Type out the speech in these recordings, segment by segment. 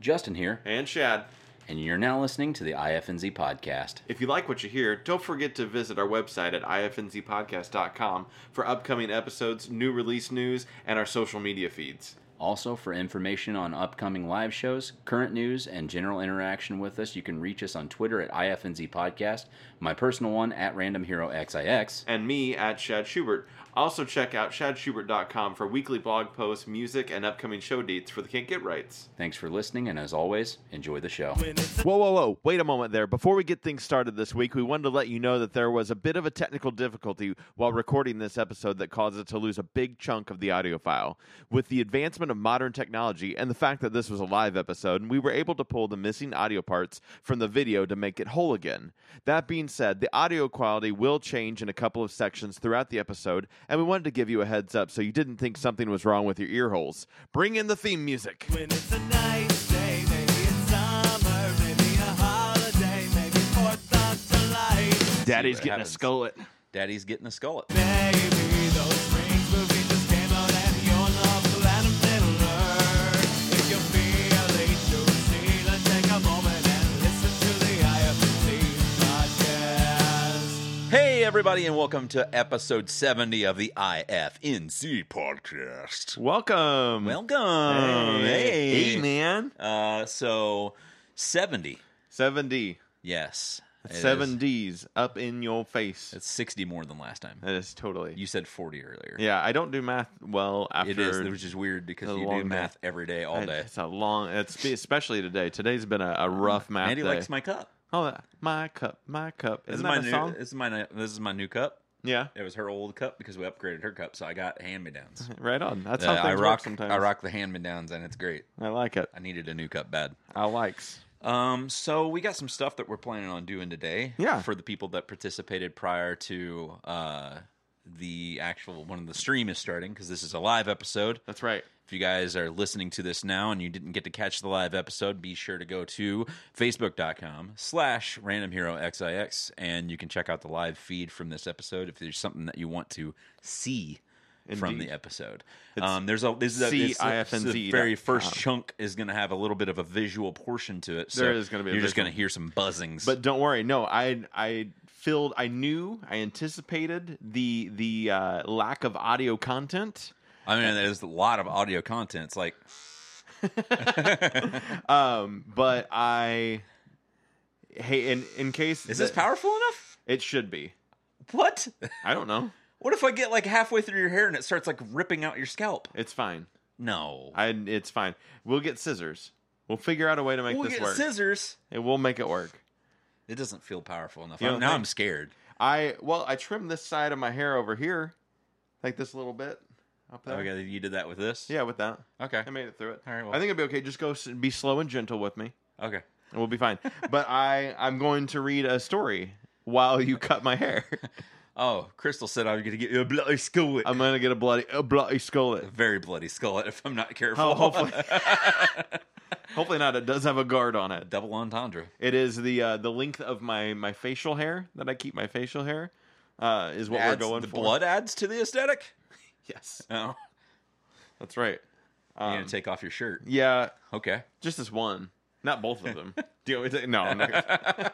Justin here, and Shad. and you're now listening to the IFNZ podcast. If you like what you hear, don't forget to visit our website at ifnzpodcast.com for upcoming episodes, new release news, and our social media feeds. Also, for information on upcoming live shows, current news, and general interaction with us, you can reach us on Twitter at IFNZ Podcast, my personal one at Random Hero XIX. And me at Shad Schubert. Also, check out shadschubert.com for weekly blog posts, music, and upcoming show dates for the Can't Get Rights. Thanks for listening, and as always, enjoy the show. Whoa, whoa, whoa. Wait a moment there. Before we get things started this week, we wanted to let you know that there was a bit of a technical difficulty while recording this episode that caused us to lose a big chunk of the audio file. With the advancement of modern technology and the fact that this was a live episode, we were able to pull the missing audio parts from the video to make it whole again. That being said, the audio quality will change in a couple of sections throughout the episode, and we wanted to give you a heads up so you didn't think something was wrong with your ear holes. Bring in the theme music. When it's a nice day, maybe it's summer, maybe a holiday, maybe Fourth of July, Daddy's what getting happens. a skullet. Daddy's getting a skullet. maybe those Rings movies just came out and your love will let 'em settle her. If you're feeling juicy, let's take a moment and listen to the IFC podcast. Hey, everybody, and welcome to episode 70 of the IFNC podcast. Welcome. Welcome. Um, Hey, man. Uh, so, 70. Seven D. Yes. it is. Seven D's up in your face. That's 60 more than last time. That is totally. You said 40 earlier. yeah, I don't do math well after. It is, which is weird because a you long do day. math every day, all day. It's a long. It's especially today. Today's been a, a rough math Andy day. likes my cup. Oh, that- my cup, my cup. This is Isn't that my a new. song? This is my. new- This is my new cup. Yeah, It was her old cup because we upgraded her cup, so I got hand me downs. right on. That's how I things rock. work sometimes. I rock the hand me downs, and it's great. I like it. I needed a new cup bad. I likes. Um, so we got some stuff that we're planning on doing today. Yeah. For the people that participated prior to uh, the actual when the stream is starting, because this is a live episode. That's right. If you guys are listening to this now and you didn't get to catch the live episode, be sure to go to facebook.com slash random hero XIX and you can check out the live feed from this episode if there's something that you want to see. From Indeed. the episode, um, there's a this is a, this, CIFNZ.com. the very first chunk is going to have a little bit of a visual portion to it. So There is gonna be a you're just visual. going to hear some buzzings, But don't worry. No, I I filled. I knew. I anticipated the the uh, lack of audio content. I mean there's a lot of audio content. It's like Um, but I hey, in in case is this that- powerful enough? It should be. What? I don't know. What if I get like halfway through your hair and it starts like ripping out your scalp? It's fine. No, I it's fine. We'll get scissors. We'll figure out a way to make we'll this get work. scissors. And we'll make it work. It doesn't feel powerful enough. You I'm, don't now think? I'm scared. I well, I trimmed this side of my hair over here, like this little bit up there. Okay, you did that with this. Yeah, with that, Okay. I made it through it. All right, well. I think it'll be okay. Just go s- be slow and gentle with me, Okay. and we'll be fine. but I I'm going to read a story while you cut my hair. Oh, Crystal said I'm going to get you a bloody skullet. I'm gonna get a bloody a bloody skullet. a very bloody skullet if I'm not careful. Oh, hopefully, hopefully not. It does have a guard on it. Double entendre. It is the uh, the length of my my facial hair that I keep my facial hair uh, is what Adds- we're going the for. blood adds to the aesthetic. Yes, Oh, that's right. you're Um, gonna take off your shirt. yeah, Okay. just this one, not both of them. Do you want me to- no, I'm not gonna-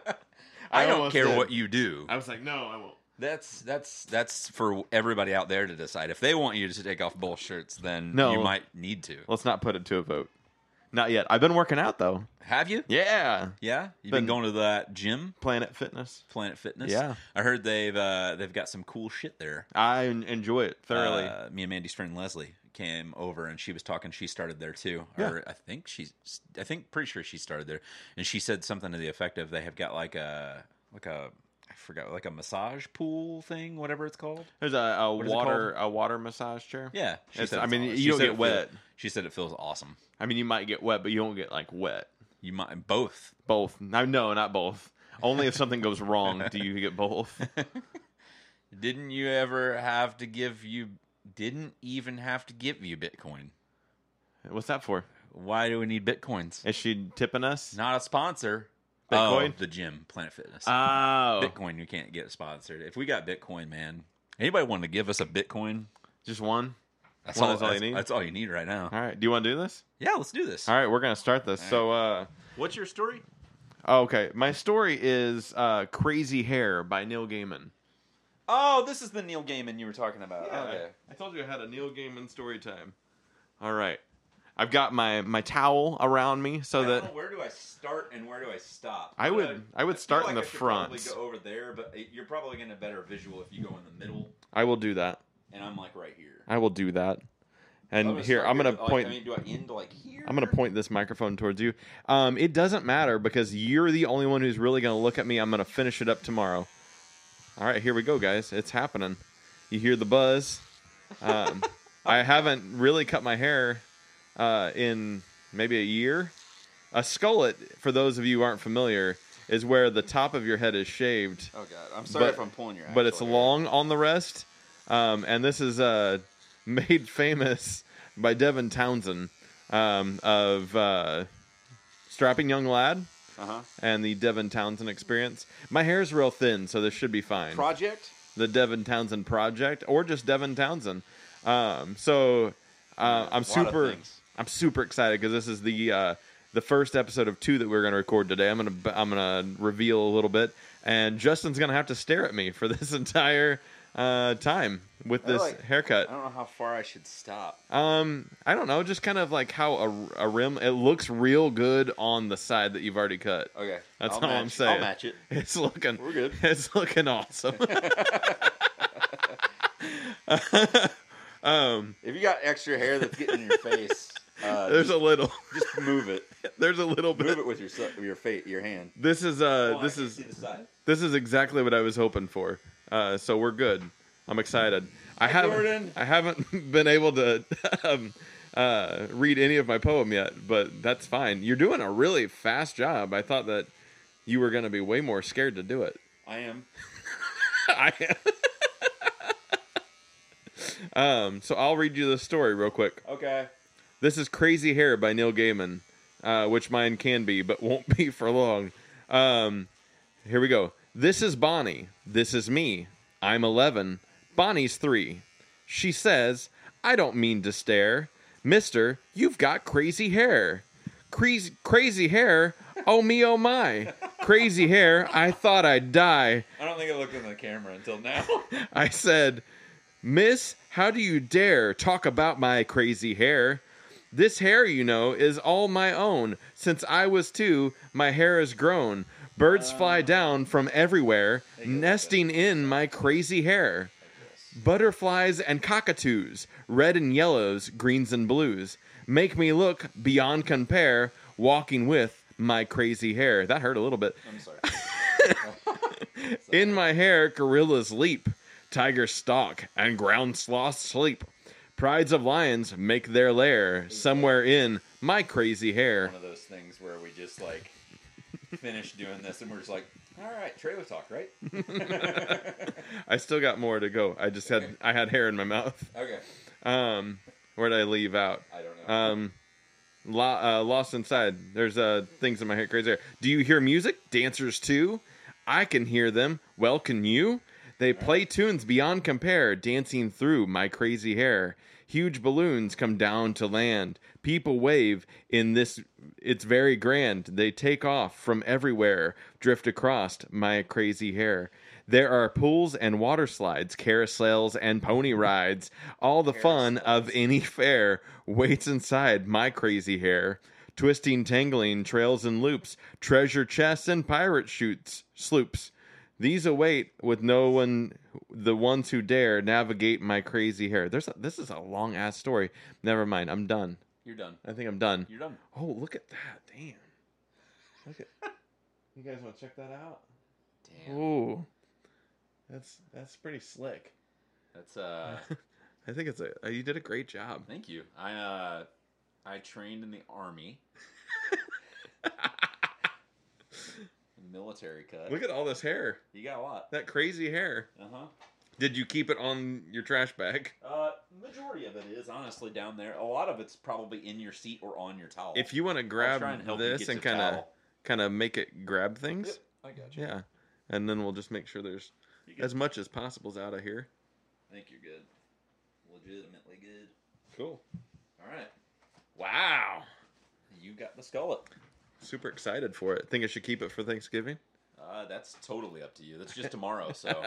I, don't almost care did. what you do. I was like, no, I won't. That's that's that's for everybody out there to decide. If they want you to take off both shirts, then No. you might need to. Let's not put it to a vote. Not yet. I've been working out though. Have you? Yeah, Yeah. You've Been- been going to that gym, Planet Fitness. Planet Fitness. Yeah. I heard they've uh, they've got some cool shit there. I en- enjoy it thoroughly. Uh, me and Mandy's friend Leslie came over and she was talking. She started there too, Yeah. or I think she's, I think pretty sure she started there, and she said something to the effect of they have got like a like a I forgot like a massage pool thing, whatever it's called. There's a, a is it water a water massage chair. Yeah, she It's- said I it's mean, awesome. you She don't said get it wet. feel- she said it feels awesome. I mean, you might get wet, but you don't get like wet. You might both. Both. No, no, not both. Only if something goes wrong do you get both. Didn't you ever have to give you? Didn't even have to give you Bitcoin. What's that for? Why do we need bitcoins? Is she tipping us? Not a sponsor. Bitcoin? Oh, the gym, Planet Fitness. Oh, Bitcoin, you can't get sponsored. If we got Bitcoin, man, anybody want to give us a Bitcoin? just one. That's Well, all. that's all you that's, need? that's all you need right now. All right. Do you want to do this? Yeah, let's do this. All right, we're gonna start this. So, uh, What's your story? oh, okay, my story is uh, "Crazy Hair" by Neil Gaiman. Oh, this is the Neil Gaiman you were talking about. Okay. I told you I had a Neil Gaiman story time. All right, I've got my my towel around me so I don't know, that where do I start and where do I stop? I would- I would feel start like in the I should probably front. Go over there, but it- you're probably getting a better visual if you go in the middle, I will do that. and I'm like right here. I will do that. I'm And gonna here start I'm gonna like, point. I mean, do I end like here? I'm gonna point this microphone towards you. Um, it doesn't matter because you're the only one who's really gonna look at me. I'm gonna finish it up tomorrow. All right, here we go, guys. It's happening. You hear the buzz. Um, I haven't really cut my hair uh, in maybe a year. A skullet, for those of you who aren't familiar, is where the top of your head is shaved, Oh god, I'm sorry But- if I'm pulling your. but it's actual long on the rest. Um, and this is uh, made famous by Devin Townsend um, of uh, Strapping Young Lad hair. Uh-huh. and the Devin Townsend Experience. My hair's real thin, so this should be fine. Project. the Devin Townsend Project, or just Devin Townsend. Um, so uh, I'm of super, things. I'm super excited because this is the uh, the first episode of two that we're going to record today. I'm gonna I'm gonna reveal a little bit, and Justin's gonna have to stare at me for this entire uh, time with this like- haircut. I don't know how far I should stop. Um, I don't know, just kind of like how a, a rim. It looks real good on the side that you've already cut. Okay, That's I'll all match, I'm saying. I'll match it. It's looking. We're good. It's looking awesome. um, If you got extra hair that's getting in your face, uh, there's just, a little. just move it. There's a little bit. Move it with your su- your fate, your hand. This is uh, Oh, I this can't is see the side. this is exactly what I was hoping for. Uh, so we're good. I'm excited. I haven't Jordan. I haven't been able to um, uh, read any of my poem yet, but that's fine. You're doing a really fast job. I thought that you were going to be way more scared to do it. I am. I um, so I'll read you the story real quick. Okay. This is Crazy Hair by Neil Gaiman, uh, which mine can be, but won't be for long. Um, here we go. This is Bonnie. This is me. I'm 11. Bonnie's 3. She says, I don't mean to stare. Mister, you've got crazy hair. Crazy, crazy hair? Oh, me, oh, my. Crazy hair? I thought I'd die. I don't think I looked in the camera until now. I said, Miss, how do you dare talk about my crazy hair? This hair, you know, is all my own. Since I was two, my hair has grown. Birds fly down from everywhere, nesting in my crazy hair. Butterflies and cockatoos, red and yellows, greens and blues, make me look beyond compare, walking with my crazy hair. That hurt a little bit. I'm sorry. In my hair, gorillas leap, tigers stalk, and ground sloths sleep. Prides of lions make their lair somewhere in my crazy hair. One of those things where we just like finish doing this and we're just like, all right, trailer talk, right? I still got more to go. I just had I had hair in my mouth. Okay. Um, where did I leave out? I don't know. Um, lo- uh, lost inside. There's uh things in my hair. Crazy hair. Do you hear music? Dancers too. I can hear them. Well, can you? They play tunes beyond compare, dancing through my crazy hair. Huge balloons come down to land. People wave in this. It's very grand. They take off from everywhere, drift across my crazy hair. There are pools and water slides, carousels and pony rides. All the fun of any fair waits inside my crazy hair. Twisting, tangling, trails and loops, treasure chests and pirate shoots, sloops. These await with no one, the ones who dare navigate my crazy hair. There's a, this is a long ass story. Never mind, I'm done. You're done. I think I'm done. You're done. Oh, look at that! Damn. Look at. you guys want to check that out? Damn. Ooh, that's that's pretty slick. That's uh. I think it's a uh, you did a great job. Thank you. I uh, I trained in the army. Military cut. Look at all this hair, You got a lot. that crazy hair. Uh huh. Did you keep it on your trash bag? Uh, majority of it is honestly down there. A lot of it's probably in your seat or on your towel. If you want to I'll grab try and help you this get and to kind of towel. kind of make it grab things, Yep, I got you. yeah, and then we'll just make sure there's You good? as much as possible is out of here. I think you're good. Legitimately good. Cool. All right. Wow. You got the skullet. Super excited for it. Think I should keep it for Thanksgiving? Uh, that's totally up to you. That's just tomorrow, so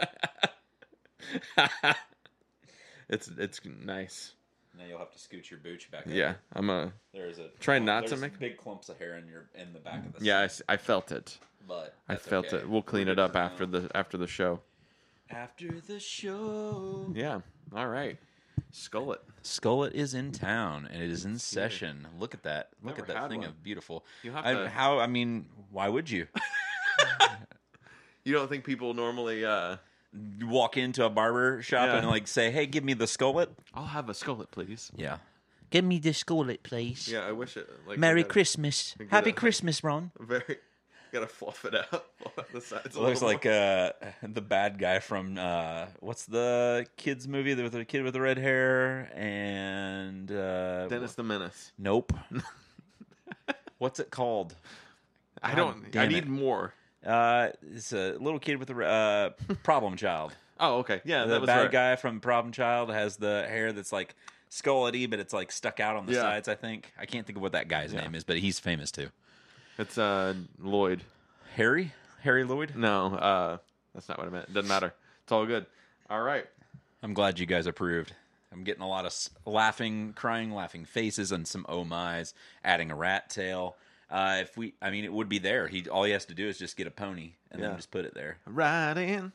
it's it's nice. now you'll have to scoot your booch back. Up. Yeah, I'm a There's a Try not to there's make- big clumps of hair in your in the back of the yeah. I seat, s- I, felt it. but I that's felt okay. it. We'll clean We're it good up for now. after the after the show. after the show. Yeah. All right. Skull it. Skullet is in town and it is in session. Look at that! Look Never at that had thing one. of beautiful. You'll have I, to- How? I mean, why would you? You don't think people normally? uh You walk into a barber shop Yeah. and like say, "Hey, give me the skullet." I'll have a skullet, please. Yeah. Give me the skullet, please. Yeah, I wish it. Like, Merry we gotta- Christmas. we Happy gotta- Christmas, Ron. Very. Gotta fluff it out. the sides a Looks little like more. uh, the bad guy from uh, what's the kids movie with the kid with the red hair and uh, Dennis the Menace. Nope. what's it called? I don't. I damn need it. more. Uh, it's a little kid with a re- uh, problem child. Oh, okay. Yeah, the that was bad right. guy from Problem Child has the hair that's like skullety, but it's like stuck out on the Yeah. sides. I think I can't think of what that guy's name is, but he's famous too. It's uh Lloyd. Harry, Harry Lloyd. No, uh that's not what I meant. Doesn't matter. It's all good. All right. I'm glad you guys approved. I'm getting a lot of s- laughing, crying, laughing faces, and some oh my's. Adding a rat tail. Uh, if we, I mean, it would be there. He all he has to do is just get a pony and Yeah. then just put it there. Right in.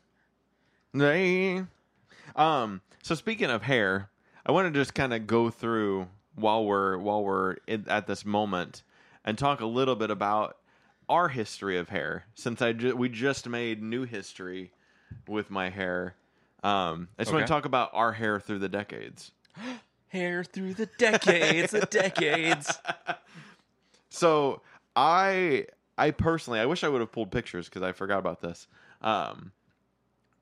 Right. Um. So speaking of hair, I want to just kind of go through while we're while we're in, at this moment and talk a little bit about our history of hair since I ju- we just made new history with my hair. Um, I just want Okay. to talk about our hair through the decades. Hair through the decades, the decades. So I I personally I wish I would have pulled pictures because I forgot about this. Um,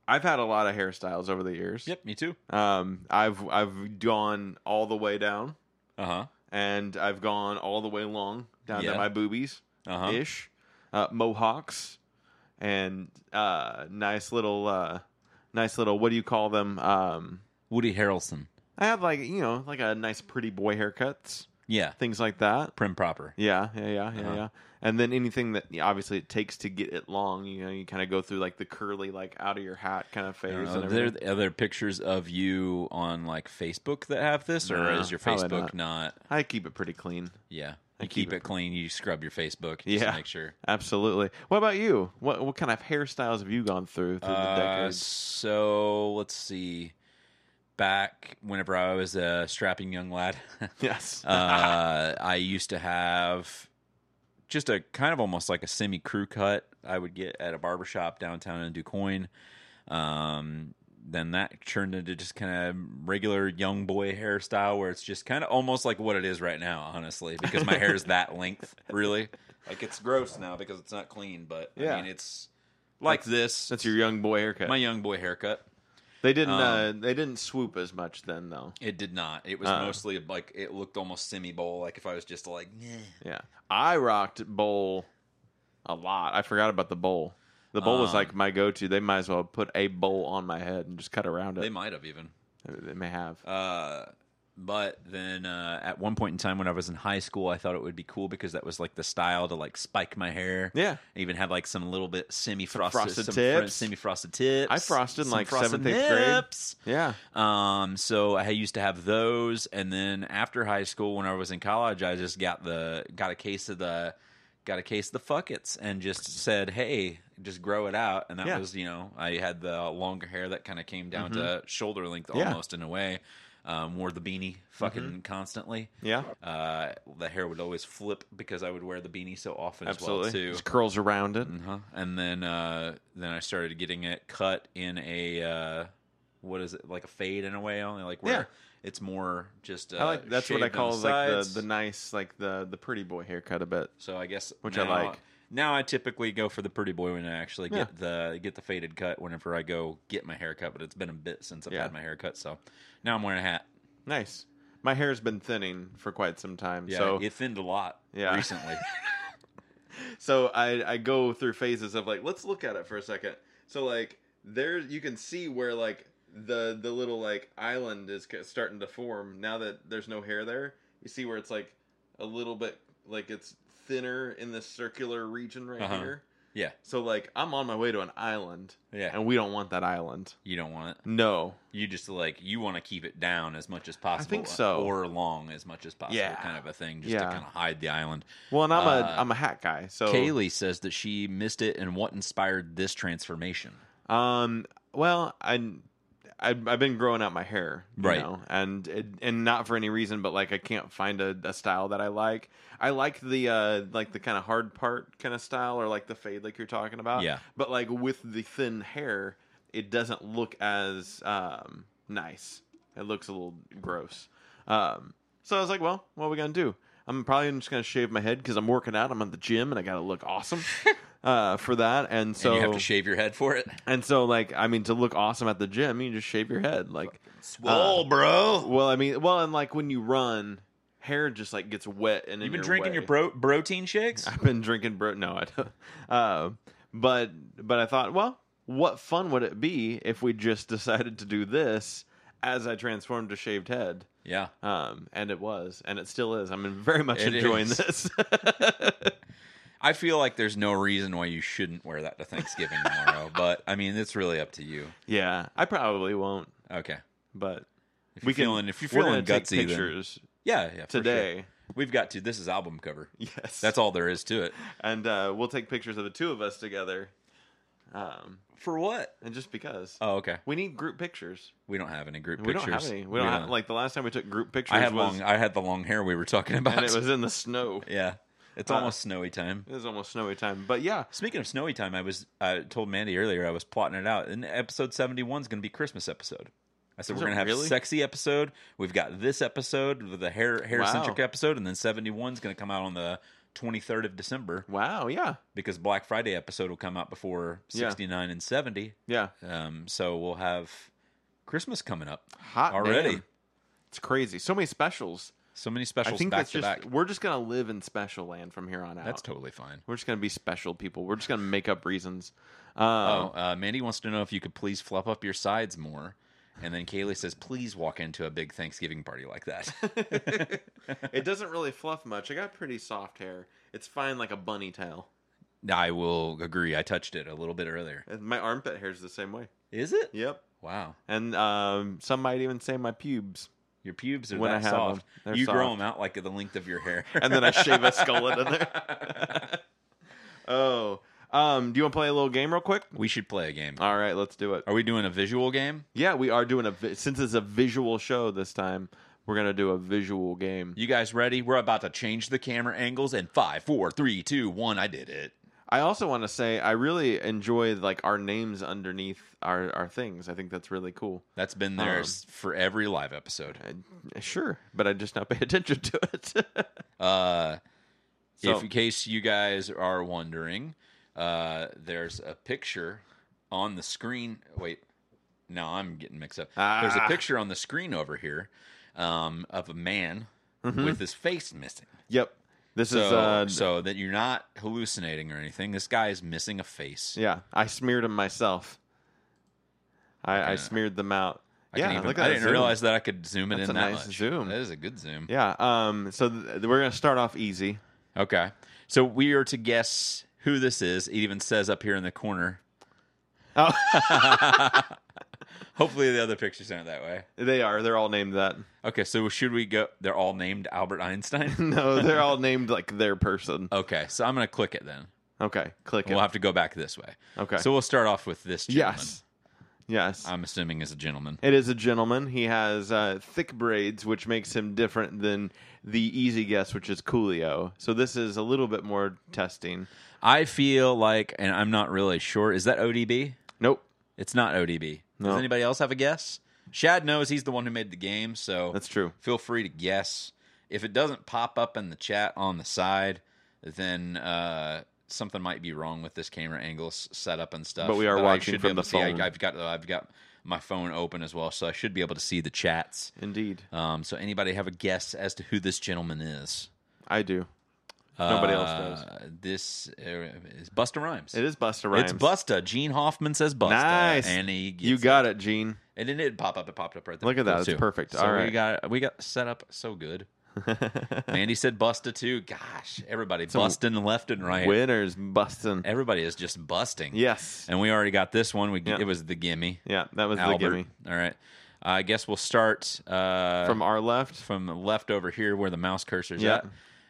I've had a lot of hairstyles over the years. Yep, me too. Um, I've I've gone all the way down Uh huh. and I've gone all the way long down Yeah. to my boobies Uh huh. ish, uh, mohawks, and uh, nice little uh, nice little what do you call them? Um, Woody Harrelson. I had like you know like a nice pretty boy haircuts Yeah, things like that. prim proper. Yeah, yeah, yeah, yeah, Uh-huh. yeah. And then anything that yeah, obviously it takes to get it long, you know, you kind of go through like the curly, like out of your hat kind of phase. I don't know. and Are everything. there other pictures of you on like Facebook that have this, or No, is your probably Facebook not. not. not- I keep it pretty clean. yeah, you I keep, keep it it- clean. You scrub your Facebook just Yeah. to make sure. Absolutely. What about you? What what kind of hairstyles have you gone through through the Uh, decades? so let's see. Back whenever I was a strapping young lad, Yes. uh, I used to have just a kind of almost like a semi crew cut I would get at a barbershop downtown in DuQuoin. Um, then that turned into just kind of regular young boy hairstyle where it's just kind of almost like what it is right now, honestly, because my hair is that length, really. Like it's gross now because it's not clean, but Yeah. I mean, it's like this. That's your young boy haircut. my young boy haircut. they didn't um, uh, they didn't swoop as much then though. It did not. It was Uh. mostly like it looked almost semi bowl, like if I was just like, "Nyeh." Yeah. I rocked bowl a lot. I forgot about the bowl. The bowl was Um, like my go to. They might as well put a bowl on my head and just cut around it. they might have even. they may have. Uh, but then uh, at one point in time when I was in high school, I thought it would be cool because that was like the style to like spike my hair. yeah. I even had like some little bit semi frosted frosted, tips. semi frosted tips. I frosted in, some like, frosted seventh, eighth grade. nips. Yeah. Um, so I used to have those, and then after high school, when I was in college, I just got the got a case of the got a case of the fuckets and just said, hey, just grow it out, and that Yeah. Mm-hmm. was you know I had the longer hair that kind of came down to shoulder length Yeah. Mm-hmm. almost in a way. Um, wore the beanie fucking constantly. Yeah. Uh, the hair would always flip because I would wear the beanie so often as well too. Just curls around it. Uh-huh. And then uh, then I started getting it cut in a uh, what is it like a fade in a way only like where Yeah. it's more just uh, I like that's what I shaved on call the like sides. the, the nice like the the pretty boy haircut a bit. so I guess which I now, like. Now I typically go for the pretty boy when I actually Yeah. get the get the faded cut whenever I go get my hair cut. But it's been a bit since I've Yeah. had my hair cut, so now I'm wearing a hat. Nice. My hair's been thinning for quite some time. Yeah, so it thinned a lot Yeah. recently. so I I go through phases of like let's look at it for a second. So like there you can see where like the the little like island is ca- starting to form now that there's no hair there. You see where it's like a little bit like it's thinner in this circular region right Uh-huh. here. Yeah. So like I'm on my way to an island, Yeah. and we don't want that island. You don't want it. No. You just like you want to keep it down as much as possible. think so. Or long as much as possible, Yeah. kind of a thing, just to Yeah. kind of hide the island. Well, and I'm Uh, a I'm a hat guy. So Kaylee says that she missed it and what inspired this transformation. Um. Well, I, I I've been growing out my hair, you Right. know, and it, and not for any reason, but like I can't find a, a style that I like. I like the uh like the kind of hard part kind of style or like the fade like you're talking about. Yeah. But like with the thin hair, it doesn't look as um nice. It looks a little gross. Um. So I was like, well, what are we gonna do? I'm probably just gonna shave my head because I'm working out. I'm at the gym and I gotta look awesome. Uh, for that, and so and you have to shave your head for it. and so, like, I mean, to look awesome at the gym, you just shave your head. Like, Swole, Uh, bro. well, I mean, well, and like when you run, hair just like gets wet. And in You've been your drinking way. your bro- protein shakes? I've been drinking bro. No, I don't. Uh, but but I thought, well, what fun would it be if we just decided to do this as I transformed to shaved head? Yeah. Um, and it was, and it still is. I'm very much It enjoying is. this. I feel like there's no reason why you shouldn't wear that to Thanksgiving tomorrow, but I mean, it's really up to you. yeah, I probably won't, Okay. but If we you're can. feeling, if you're we're gonna feeling take gutsy, then pictures yeah, yeah, for sure. today. We've got to. This is album cover. Yes, That's all there is to it. and uh, we'll take pictures of the two of us together. Um, For what? and just because Oh, okay. we need group pictures. We don't have any group we pictures. don't have any. We don't have, like the last time we took group pictures. I had was, long. I had the long hair we were talking about. and it was in the snow. yeah, it's Uh, almost snowy time. It was almost snowy time, but yeah, Speaking of snowy time, I was I told Mandy earlier I was plotting it out. And episode seventy one is going to be Christmas episode. I said Is we're it going to have really? sexy episode. We've got this episode with the hair hair centric Wow. episode, and then seventy one is going to come out on the twenty third of December wow, yeah, because Black Friday episode will come out before Yeah. sixty nine and seventy. yeah, Um, so we'll have Christmas coming up. hot Already. damn. It's crazy. So many specials. So many I specials think back that's to just back. we're just gonna live in special land from here on out. That's totally fine. we're just gonna be special people. We're just gonna make up reasons. Um, Oh, uh, Mandy wants to know if you could please fluff up your sides more. And then Kaylee says, please walk into a big Thanksgiving party like that. it doesn't really fluff much. I got pretty soft hair. It's fine like a bunny tail. I will agree. I touched it a little bit earlier. And my armpit hair's the same way. Is it? Yep. Wow. And um, some might even say my pubes. Your pubes are When I that have soft. 'em, they're You grow soft. them out like the length of your hair. And then I shave a skull in there. oh. Um, do you want to play a little game real quick? we should play a game. All right, let's do it. Are we doing a visual game? Yeah, we are doing a vi- since it's a visual show this time. We're gonna do a visual game. You guys ready? We're about to change the camera angles in five, four, three, two, one. I did it. I also want to say I really enjoy like our names underneath our our things. I think that's really cool. That's been there Um, s- for every live episode. I- sure, but I just not pay attention to it. Uh, So- if in case you guys are wondering, uh, there's a picture on the screen. Wait, no, I'm getting mixed up. There's a Ah. picture on the screen over here um, of a man with his face missing. yep. Mm-hmm. This So, is uh, so that you're not hallucinating or anything. This guy is missing a face. Yeah, I smeared them myself. I, I Okay. smeared them out. I, yeah, couldn't even- look at I that didn't zoom. realize that I could zoom it That's in a that nice much. zoom. That is a good zoom. Yeah. Um. So th- we're gonna start off easy. Okay, so we are to guess who this is. It even says up here in the corner. Oh, Hopefully, the other pictures aren't that way. they are. They're all named that. Okay, so should we go? They're all named Albert Einstein. No, they're all named like their person. okay, so I'm gonna click it then. Okay, click We'll it. have to go back this way. Okay. So we'll start off with this gentleman. Um, yes. Yes. I'm assuming is a gentleman. it is a gentleman. He has uh, thick braids, which makes him different than the easy guess, which is Coolio. So this is a little bit more testing. I feel like, and I'm not really sure. Is that ODB? Nope, It's not ODB. Does No. anybody else have a guess? Shad knows he's the one who made the game, so that's true. feel free to guess. If it doesn't pop up in the chat on the side, then uh, something might be wrong with this camera angle s- setup and stuff. But we are I watching should be from able the to see- I- phone. I've got I've got my phone open as well, so I should be able to see the chats. Indeed, Um, so anybody have a guess as to who this gentleman is? I do. Nobody else does. Uh, This uh, is Busta Rhymes. It is Buster Rhymes. It's Busta. Gene Hoffman says Busta. Nice. And he gets You got it, Gene. And it did pop up. It popped up right there. Look at that. It's too. perfect. So All We right. got we got set up so good. Mandy said Busta too. Gosh, everybody busting left and right. Winners busting. Everybody is just busting. Yes. And we already got this one. We Yeah. it was the gimme. Yeah, that was Albert. the gimme. All right. I guess we'll start uh, From our left. from the left over here where the mouse cursor's Yeah.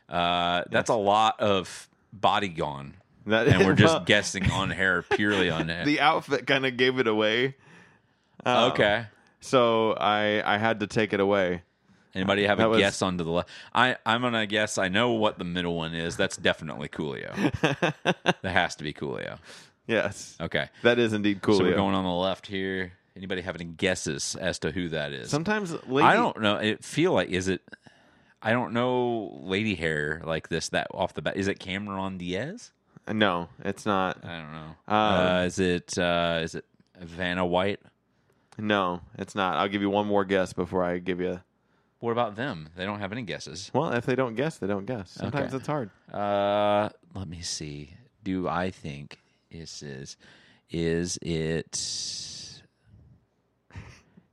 at. Uh, that's a lot of body gone. That- and we're just well, guessing on hair purely on hair. The outfit kind of gave it away. Um, okay. So I I had to take it away. Anybody have That a was- guess onto the left? I I'm gonna guess. I know what the middle one is. That's definitely Coolio. that has to be Coolio. Yes. Okay, That is indeed cool. so we're going on the left here. Anybody have any guesses as to who that is? Sometimes lady, I don't know. It feel like is it? I don't know. Lady hair like this. That off the bat is it Cameron Diaz? No, it's not. I don't know. Um, uh, is it uh, is it Vanna White? No, it's not. I'll give you one more guess before I give you. What about them? They don't have any guesses. Well, if they don't guess, they don't guess. Sometimes Okay. it's hard. Uh, let me see. Do I think this is is it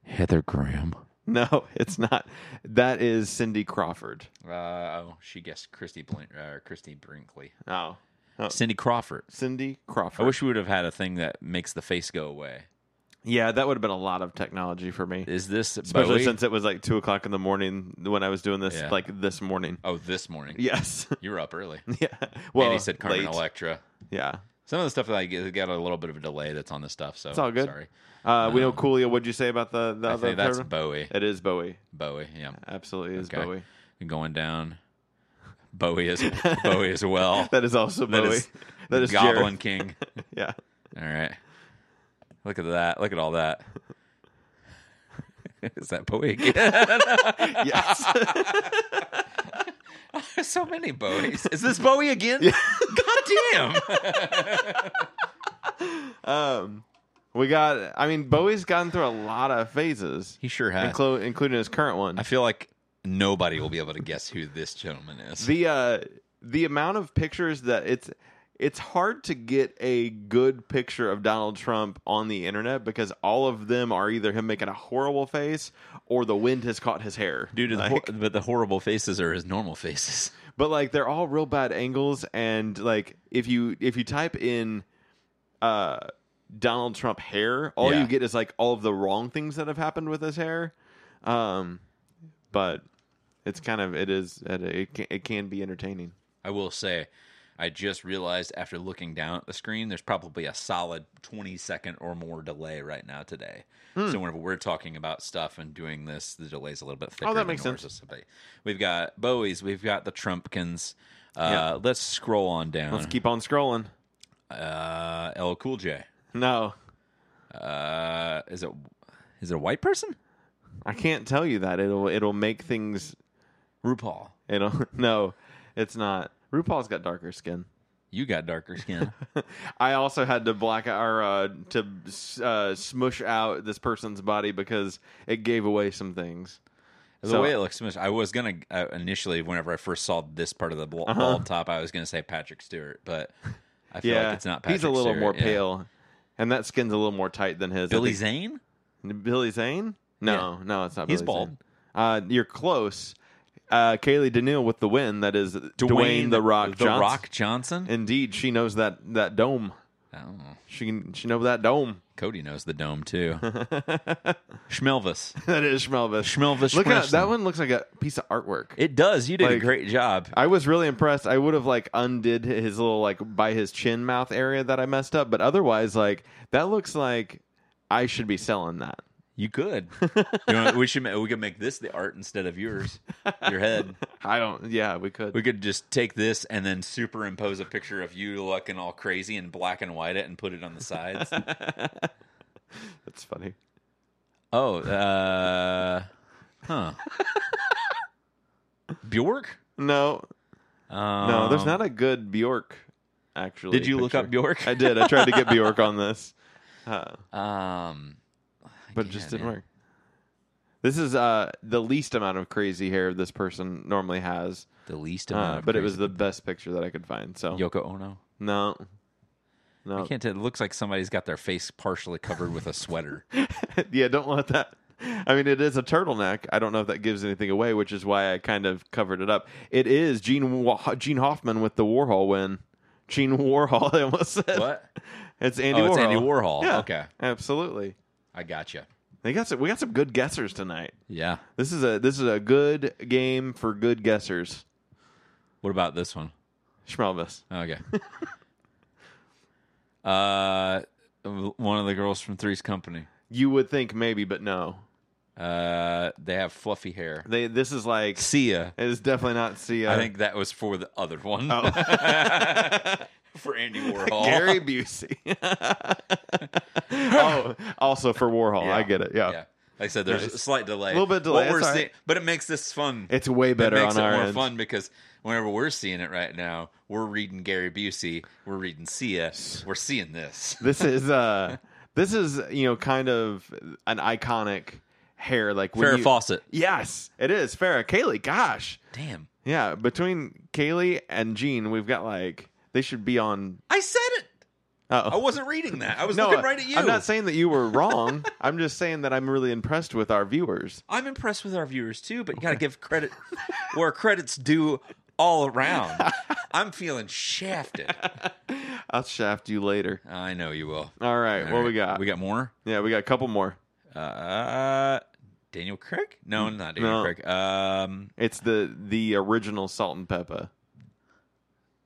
Heather Graham? No, it's not. That is Cindy Crawford. Uh, oh, she guessed Christy Blin- uh, Christy Brinkley. Oh, Oh. Cindy Crawford. Cindy I Crawford. wish we would have had a thing that makes the face go away. yeah, that would have been a lot of technology for me, Is this especially Bowie? since it was like two o'clock in the morning when I was doing this, Yeah. like this morning. oh this morning? Yes. you were up early. yeah. Well, and he said Carmen late. Electra. Yeah. Some of the stuff that I get, got a little bit of a delay that's on this stuff. So It's all good. Sorry, Uh, we know Coolio. What'd you say about the Um, the I other? think that's third one? Bowie. It is Bowie. Bowie, yeah. Absolutely is Okay. Bowie. going down. Bowie is Bowie as well. That is also Bowie. is that is Goblin Jared. King. Yeah. All right. Look at that. Look at all that. Is that Bowie again? Yes. There's so many Bowies. Is this Bowie again? God damn. Um, we got. I mean, Bowie's gone through a lot of phases, He sure has. inclu- including his current one. I feel like nobody will be able to guess who this gentleman is. the uh, the amount of pictures that it's it's hard to get a good picture of Donald Trump on the internet because all of them are either him making a horrible face or the wind has caught his hair. Due to the Like- hor- but the horrible faces are his normal faces. but like they're all real bad angles and like if you if you type in uh donald trump hair all Yeah. you get is like all of the wrong things that have happened with his hair um but it's kind of it is it, it, can, it can be entertaining I will say, I just realized after looking down at the screen, there's probably a solid 20 second or more delay right now today. Hmm. So whenever we're talking about stuff and doing this, the delay's a little bit thicker. Oh, that than makes yours sense. is, but We've got Bowie's, we've got the Trumpkins. Uh, Yeah. Let's scroll on down. let's keep on scrolling uh, L Cool J. no Uh, is it is it a white person? i can't tell you that it'll it'll make things RuPaul. it'll no it's not rupaul's got darker skin You got darker skin. I also had to black out or uh, to uh, smush out this person's body because it gave away some things. The So- way it looks, I was gonna uh, initially, whenever I first saw this part of the Uh-huh. bl- bald top, I was gonna say Patrick Stewart, but I feel yeah, like it's not. Patrick he's a little Stewart, more yeah. pale, and that skin's a little more tight than his. I Billy think- Zane? Billy Zane? No, no, it's not. He's Billy bald. Zane. Uh, you're close. Uh, Kaylee Daniil with the win. That is Dwayne, the Rock the Johnson. Rock Johnson. Indeed, she knows that that dome. oh, She she knows that dome. Cody knows the dome too. Schmelvis. that is Schmelvis. Schmelvis Look at Schmerson. that one. Looks like a piece of artwork. It does. You did a Like- great job. I was really impressed. I would have like undid his little like by his chin mouth area that I messed up, but otherwise, like that looks like I should be selling that. You could. you know, what? we should. ma- We could make this the art instead of yours. Your head. I don't. Yeah, we could. We could just take this and then superimpose a picture of you looking all crazy and black and white it and put it on the sides. That's funny. Oh, uh, huh. Bjork? No, Um, no, there's not a good Bjork. Actually, Did you look picture. up Bjork? I did. I tried to get Bjork on this, uh, Um, but it just Yeah, didn't man. work. This is uh, the least amount of crazy hair this person normally has. The least amount. Uh, of but it crazy- was the best picture that I could find. So Yoko Ono. no, I no, can't tell. It looks like somebody's got their face partially covered with a sweater. yeah, don't let that. I mean, it is a turtleneck. I don't know if that gives anything away, which is why I kind of covered it up. It is Gene Wa- Gene Hoffman with the Warhol win. Gene Warhol, I almost said. what? It's Andy Oh, Warhol. it's Andy Warhol. Yeah, Okay. absolutely. I gotcha. They got some, we got some good guessers tonight. Yeah. This is a this is a good game for good guessers. What about this one? Schmelvis. Okay. uh, one of the girls from Three's Company. You would think maybe, but no. Uh, they have fluffy hair. They this is like Sia. it is definitely not Sia. I think that was for the other one. for Andy Warhol. Oh. Gary Busey. oh, also for Warhol. I get it. Yeah. Yeah. Like I said, there's a slight delay. Little bit of delay, What we're it's all right. seeing, but it makes this fun. It's way better it makes on it our more end. fun because whenever we're seeing it right now, we're reading Gary Busey, we're reading Sia, we're seeing this. This is uh this is, you know, kind of an iconic hair like when Farrah you- Fawcett. Yes, it is. Farrah Kaylee, gosh. Damn. Yeah, between Kaylee and Jean, we've got like they should be on I said it. I uh wasn't reading that. I was looking right at you. I'm not saying that you were wrong. I'm just saying that I'm really impressed with our viewers. I'm impressed with our viewers too, but you got to give credit where credit's due all around. I'm feeling shafted. I'll shaft you later. I know you will. All right, what All right. we got? We got more? yeah, we got a couple more. Uh, Daniel Craig? No, not Daniel Mm. No. Craig. Um, It's the the original Salt and Pepper.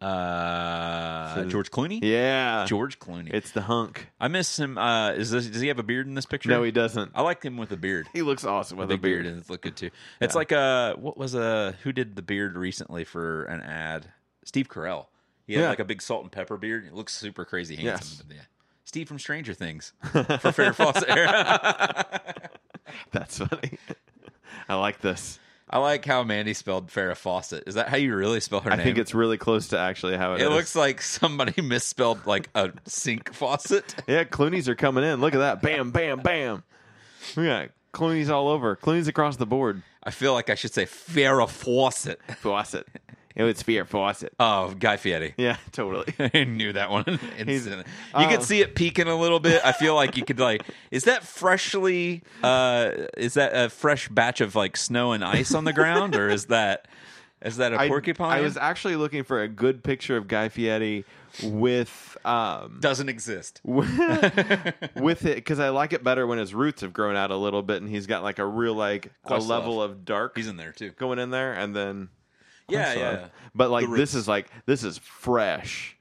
uh, So- George Clooney? Yeah, George Clooney. it's the hunk. I miss him. Uh, is this, does he have a beard in this picture? No, he doesn't. I like him with a beard. He looks awesome with a big beard beard. and it's look good too. It's like uh what was uh who did the beard recently for an ad? Steve Carell. He had Yeah. like a big salt and pepper beard. and It looks super crazy handsome. Yes. Yeah. Steve from Stranger Things for Farrah Fawcett. That's funny. I like this. I like how Mandy spelled Farrah Fawcett. Is that how you really spell her I name? think it's really close to actually how it, it is. looks like somebody misspelled like a sink faucet. Yeah, Clooney's are coming in. Look at that. Bam, bam, bam. We got Clooney's all over. Clooney's across the board. I feel like I should say Farrah Fawcett. Fawcett. It was Fear Fawcett. Oh, Guy Fieri. Yeah, totally. I knew that one instantly. you uh, could see it peeking a little bit. I feel like you could like, is that freshly? uh Is that a fresh batch of like snow and ice on the ground, or is that is that a I- porcupine? I, was actually looking for a good picture of Guy Fieri with um doesn't exist. with it because I like it better when his roots have grown out a little bit and he's got like a real like a Questlove. level of dark He's in there too. going in there and then Yeah, Questlove. yeah. But like The this is like this is fresh.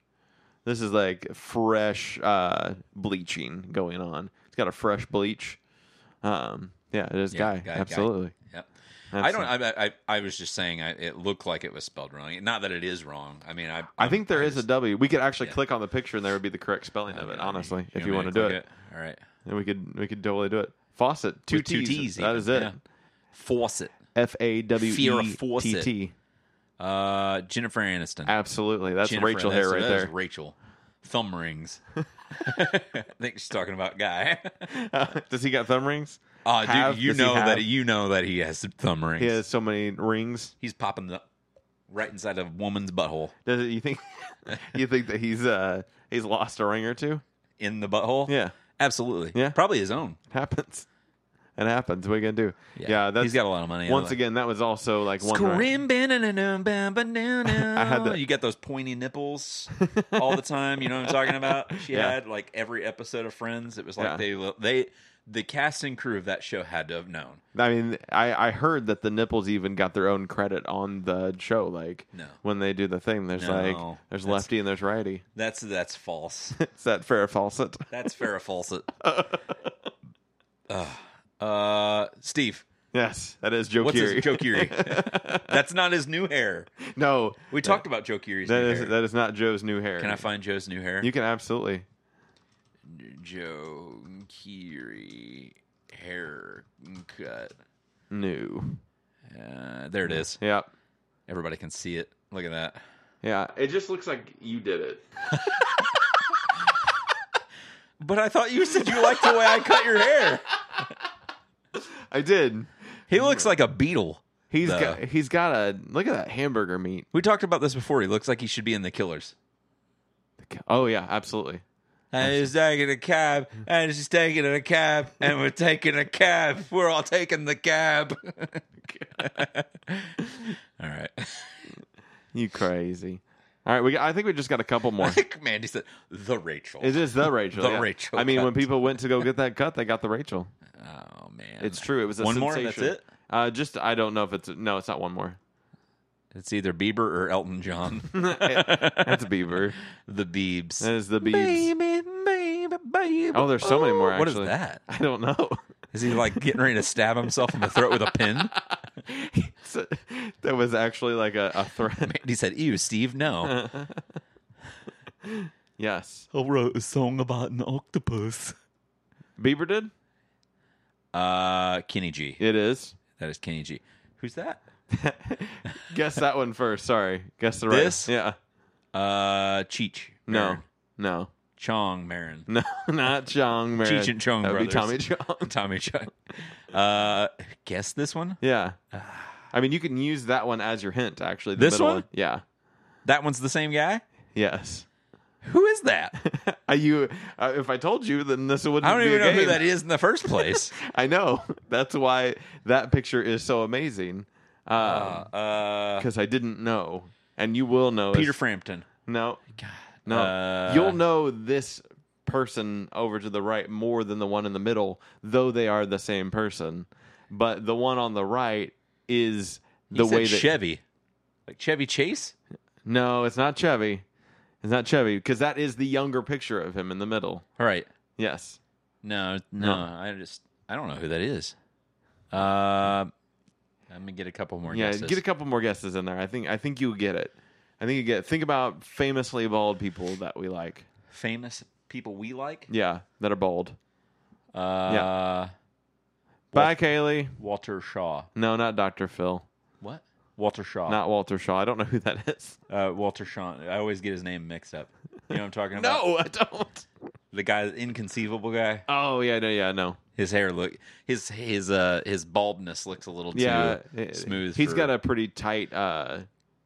This is like fresh uh bleaching going on. It's got a fresh bleach. Um yeah, it is Yeah, guy. Guy, Guy. Absolutely. Yep. I don't. I, I I was just saying. I, it looked like it was spelled wrong. Not that it is wrong. I mean, I I think there is a W. We could actually Yeah. click on the picture and there would be the correct spelling of it, honestly, if you want to do it. All right. And we could we could totally do it. Faucet, two With two Ts T's. That even, is it. yeah. Fawcett. F A W Fear of E T T. Fawcett. Uh, Jennifer Aniston. Absolutely, that's Jennifer Rachel Aniston. hair right That is there. Rachel. Thumb rings. I think she's talking about guy. Does he got thumb rings? Oh, dude, Have? you Does he know have? that you know that he has thumb rings. He has so many rings. He's popping the right inside of a woman's butthole Does it, you think? you think that he's uh he's lost a ring or two? in the butthole. Yeah, absolutely. Yeah. probably his own. it happens. It happens. What are you gonna do? Yeah, that's he's got a lot of money. once again. That was also like one. right. Scrim, I had that- You got those pointy nipples all the time. You know what I'm talking about? She Yeah. had like every episode of Friends. It was Yeah. like they they the cast and crew of that show had to have known. I mean, I I heard that the nipples even got their own credit on the show. Like No. when they do the thing, there's No, like there's that's- lefty and there's righty. That's that's false. It's that fair faucet. That's Farrah Fawcett. Ugh. uh, Steve, Yes, that is Joe what's Keery. his Joe Keery? that's not his new hair. no, We talked about Joe Keery's that new is hair. that is not Joe's new hair. Can I find Joe's new hair? You can absolutely. Joe Keery haircut. New. Uh, there it is. Yeah. Everybody can see it. Look at that. Yeah. It just looks like you did it. But I thought you said you liked the way I cut your hair. I did. He looks like a beetle. He He's The- got he's got a look at that hamburger meat. We talked about this before. He looks like he should be in The Killers. Oh yeah, absolutely. I was taking a cab, and she's taking a cab, and we're taking a cab. We're all taking the cab. all right. You crazy. All right, we got, I think we just got a couple more. Mandy said, the Rachel. It is the Rachel. The yeah. Rachel I mean, when cut. people went to go get that cut, they got the Rachel. Oh, man. It's true. It was a One more and that's sensation. it? Uh, just I don't know if it's no, it's not one more. It's either Bieber or Elton John. That's Bieber. the Biebs. That is the Biebs. baby, baby. Oh, there's so many more. What Actually. is that? I don't know. Is he like getting ready to stab himself in the throat with a pin? So- that was actually like a, a threat. Mandy said, Ew, Steve, no. Yes, I wrote a song about an octopus. Bieber did. Uh, Kenny G. It is. That is Kenny G. Who's that? Guess that one first. Sorry. Guess the right. This? Yeah. Uh, Cheech. No. Marin. No. Chong Marin. No. Not Chong. Marin. Cheech and Chong That would be Tommy brothers. Chong. Tommy Chong. Uh, guess this one? Yeah. I mean, you can use that one as your hint. Actually, the This middle one? Yeah. That one's the same guy? Yes. Who is that? Are you? Uh, if I told you, then this wouldn't. I don't be even a know who game. that is in the first place. I know. That's why that picture is so amazing. Um, Because Uh, I didn't know, and you will know. as- Peter Frampton. No. No. Uh, You'll know this person over to the right more than the one in the middle, though they are the same person. But the one on the right is He the said way that Chevy. Like Chevy Chase? No, it's not Chevy. It's not Chevy because that is the younger picture of him in the middle. All right. Yes. No, no, I just I don't know who that is. Uh, let me get a couple more Yeah, guesses. get a couple more guesses in there. I think I think you get it. I think you get. Think about famously bald people that we like. Famous people we like. Yeah, that are bald. Uh, Bye, Kaylee. Walter Shaw. No, not Dr. Phil. What? Walter Shaw. Not Walter Shaw. I don't know who that is. Uh, Walter Shaw. I always get his name mixed up. You know what I'm talking about? I don't. The guy, the inconceivable guy. Oh yeah, no, yeah, no. His hair look. His his uh his baldness looks a little Yeah, too smooth. He's for- got a pretty tight uh,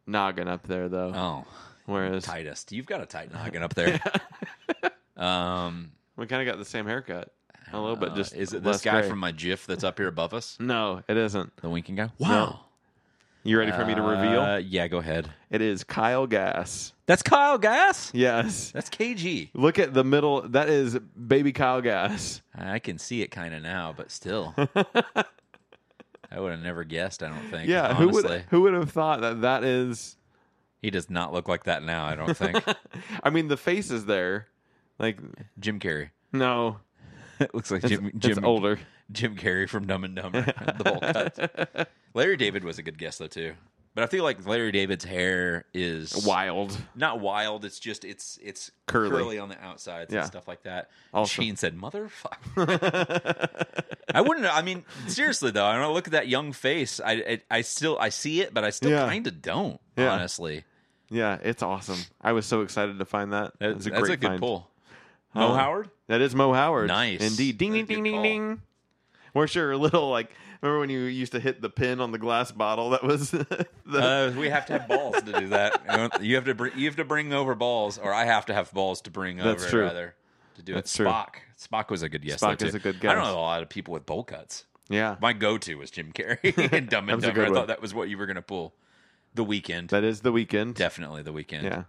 noggin up there though. oh whereas tightest. You've got a tight noggin up there. um, we kind of got the same haircut a little bit. uh, Just is it less this guy gray. from my GIF that's up here above us? No, it isn't. The winking guy. You ready for me to Uh, reveal? yeah, go ahead. It is Kyle Gass. That's Kyle Gass. Yes. That's KG. Look at the middle. That is baby Kyle Gass. I can see it kind of now, but still. I would have never guessed. I don't think. Yeah. honestly, Who would who would have thought that that is? he does not look like that now. I don't think. I mean, the face is there. Like Jim Carrey. no, It looks like Jim. it's Jim older. Jim Carrey from Dumb and Dumber. the bowl cut. Larry David was a good guess though too. But I feel like Larry David's hair is Wild. not wild. It's just it's it's Curly. curly, on the outsides Yeah. and stuff like that. Also- Sheen said, "Motherfucker." I wouldn't. I mean, seriously though, I don't look at that young face. I I, I still I see it, but I still Yeah. kind of don't. Yeah. Honestly, Yeah, it's awesome. I was so excited to find that. That- It's a that's great a good find. pull. Mo Uh, Howard. That is Mo Howard. Nice. Indeed. Ding ding That's a ding good ding call. ding. We're sure a little like remember when you used to hit the pin on the glass bottle that was the Uh, we have to have balls to do that. You have to br- you have to bring over balls, or I have to have balls to bring over. That's true. Rather, to do That's it. true. Spock. Spock was a good guess. though, Spock is too. a good I don't guess. know a lot of people with bowl cuts. Yeah. My go-to was Jim Carrey and Dumb That and was a Dumber. good I one. thought that was what you were going to pull. The weekend, That is the weekend. definitely the weekend. Yeah.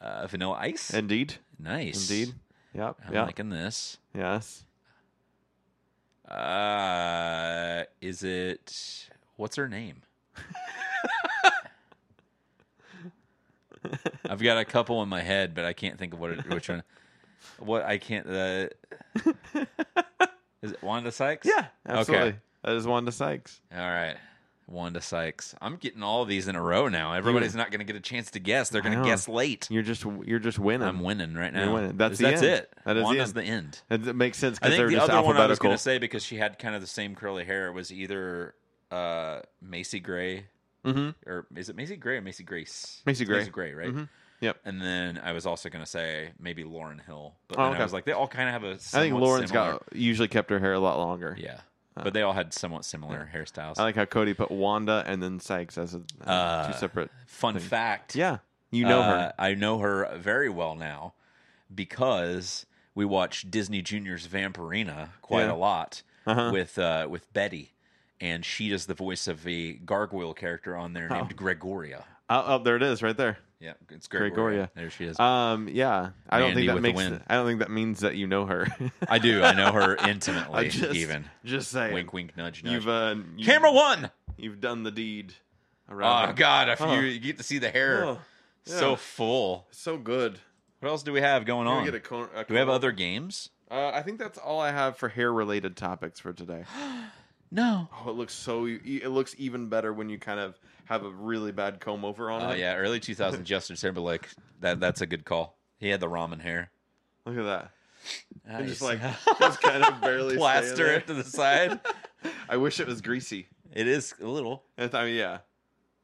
Uh, Vanilla Ice, Indeed. nice. Indeed. Yep. I'm yep. liking this. Yes. Uh, is it what's her name? I've got a couple in my head, but I can't think of what it, which one. What I can't. Uh, is it Wanda Sykes? Yeah. Absolutely. Okay. That is Wanda Sykes. All right. Wanda Sykes. I'm getting all these in a row now. Everybody's not going to get a chance to guess. They're going know. to guess late. You're just you're just winning. I'm winning right now. You're winning. That's the that's end. it. That is the Wanda's end. the end. And It makes sense I because think they're the just other one I was alphabetical. going to say because she had kind of the same curly hair was either uh, Macy Gray Mhm. or is it Macy Gray or Macy Grace? Macy Gray. Macy Gray, right? Mhm. Yep. And then I was also going to say maybe Lauren Hill, but Oh, then okay. I was like, they all kind of have a. I think somewhat Lauren's similar- got usually kept her hair a lot longer. Yeah. but they all had somewhat similar hairstyles. I like how Cody put Wanda and then Sykes as a, Uh, two separate. Fun fact. Yeah, you know Uh, her. I know her very well now because we watch Disney Junior's Vampirina quite Yeah. a lot Uh-huh. with uh, with Betty, and she does the voice of a gargoyle character on there named Gregoria. Oh, oh, there it is, right there. Yeah, it's Gregoria. Gregoria. There she is. Um, yeah, I don't Randy think that with the makes. win. I don't think that means that you know her. I do. I know her I intimately. just, even just saying. wink, wink, nudge, nudge. You've uh, you, Camera one. You've done the deed. Around Oh her. God! If Huh. you, you get to see the hair, Oh, yeah. so full. so good. What else do we have going Can we on? get a cor- a do we have cor- other games? Uh, I think that's all I have for hair related topics for today. No. Oh, it looks so. It looks even better when you kind of have a really bad comb over on Oh it. yeah, early 2000s Justin Timberlake. That that's a good call. He had the ramen hair. Look at that. And just like Nice. just kind of barely plaster plaster it to the side. I wish it was greasy. it is a little. I th- I mean, yeah,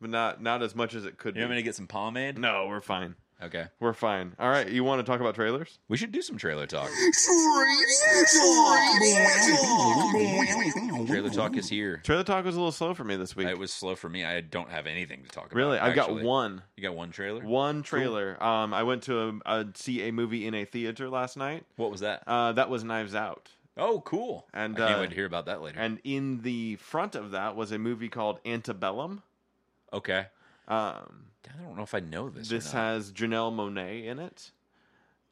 but not not as much as it could You want be. me to get some pomade? No, we're fine. Okay. We're fine. All right, you want to talk about trailers? We should do some trailer talk. trailer talk is here. Trailer talk was a little slow for me this week. It was slow for me. I don't have anything to talk about. really, I've got actually. one You got one trailer? one trailer. Um, I went to a, a see a movie in a theater last night. What was that? Uh, that was Knives Out. oh, cool. and, I can't uh, wait to hear about that later. And in the front of that was a movie called Antebellum. okay. Um, I don't know if I know this. or this not. has Janelle Monet in it,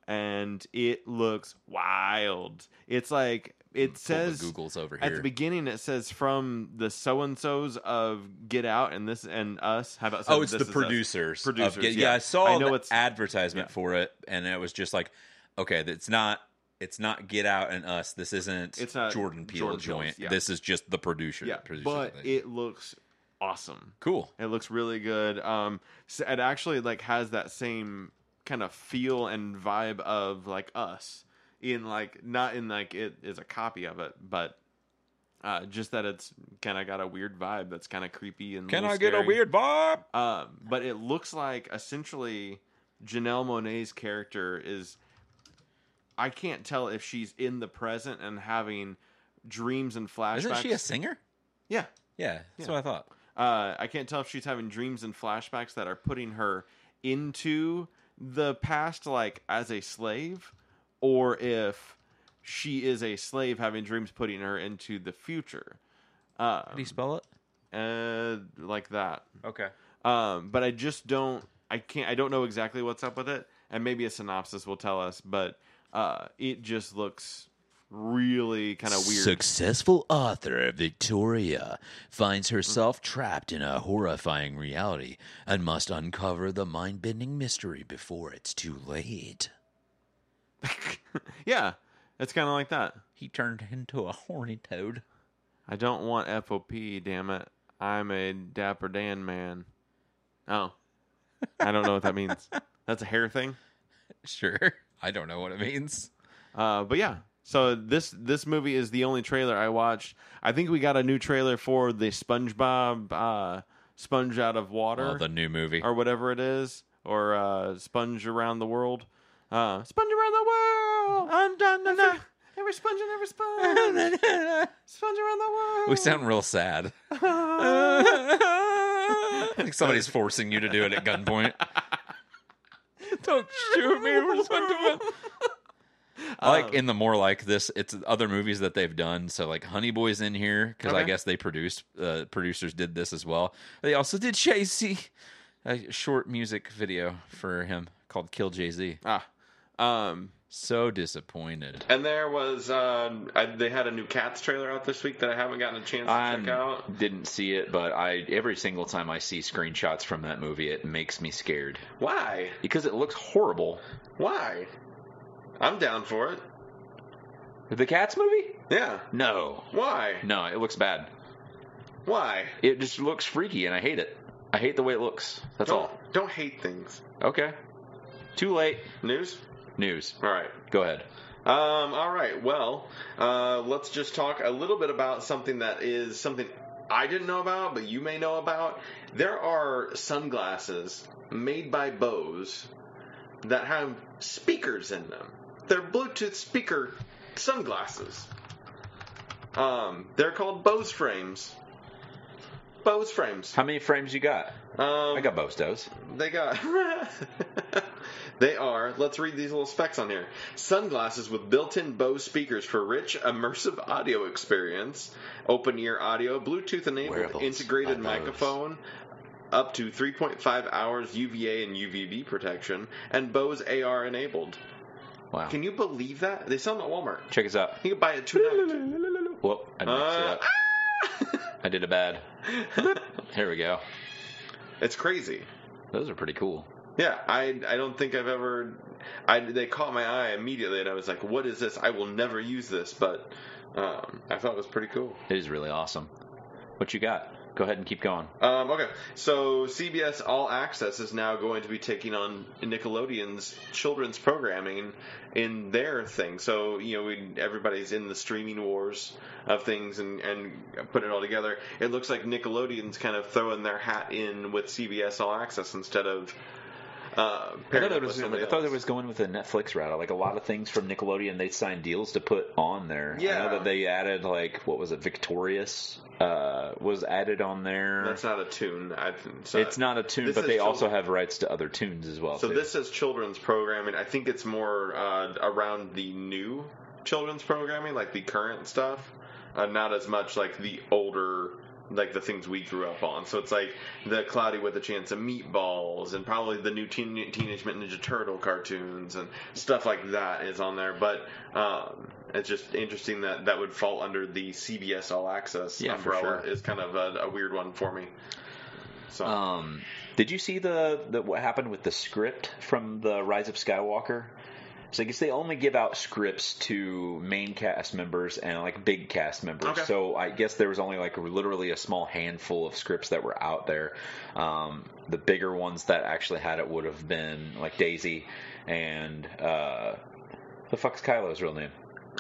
and it looks wild. It's like it Pull the says Google's over at here. the beginning. It says from the so and so's of Get Out and this and Us. How about Oh, it's This the Is Us? producers. of Producers, Get- yeah. I saw I know the it's- advertisement yeah. for it, and it was just like, okay, it's not, it's not Get Out and Us. This isn't It's not Jordan Peele Jordan Peele's, joint. yeah. This is just the producer. Yeah, producers, but I think. it looks awesome. cool. It looks really good. Um, s- it actually like has that same kind of feel and vibe of like us in like not in like it is a copy of it, but uh, just that it's kind of got a weird vibe that's kind of creepy and Can little I get a scary. weird vibe? Um, but it looks like essentially Janelle Monet's character is. I can't tell if she's in the present and having dreams and flashbacks. Isn't she a singer? yeah, Yeah, that's Yeah. what I thought. uh, I can't tell if she's having dreams and flashbacks that are putting her into the past, like as a slave, or if she is a slave having dreams putting her into the future, uh, How do you spell it? uh, like that. Okay. Um, but I just don't. I can't. I don't know exactly what's up with it, and maybe a synopsis will tell us. But uh, it just looks really kind of weird. Successful author Victoria finds herself trapped in a horrifying reality and must uncover the mind bending mystery before it's too late. yeah, it's kind of like that. He turned into a horny toad. I don't want FOP, damn it. I'm a Dapper Dan man. Oh. I don't know what that means. That's a hair thing. Sure. I don't know what it means. Uh, but yeah. So this this movie is the only trailer I watched. I think we got a new trailer for the SpongeBob uh, Sponge Out of Water Oh, the new movie. or whatever it is or uh, Sponge Around the World. Uh, sponge Around the World. Undone, Um, na, na. Every sponge and every sponge. Sponge around the world. we sound real sad. like somebody's forcing you to do it at gunpoint. don't shoot me. Uh, We're supposed to- I like in the more like this, it's other movies that they've done. So like Honey Boys in here because I Okay. guess they produced uh, producers did this as well. They also did Jay Z, a short music video for him called Kill Jay Z. Ah. Um, So disappointed. And there was um, I, they had a new Cats trailer out this week that I haven't gotten a chance to check out. didn't see it, but I every single time I see screenshots from that movie, it makes me scared Why? because it looks horrible. Why? I'm down for it. The Cats movie? Yeah. No, Why? no, it looks bad. Why? It just looks freaky, and I hate it. I hate the way it looks. That's Don't don't hate things. all. Okay. Too late. News. News. All right. Go ahead. Um, all right. Well, uh, let's just talk a little bit about something that is something I didn't know about, but you may know about. There are sunglasses made by Bose that have speakers in them. They're Bluetooth speaker sunglasses. Um, they're called Bose frames. Bose frames. How many frames you got? Um, I got Bostos. They got. they are. Let's read these little specs on here. Sunglasses with built-in Bose speakers for rich, immersive audio experience. Open-ear audio, Bluetooth-enabled, Wearables integrated by Bose. microphone. Up to 3.5 hours UVA and UVB protection, and Bose AR enabled. Wow. Can you believe that? They sell them at Walmart. Check us out. You can buy it tonight. Whoop! I didn't see Uh, that. I did a bad. Here we go. it's crazy. Those are pretty cool. Yeah, I I don't think I've ever. I they caught my eye immediately, and I was like, "What is this? I will never use this." But um, I thought it was pretty cool. It is really awesome. What you got? Go ahead and keep going. Um, okay, so CBS All Access is now going to be taking on Nickelodeon's children's programming in their thing. So you know, we, everybody's in the streaming wars of things and and put it all together. It looks like Nickelodeon's kind of throwing their hat in with CBS All Access instead of. Uh, I pairing thought, up it with was, somebody I thought it else. was going with the Netflix route. Like a lot of things from Nickelodeon, they signed deals to put on there. I Yeah. know that they added like what was it? Victorious uh, was added on there. That's not a tune. I, it's not, it's not a tune, this but is they children- also have rights to other tunes as well. So too. this is children's programming. I think it's more uh, around the new children's programming, like the current stuff, uh, not as much like the older, like the things we grew up on. So it's like the Cloudy with a Chance of Meatballs and probably the new teen, Teenage Mutant Ninja Turtle cartoons and stuff like that is on there. But um, it's just interesting that that would fall under the CBS All Access Yeah, for umbrella. sure. Is kind of a, a weird one for me. So. Um, did you see the, the what happened with the script from the Rise of Skywalker? So I guess they only give out scripts to main cast members and like big cast members. Okay. So I guess there was only like literally a small handful of scripts that were out there. Um, the bigger ones that actually had it would have been like Daisy and uh, the fuck's Kylo's real name.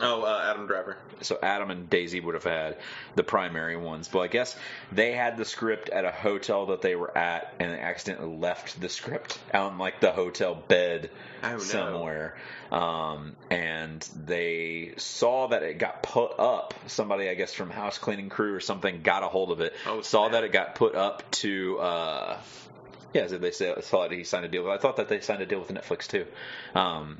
oh, uh, Adam Driver. So Adam and Daisy would have had the primary ones. But I guess they had the script at a hotel that they were at and they accidentally left the script on like the hotel bed Oh, no. somewhere. Um, and they saw that it got put up. Somebody, I guess, from house cleaning crew or something got a hold of it. Oh, saw snap. that it got put up to. Uh, yeah, so they said, saw that he signed a deal. With, I thought that they signed a deal with Netflix too. Um,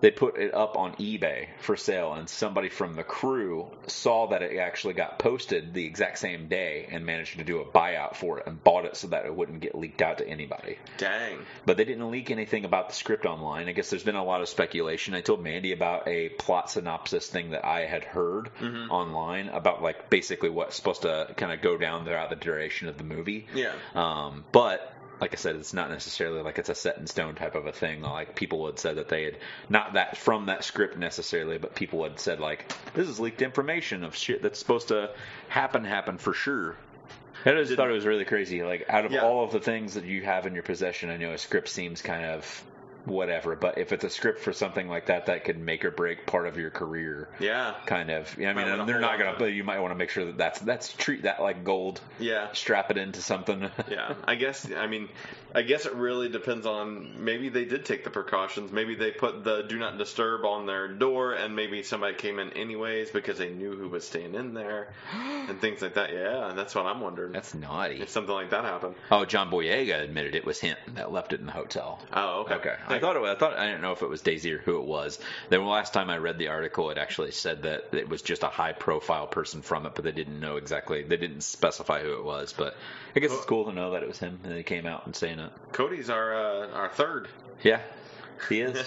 they put it up on eBay for sale, and somebody from the crew saw that it actually got posted the exact same day and managed to do a buyout for it and bought it so that it wouldn't get leaked out to anybody. Dang. But they didn't leak anything about the script online. I guess there's been a lot of speculation. I told Mandy about a plot synopsis thing that I had heard online about, like, basically what's supposed to kind of go down throughout the duration of the movie. Yeah. Um, but like I said, it's not necessarily like it's a set in stone type of a thing. Like people had said that they had not that from that script necessarily, but people had said like this is leaked information of shit that's supposed to happen happen for sure. I just thought it was really crazy. Like out of Yeah. all of the things that you have in your possession, I know a script seems kind of whatever, but if it's a script for something like that, that could make or break part of your career. Yeah. Kind of, I mean, wanna and they're hold not on gonna. to it. But you might want to make sure that that's that's treat that like gold. Yeah. Strap it into something. Yeah. I guess I mean I guess it really depends on maybe they did take the precautions. Maybe they put the do not disturb on their door and maybe somebody came in anyways because they knew who was staying in there and things like that. Yeah, that's what I'm wondering. That's naughty. if something like that happened. Oh, John Boyega admitted it was him that left it in the hotel. Oh, okay. Okay, I thought it was, I thought I didn't know if it was Daisy or who it was. The last time I read the article, it actually said that it was just a high profile person from it, but they didn't know exactly. They didn't specify who it was, but I guess it's cool to know that it was him and they came out and saying it. Cody's our uh, our third. Yeah, he is.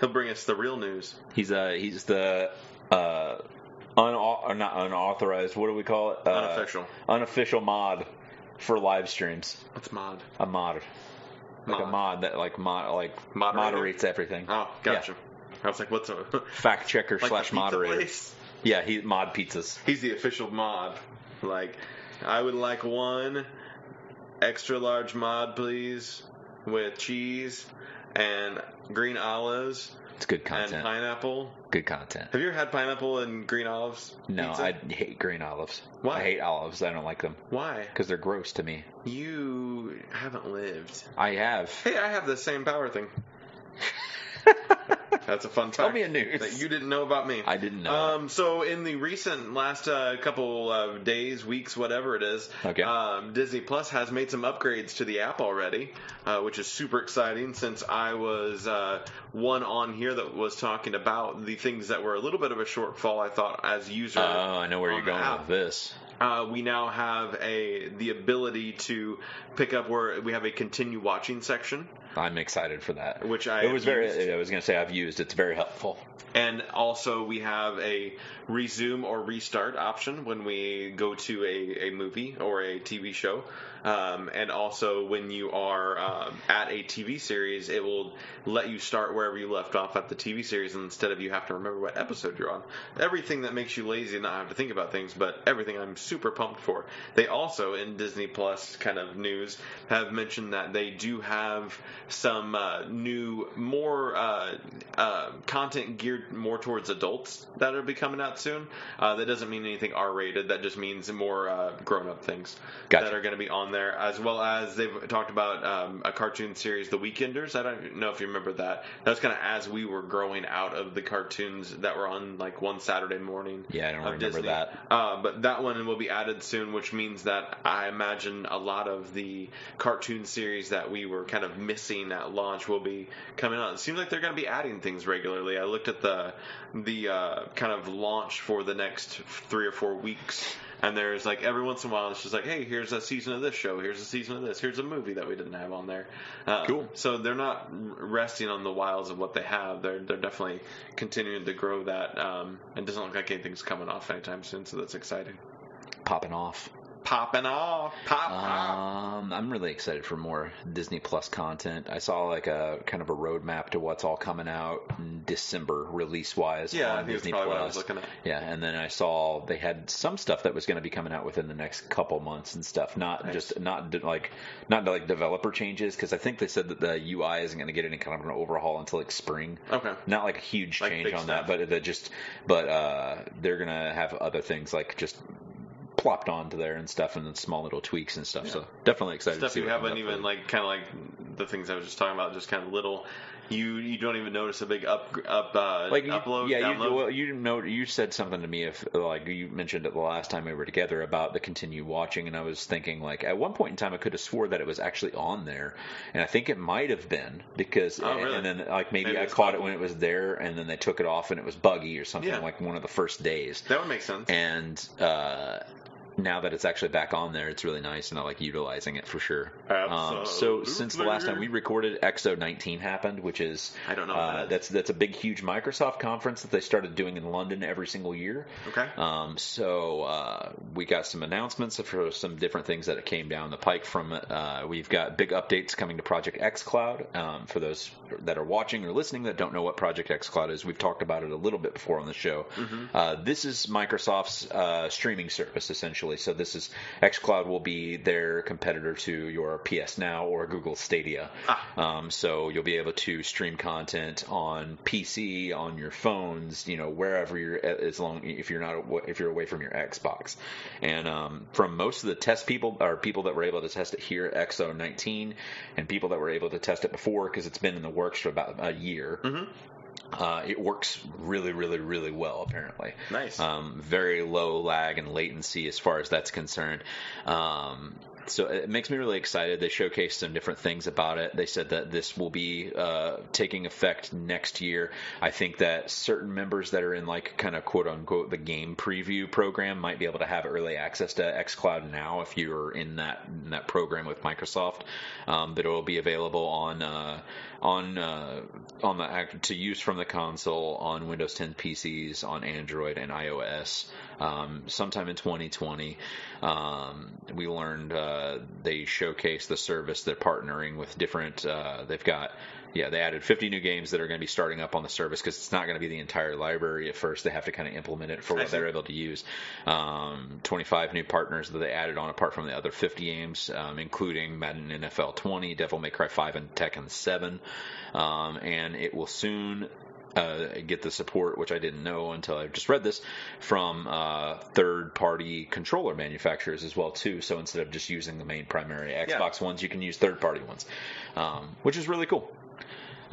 He'll bring us the real news. he's uh he's the uh unau- or not unauthorized. What do we call it? Uh, Unofficial. unofficial mod for live streams. What's mod? A mod. Like a Mod. mod that like mod like Moderator? moderates everything. Oh, gotcha. I was like, what's a Fact checker like slash the pizza moderator. place? Yeah, he mod pizzas. He's the official mod. Like, I would like one extra large mod, please, with cheese and green olives It's good and content. pineapple. Good content. Have you ever had pineapple and green olives? No, pizza? I hate green olives. Why? I hate olives. I don't like them Why? because they're gross to me. You haven't lived. I have. Hey, I have the same power thing. That's a fun Tell fact me a news. that you didn't know about me. I didn't know. Um, so in the recent last uh, couple of days, weeks, whatever it is, Okay. um, Disney Plus has made some upgrades to the app already, uh, which is super exciting. Since I was uh, one on here that was talking about the things that were a little bit of a shortfall, I thought as user. oh, I know where on you're the going app. with this. Uh, we now have a the ability to pick up where we have a continue watching section, I'm excited for that. which I it was very. used. I was going to say I've used. It's very helpful. and also we have a resume or restart option when we go to a, a movie or a TV show, um, and also when you are um, at a TV series, it will let you start wherever you left off at the TV series instead of you have to remember what episode you're on. Everything that makes you lazy and not have to think about things, but everything I'm super pumped for. They also in Disney Plus kind of news have mentioned that they do have some uh, new, more uh, uh, content geared more towards adults that'll be coming out soon. Uh, that doesn't mean anything R-rated. That just means more uh, grown-up things Gotcha. that are going to be on there, as well as they've talked about um, a cartoon series, The Weekenders. I don't know if you remember that. That was kind of as we were growing out of the cartoons that were on like one Saturday morning. Yeah, I don't of remember Disney. that. Uh, but that one will be added soon, which means that I imagine a lot of the cartoon series that we were kind of missing at launch will be coming out. It seems like they're going to be adding things regularly. I looked at the the uh, kind of launch for the next three or four weeks. And there's like every once in a while, it's just like, hey, here's a season of this show, here's a season of this, here's a movie that we didn't have on there. Uh, Cool. So they're not r- resting on the wiles of what they have. They're they're definitely continuing to grow that. Um, it doesn't look like anything's coming off anytime soon, so that's exciting. Popping off. Popping off, pop, pop. Um, I'm really excited for more Disney Plus content. I saw like a kind of a roadmap to what's all coming out in December release wise Yeah, I on think that's Disney probably Plus. what I was looking at. Yeah, and then I saw they had some stuff that was going to be coming out within the next couple months and stuff. Not just not de- like not like developer changes because I think they said that the UI isn't going to get any kind of an overhaul until like spring. Okay. Not like a huge Like change big on stuff. that, but that just but uh, they're going to have other things like just plopped onto there and stuff and then small little tweaks and stuff. So definitely excited to Stuff see you what comes haven't up even for- like, kind of like the things I was just talking about, just kind of little. You you don't even notice a big up up uh, like you- upload. yeah, download. you well, you didn't know you said something to me if like you mentioned it the last time we were together about the continue watching, and I was thinking like at one point in time I could have swore that it was actually on there, and I think it might have been because Oh, really? and then like maybe, Maybe I it's caught it buggy. when it was there, and then they took it off and it was buggy or something Yeah. like one of the first days, that would make sense. and uh, now that it's actually back on there, it's really nice, and I like utilizing it for sure. Um, so since the last time we recorded, XO 19 happened, which is I don't know what that uh, is. that's that's a big, huge Microsoft conference that they started doing in London every single year. okay. Um, so uh, we got some announcements for some different things that came down the pike from. it. Uh, we've got big updates coming to Project X Cloud. Um, for those that are watching or listening that don't know what Project X Cloud is, we've talked about it a little bit before on the show. Uh, this is Microsoft's uh, streaming service essentially. So this is X Cloud will be their competitor to your PS Now or Google Stadia. Um, so you'll be able to stream content on PC, on your phones, you know, wherever you're, as long if you're not awa- if you're away from your Xbox. And um, from most of the test people, or people that were able to test it here at XO19, and people that were able to test it before, because it's been in the works for about a year. Uh, it works really, really, really well. Apparently, Nice. Um, very low lag and latency as far as that's concerned. Um, so it makes me really excited. They showcased some different things about it. They said that this will be uh, taking effect next year. I think that certain members that are in like kind of quote unquote the game preview program might be able to have early access to XCloud now if you're in that in that program with Microsoft. Um, but it will be available on uh, on uh, on the act- to use from the console on Windows 10 PCs on Android and iOS um, sometime in 2020. Um, we learned uh, they showcase the service. They're partnering with different. Uh, they've got yeah, they added 50 new games that are going to be starting up on the service because it's not going to be the entire library at first. They have to kind of implement it for what they're able to use. Um, 25 new partners that they added on apart from the other 50 games, um, including Madden NFL 20, Devil May Cry 5, and Tekken 7. Um, and it will soon uh, get the support, which I didn't know until I just read this, from uh, third-party controller manufacturers as well too. So instead of just using the main primary Xbox ones, you can use third-party ones, um, which is really cool.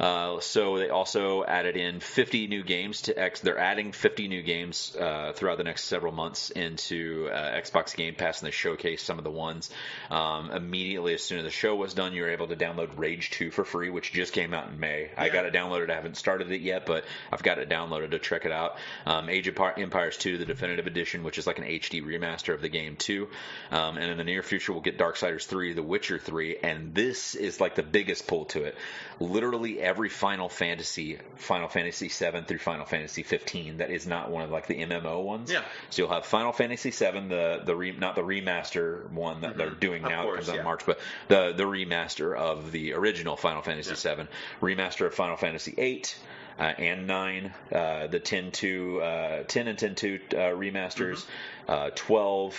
Uh, so they also added in 50 new games to X. They're adding 50 new games uh, throughout the next several months into uh, Xbox Game Pass, and they showcase some of the ones. Um, immediately, as soon as the show was done, you were able to download Rage 2 for free, which just came out in May. I got it downloaded. I haven't started it yet, but I've got it downloaded to check it out. Um, Age of Par- Empires 2, the definitive edition, which is like an HD remaster of the game 2. Um, and in the near future, we'll get Darksiders 3, The Witcher 3, and this is like the biggest pull to it. Literally every Final Fantasy, Final Fantasy 7 through Final Fantasy 15, that is not one of like the MMO ones. Yeah. So you'll have Final Fantasy 7, the the re- not the remaster one that they're doing Mm-hmm. Of now, course, it comes out yeah. in March, but the the remaster of the original Final Fantasy Yeah. 7, remaster of Final Fantasy 8. Uh, and nine, uh, the 10 2, uh, 10 and 10 2 uh, remasters, Mm-hmm. uh, 12,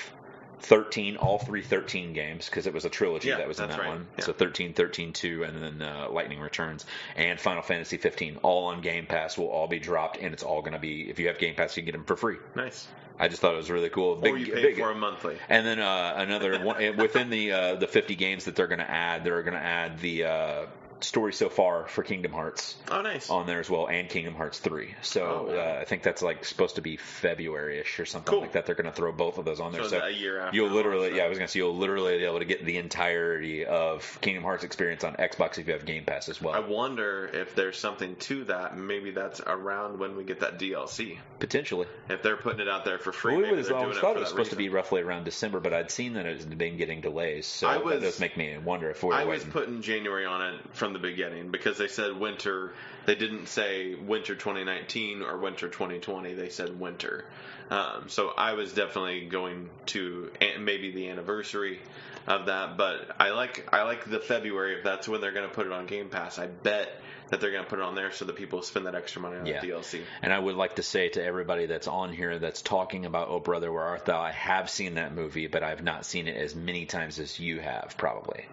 13 all three 13 games because it was a trilogy Yeah, that was in that's that right. one Yeah. so 13 13 2 and then uh, lightning returns and final fantasy 15 all on game pass will all be dropped and it's all going to be if you have game pass you can get them for free Nice. i just thought it was really cool or you pay for a monthly. and then uh, another one and within the uh, the 50 games that they're going to add they're going to add the uh, story so far for kingdom hearts Oh, nice. on there as well, and Kingdom Hearts three. So Oh, wow. uh, I think that's like supposed to be February ish or something Cool. like that. They're going to throw both of those on there. So So, a year after you'll literally, launch, yeah, so- I was going to say you'll literally be able to get the entirety of Kingdom Hearts experience on Xbox if you have Game Pass as well. I wonder if there's something to that. Maybe that's around when we get that DLC. Potentially, If they're putting it out there for free, Well, we maybe was- they're I doing was it thought for it was that supposed to reason. be roughly around December, but I'd seen that it has been getting delays. So I that was- does make me wonder if we're I was waiting. putting January on it from the beginning because they said winter. They didn't say winter 2019 or winter 2020. They said winter. Um, so I was definitely going to an- maybe the anniversary of that. But I like I like the February if that's when they're going to put it on Game Pass. I bet that they're going to put it on there so that people spend that extra money on Yeah. the DLC. And I would like to say to everybody that's on here that's talking about Oh Brother Where Art Thou, I have seen that movie, but I've not seen it as many times as you have, probably.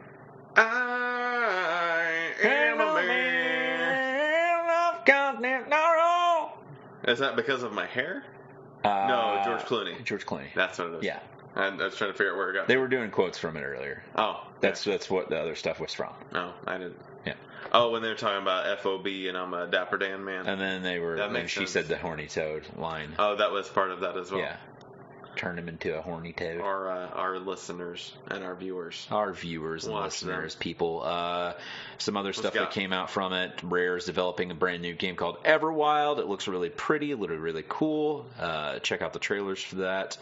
I am a man. Is that because of my hair? No, Uh, George Clooney. George Clooney. That's what it is. Yeah, I, I was trying to figure out where it got. they were doing quotes from it earlier. oh, That's that's what the other stuff was from. no, I didn't. Yeah. Oh, when they were talking about FOB and I'm a Dapper Dan man. And then they were. That And makes she sense. said the horny toad line. oh, that was part of that as well. yeah, turn him into a horny toad. Our uh, our listeners and our viewers. our viewers and Watch them. listeners, people. Uh, some other stuff go. that came out from it. Rare is developing a brand new game called Everwild. It looks really pretty, literally really cool. Uh, check out the trailers for that.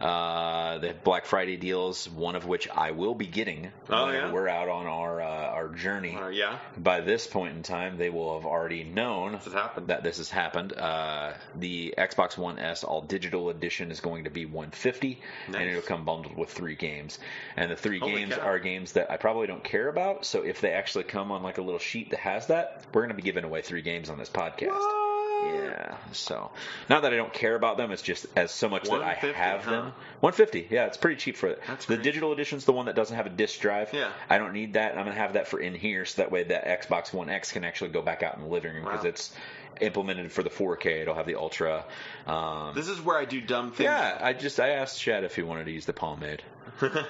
Uh, they have Black Friday deals, one of which I will be getting. Oh, whenever yeah? We're out on our uh, our journey. Uh, yeah, By this point in time, they will have already known this has happened. that this has happened. Uh, the Xbox One S All Digital Edition is going to be 150, Nice. and it'll come bundled with three games. And the three Holy games cow. are games that I probably don't care about. So if they actually come on like a little sheet that has that, we're going to be giving away three games on this podcast. Yeah. So not that I don't care about them, it's just as so much that I 150, have them. huh? 150. Yeah, it's pretty cheap for it. That's the great. digital edition's the one that doesn't have a disc drive. Yeah. I don't need that. I'm gonna have that for in here, so that way that Xbox One X can actually go back out in the living room because Wow. it's implemented for the 4K. It'll have the Ultra. Um, This is where I do dumb things. yeah, I just I asked Chad if he wanted to use the Palmade.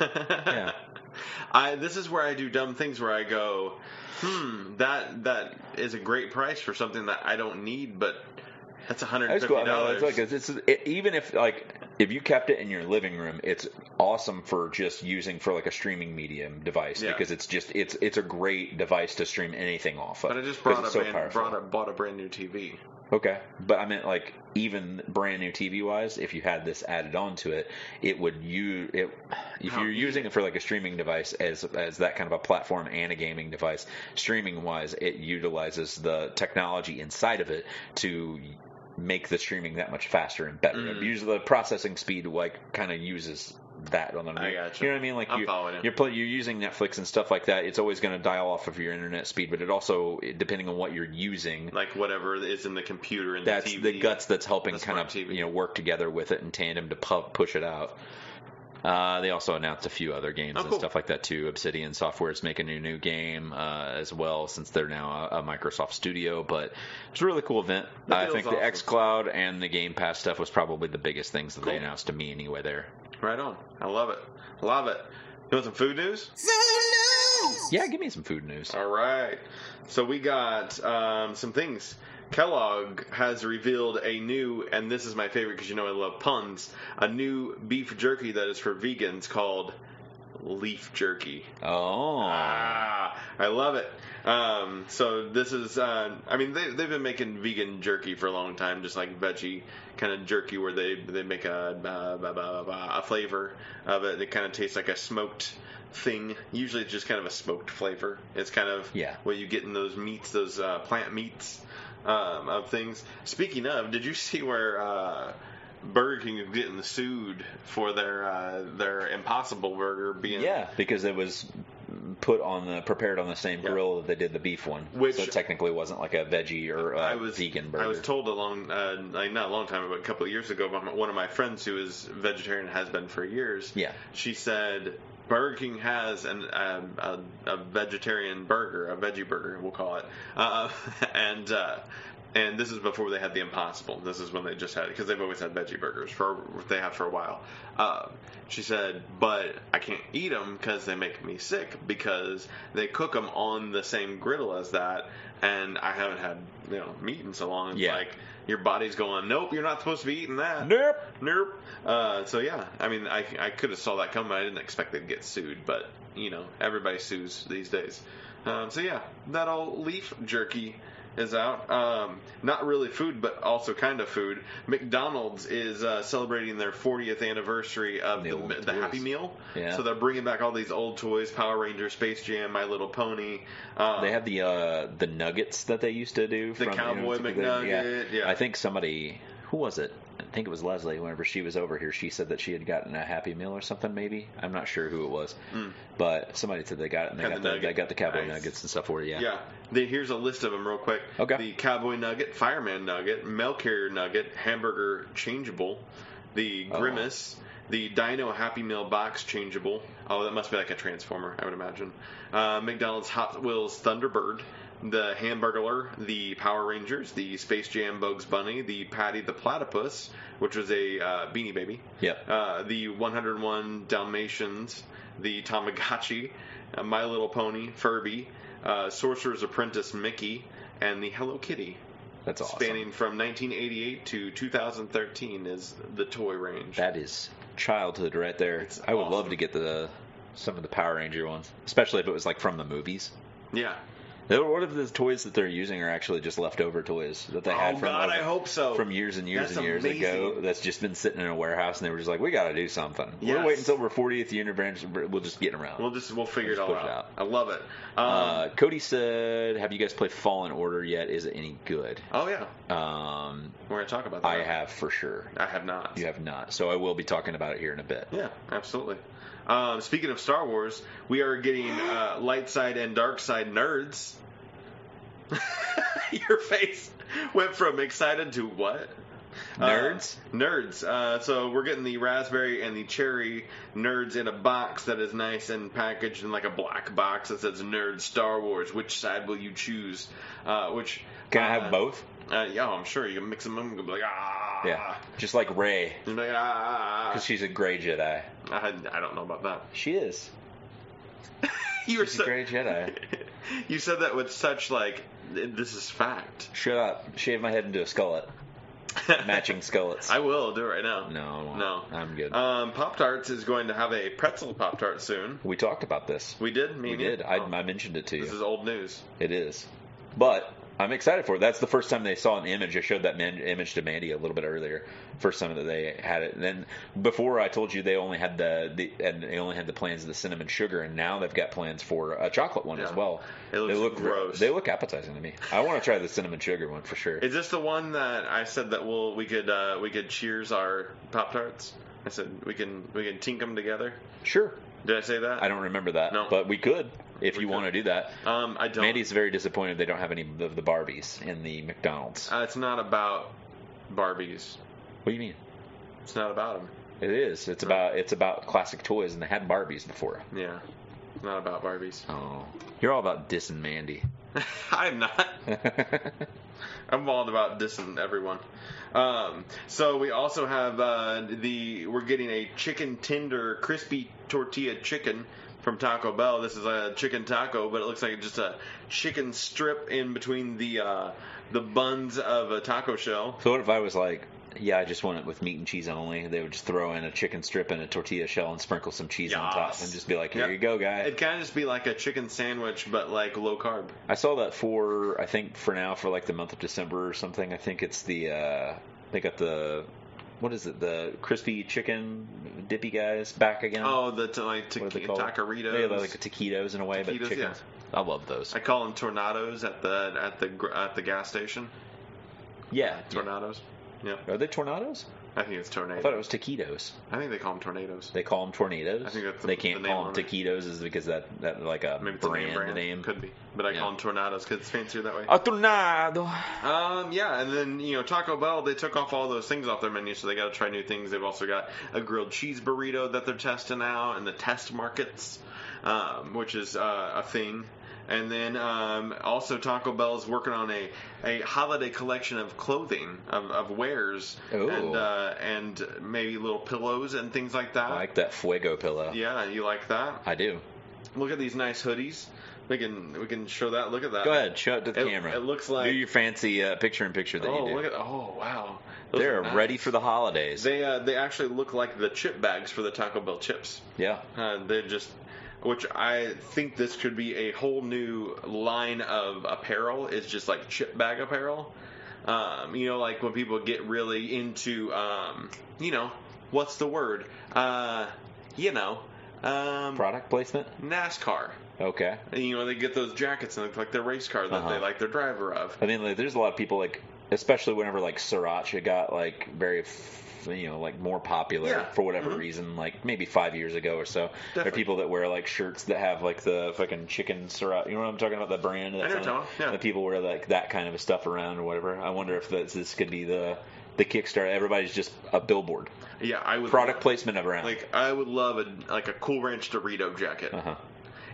yeah. I this is where I do dumb things where I go, hmm, that that is a great price for something that I don't need, but that's hundred and That's fifty cool. I mean, dollars. it's like it's, it's it, even if like if you kept it in your living room, it's awesome for just using for like a streaming medium device Yeah. because it's just it's it's a great device to stream anything off of. but I just 'cause brought a it's so brand, powerful. brought a bought a brand new TV. Okay, but I meant like even brand new TV wise, if you had this added onto it, it would you it if you're using it for like a streaming device as as that kind of a platform and a gaming device, streaming wise, it utilizes the technology inside of it to make the streaming that much faster and better. Mm. Usually, the processing speed like kind of uses that on the I gotcha. you know what I mean like I'm you, following you. you're play, you're using Netflix and stuff like that. It's always going to dial off of your internet speed, but it also depending on what you're using Like whatever is in the computer and that's the the, TV. guts that's helping The kind of smart TV. you know work together with it in tandem to pu- push it out. Uh, they also announced a few other games Oh, and cool. stuff like that too. Obsidian Software is making a new game uh, as well, since they're now a, a Microsoft studio. But it's a really cool event. That I feels think the awesome. XCloud and the Game Pass stuff was probably the biggest things that they Cool. announced to me anyway. There. Right on. I love it. Love it. You want some food news? Food news! Yeah, give me some food news. All right. So we got um, some things. Kellogg has revealed a new, and this is my favorite because you know I love puns, a new beef jerky that is for vegans called leaf jerky. Oh, Ah, I love it. Um, so this is, uh, I mean, they, they've been making vegan jerky for a long time, just like veggie kind of jerky where they, they make a, uh, blah, blah, blah, blah, a flavor of it that kind of tastes like a smoked thing. Usually it's just kind of a smoked flavor. It's kind of Yeah. what you get in those meats, those uh, plant meats um, of things. Speaking of, did you see where uh, Burger King is getting sued for their uh, their Impossible Burger being yeah, because it was put on the prepared on the same Yeah. grill that they did the beef one, Which- so it technically wasn't like a veggie or a I was vegan burger. I was told a long, uh, like not a long time, but a couple of years ago, by my- one of my friends who is vegetarian and has been for years. yeah, She said Burger King has an um, a, a vegetarian burger, a veggie burger, we'll call it, uh, and. Uh, and this is before they had the Impossible. This is when they just had it because they've always had veggie burgers for they have for a while. Uh, she said, "But I can't eat them because they make me sick because they cook them on the same griddle as that, and I haven't had you know meat in so long. It's Yeah. like your body's going, nope, you're not supposed to be eating that. Nope. Nope. Uh, so yeah, I mean, I I could have saw that coming. I didn't expect they'd get sued, but you know, everybody sues these days. Um, so yeah, that old leaf jerky is out. Um, not really food, but also kind of food. McDonald's is uh, celebrating their 40th anniversary of The the, old the, toys. Happy Meal. Yeah. So they're bringing back all these old toys: Power Rangers, Space Jam, My Little Pony. Um, they have the uh, the nuggets that they used to do. The Cowboy particular- McNugget, yeah. I think somebody who was it? I think it was Leslie. Whenever she was over here, she said that she had gotten a Happy Meal or something. Maybe I'm not sure who it was, but somebody said they got it. and They Got got, Mm. the the, they nugget. got the Cowboy Nice. Nuggets and stuff for you. Yeah. Yeah. Then here's a list of them real quick. Okay. The Cowboy Nugget, Fireman Nugget, Mail Carrier Nugget, Hamburger Changeable, the Oh. Grimace, the Dino Happy Meal Box Changeable. Oh, that must be like a Transformer, I would imagine. Uh, McDonald's Hot Wheels Thunderbird, the Hamburglar, the Power Rangers, the Space Jam Bugs Bunny, the Patty the Platypus, which was a uh, Beanie Baby. Yep. Uh, the 101 Dalmatians, the Tamagotchi, uh, My Little Pony, Furby, uh, Sorcerer's Apprentice Mickey, and the Hello Kitty. That's awesome. Spanning from 1988 to 2013 is the toy range. That is childhood right there. It's I would awesome. love to get the some of the Power Ranger ones, especially if it was like from the movies. yeah. They were- What if the toys that they're using are actually just leftover toys that they had oh from God, like, I hope so. from years and years That's and years ago amazing. that's just been sitting in a warehouse and they were just like, we got to do something. Yes. We're waiting until we're 40th year anniversary. We'll just get around. We'll just we'll figure Let's it all push it out. out. I love it. Um, uh, Cody said, "Have you guys played Fallen Order yet? Is it any good?" oh yeah, Um, we're gonna talk about that. I have for sure. I have not. You have not, so I will be talking about it here in a bit. Yeah, absolutely. Um, speaking of Star Wars, we are getting uh, light side and dark side nerds. Your face went from excited to what? Nerds? Uh, nerds. Uh, so we're getting the raspberry and the cherry nerds in a box that is nice and packaged in like a black box that says "Nerd Star Wars." Which side will you choose? Uh, which Can uh, I have both? Uh, yeah, I'm sure you can mix them up and be like ah. Yeah, just like Ray, You're like, ah. because she's a gray Jedi. I, I don't know about that. She is. You're She's a gray Jedi. you said that with such like this is fact. Shut up. Shave my head into a skullet. Matching skullets. I will do it right now. no, I won't. No. I'm good. Um, Pop Tarts is going to have a pretzel Pop Tart soon. we talked about this. We did. Me We and you? did. I, Oh, I mentioned it to you. this is old news. It is. But I'm excited for it. That's the first time they saw an image. I showed that man, image to Mandy a little bit earlier. First time that they had it. And then before I told you they only had the, the and they only had the plans of the cinnamon sugar, and now they've got plans for a chocolate one as Yeah. well. It looks they look gross. They look appetizing to me. I want to try the cinnamon sugar one for sure. Is this the one that I said that we'll we could uh, we could cheers our Pop Tarts? I said we can we can tink them together. sure. Did I say that? I don't remember that, No. but we could if We you could. want to do that. Um, I don't. Mandy's very disappointed they don't have any of the Barbies in the McDonald's. Uh, it's not about Barbies. what do you mean? It's not about them. It is. It's about it's about classic toys, and they had Barbies before. Yeah. It's not about Barbies. Oh, you're all about dissing Mandy. I'm not. I'm all about dissing everyone. Um, so we also have uh, the we're getting a chicken tender crispy tortilla chicken from Taco Bell. This is a chicken taco, but it looks like just a chicken strip in between the uh, the buns of a taco shell. So what if I was like, yeah, I just want it with meat and cheese only? They would just throw in a chicken strip and a tortilla shell and sprinkle some cheese on top Yes. and just be like, here Yep. you go, guy. It'd kind of just be like a chicken sandwich, but like low carb. I saw that for I think for now for like the month of December or something. I think it's the uh they got the what is it the crispy chicken dippy guys back again. Oh, the t- like What are taqui- they called? taqueritos. Yeah, they're like taquitos in a way, Taquitos, but chicken. I love those. I call them tornadoes at the at the gr- at the gas station. yeah, Tornadoes. Yeah, are they tornadoes? I think it's I tornado. thought it was taquitos. I think they call them tornadoes. They call them tornadoes. I think that's the- they can't the name call them on it. taquitos is because that that like a Maybe it's brand, a name brand. name. Could be, but I Yeah. call them tornadoes because it's fancier that way. A tornado. Um, yeah, and then you know Taco Bell, they took off all those things off their menu, so they got to try new things. They've also got a grilled cheese burrito that they're testing out, and the test markets, um, which is uh, a thing. And then um, also Taco Bell is working on a, a holiday collection of clothing of, of wares Ooh. and uh, and maybe little pillows and things like that. I like that fuego pillow. yeah, you like that? I do. Look at these nice hoodies. We can we can show that. Look at that. Go ahead, show it to the It- camera. it looks like- do your fancy uh, picture in picture that Oh, you do. look at oh wow. Those They're are nice. ready for the holidays. They uh, they actually look like the chip bags for the Taco Bell chips. yeah. Uh, they're just, which I think this could be a whole new line of apparel. Is just like chip bag apparel. Um, you know, like when people get really into, um, you know, what's the word? Uh, you know, um, Product placement? NASCAR. Okay. And, you know, they get those jackets and look like their race car that Uh-huh. they like their driver of. I mean, like, there's a lot of people, like, especially whenever, like, Sriracha got, like, very, f- you know, like, more popular Yeah. for whatever Mhm. reason, like, maybe five years ago or so. There are Definitely. people that wear, like, shirts that have, like, the fucking chicken Sriracha. You know what I'm talking about? The brand that's on know what you're it? talking about, yeah. The people wear, like, that kind of stuff around or whatever. I wonder if this, this could be the. The Kickstarter, everybody's just a billboard. Yeah, I would Product placement around. Like I would love a like a Cool Ranch Dorito jacket. uh-huh.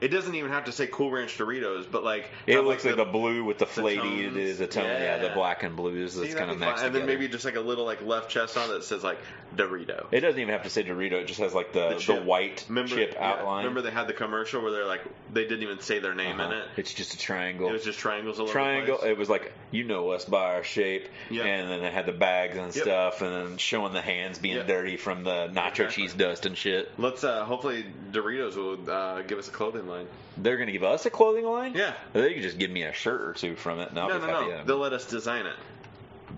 It doesn't even have to say Cool Ranch Doritos, but like It have, looks like the, blue with the flaky tones. it is a tone. Yeah. Yeah. the black and blues See, that's that'd kind of be next fun. and then together. maybe just like a little like left chest on it that says like Dorito. It doesn't even have to say Dorito. It just has like the the, chip. white Remember- chip yeah, outline. remember they had the commercial where they're like they didn't even say their name in Uh-huh. it. It's just a triangle. It was just triangles all triangle. over the place. It was like you know us by our shape, Yep. and then it had the bags and Yep. stuff, and then showing the hands being Yep. dirty from the nacho Exactly. cheese dust and shit. Let's uh hopefully Doritos will uh give us a clothing line. They're gonna give us a clothing line. Yeah. They could just give me a shirt or two from it, and I'll no, be no, happy. no. I'm- They'll let us design it.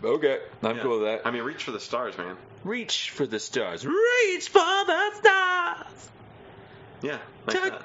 Okay, I'm Yeah. cool with that. I mean, reach for the stars, man. Reach for the stars. Reach for the stars. Yeah. Like that.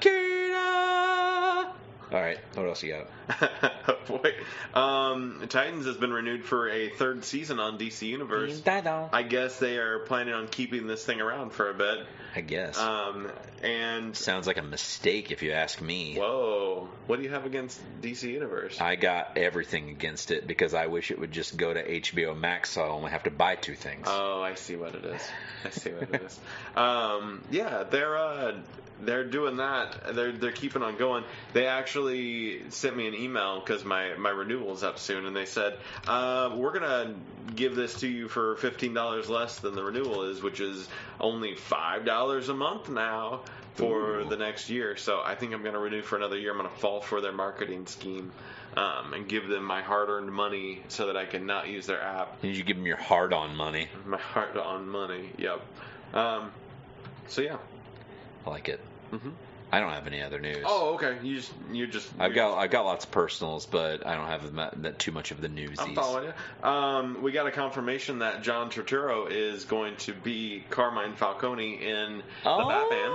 Takeda. All right, what else you got? Boy. Um, Titans has been renewed for a third season on DC Universe. I guess they are planning on keeping this thing around for a bit. I guess. Um, and Sounds like a mistake if you ask me. whoa, what do you have against DC Universe? I got everything against it because I wish it would just go to HBO Max so I only have to buy two things. Oh, I see what it is. I see what it is. Um, yeah, they're uh, they're doing that. They're they're keeping on going. They actually sent me an email because my my renewal's up soon, and they said uh, we're gonna give this to you for fifteen dollars less than the renewal is, which is only five dollars a month now for the next year. So I think I'm gonna renew for another year. I'm gonna fall for their marketing scheme. Um, and give them my hard-earned money so that I can not use their app Did you give them your hard on money? my heart on money. Yep. Um, so yeah. I like it. Mhm. I don't have any other news. Oh, okay. You just you just. I've got I've got lots of personals, but I don't have that- that too much of the newsies. I'm following you. Um, we got a confirmation that John Turturro is going to be Carmine Falcone in the Oh. Batman.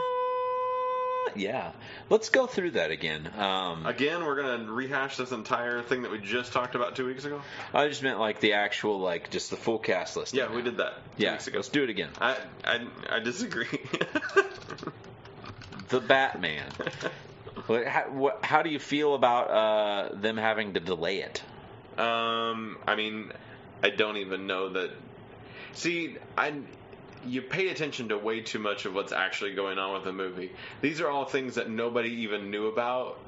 Yeah, let's go through that again. Um, Again, we're gonna rehash this entire thing that we just talked about two weeks ago. I just meant like the actual like just the full cast list. Yeah, we did that two Yeah, weeks ago. let's do it again. I I, I disagree. The Batman. Like, how, what, how do you feel about uh, them having to delay it? Um, I mean, I don't even know that. See, I you pay attention to way too much of what's actually going on with the movie. These are all things that nobody even knew about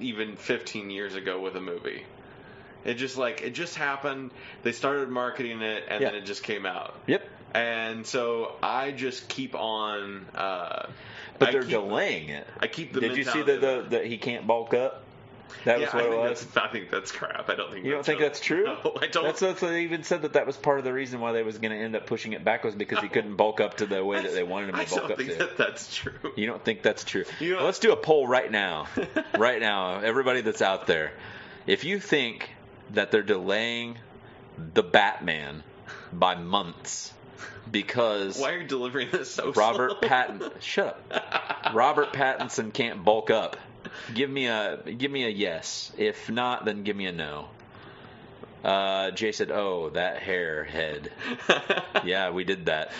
even 15 years ago with a movie. It just like it just happened. They started marketing it, and Yeah. then it just came out. Yep. And so I just keep on. Uh, But I they're keep- delaying it. I keep the. Did you see mentality that the, that he can't bulk up? That yeah, was what I it think was. That's, I think that's crap. I don't think. You don't that's think real. that's true? No, I don't. That's, that's they even said that that was part of the reason why they was going to end up pushing it back was because he couldn't bulk up to the way that they wanted him I to bulk don't up think to. that that's true. You don't think that's true? You know- Let's do a poll right now. right now, everybody that's out there. If you think that they're delaying the Batman by months because Why are you delivering this so Robert slow? Patton shut up. Robert Pattinson can't bulk up. Give me a give me a yes. If not, then give me a no. Uh, Jay said, "Oh, that hair head." yeah, we did that.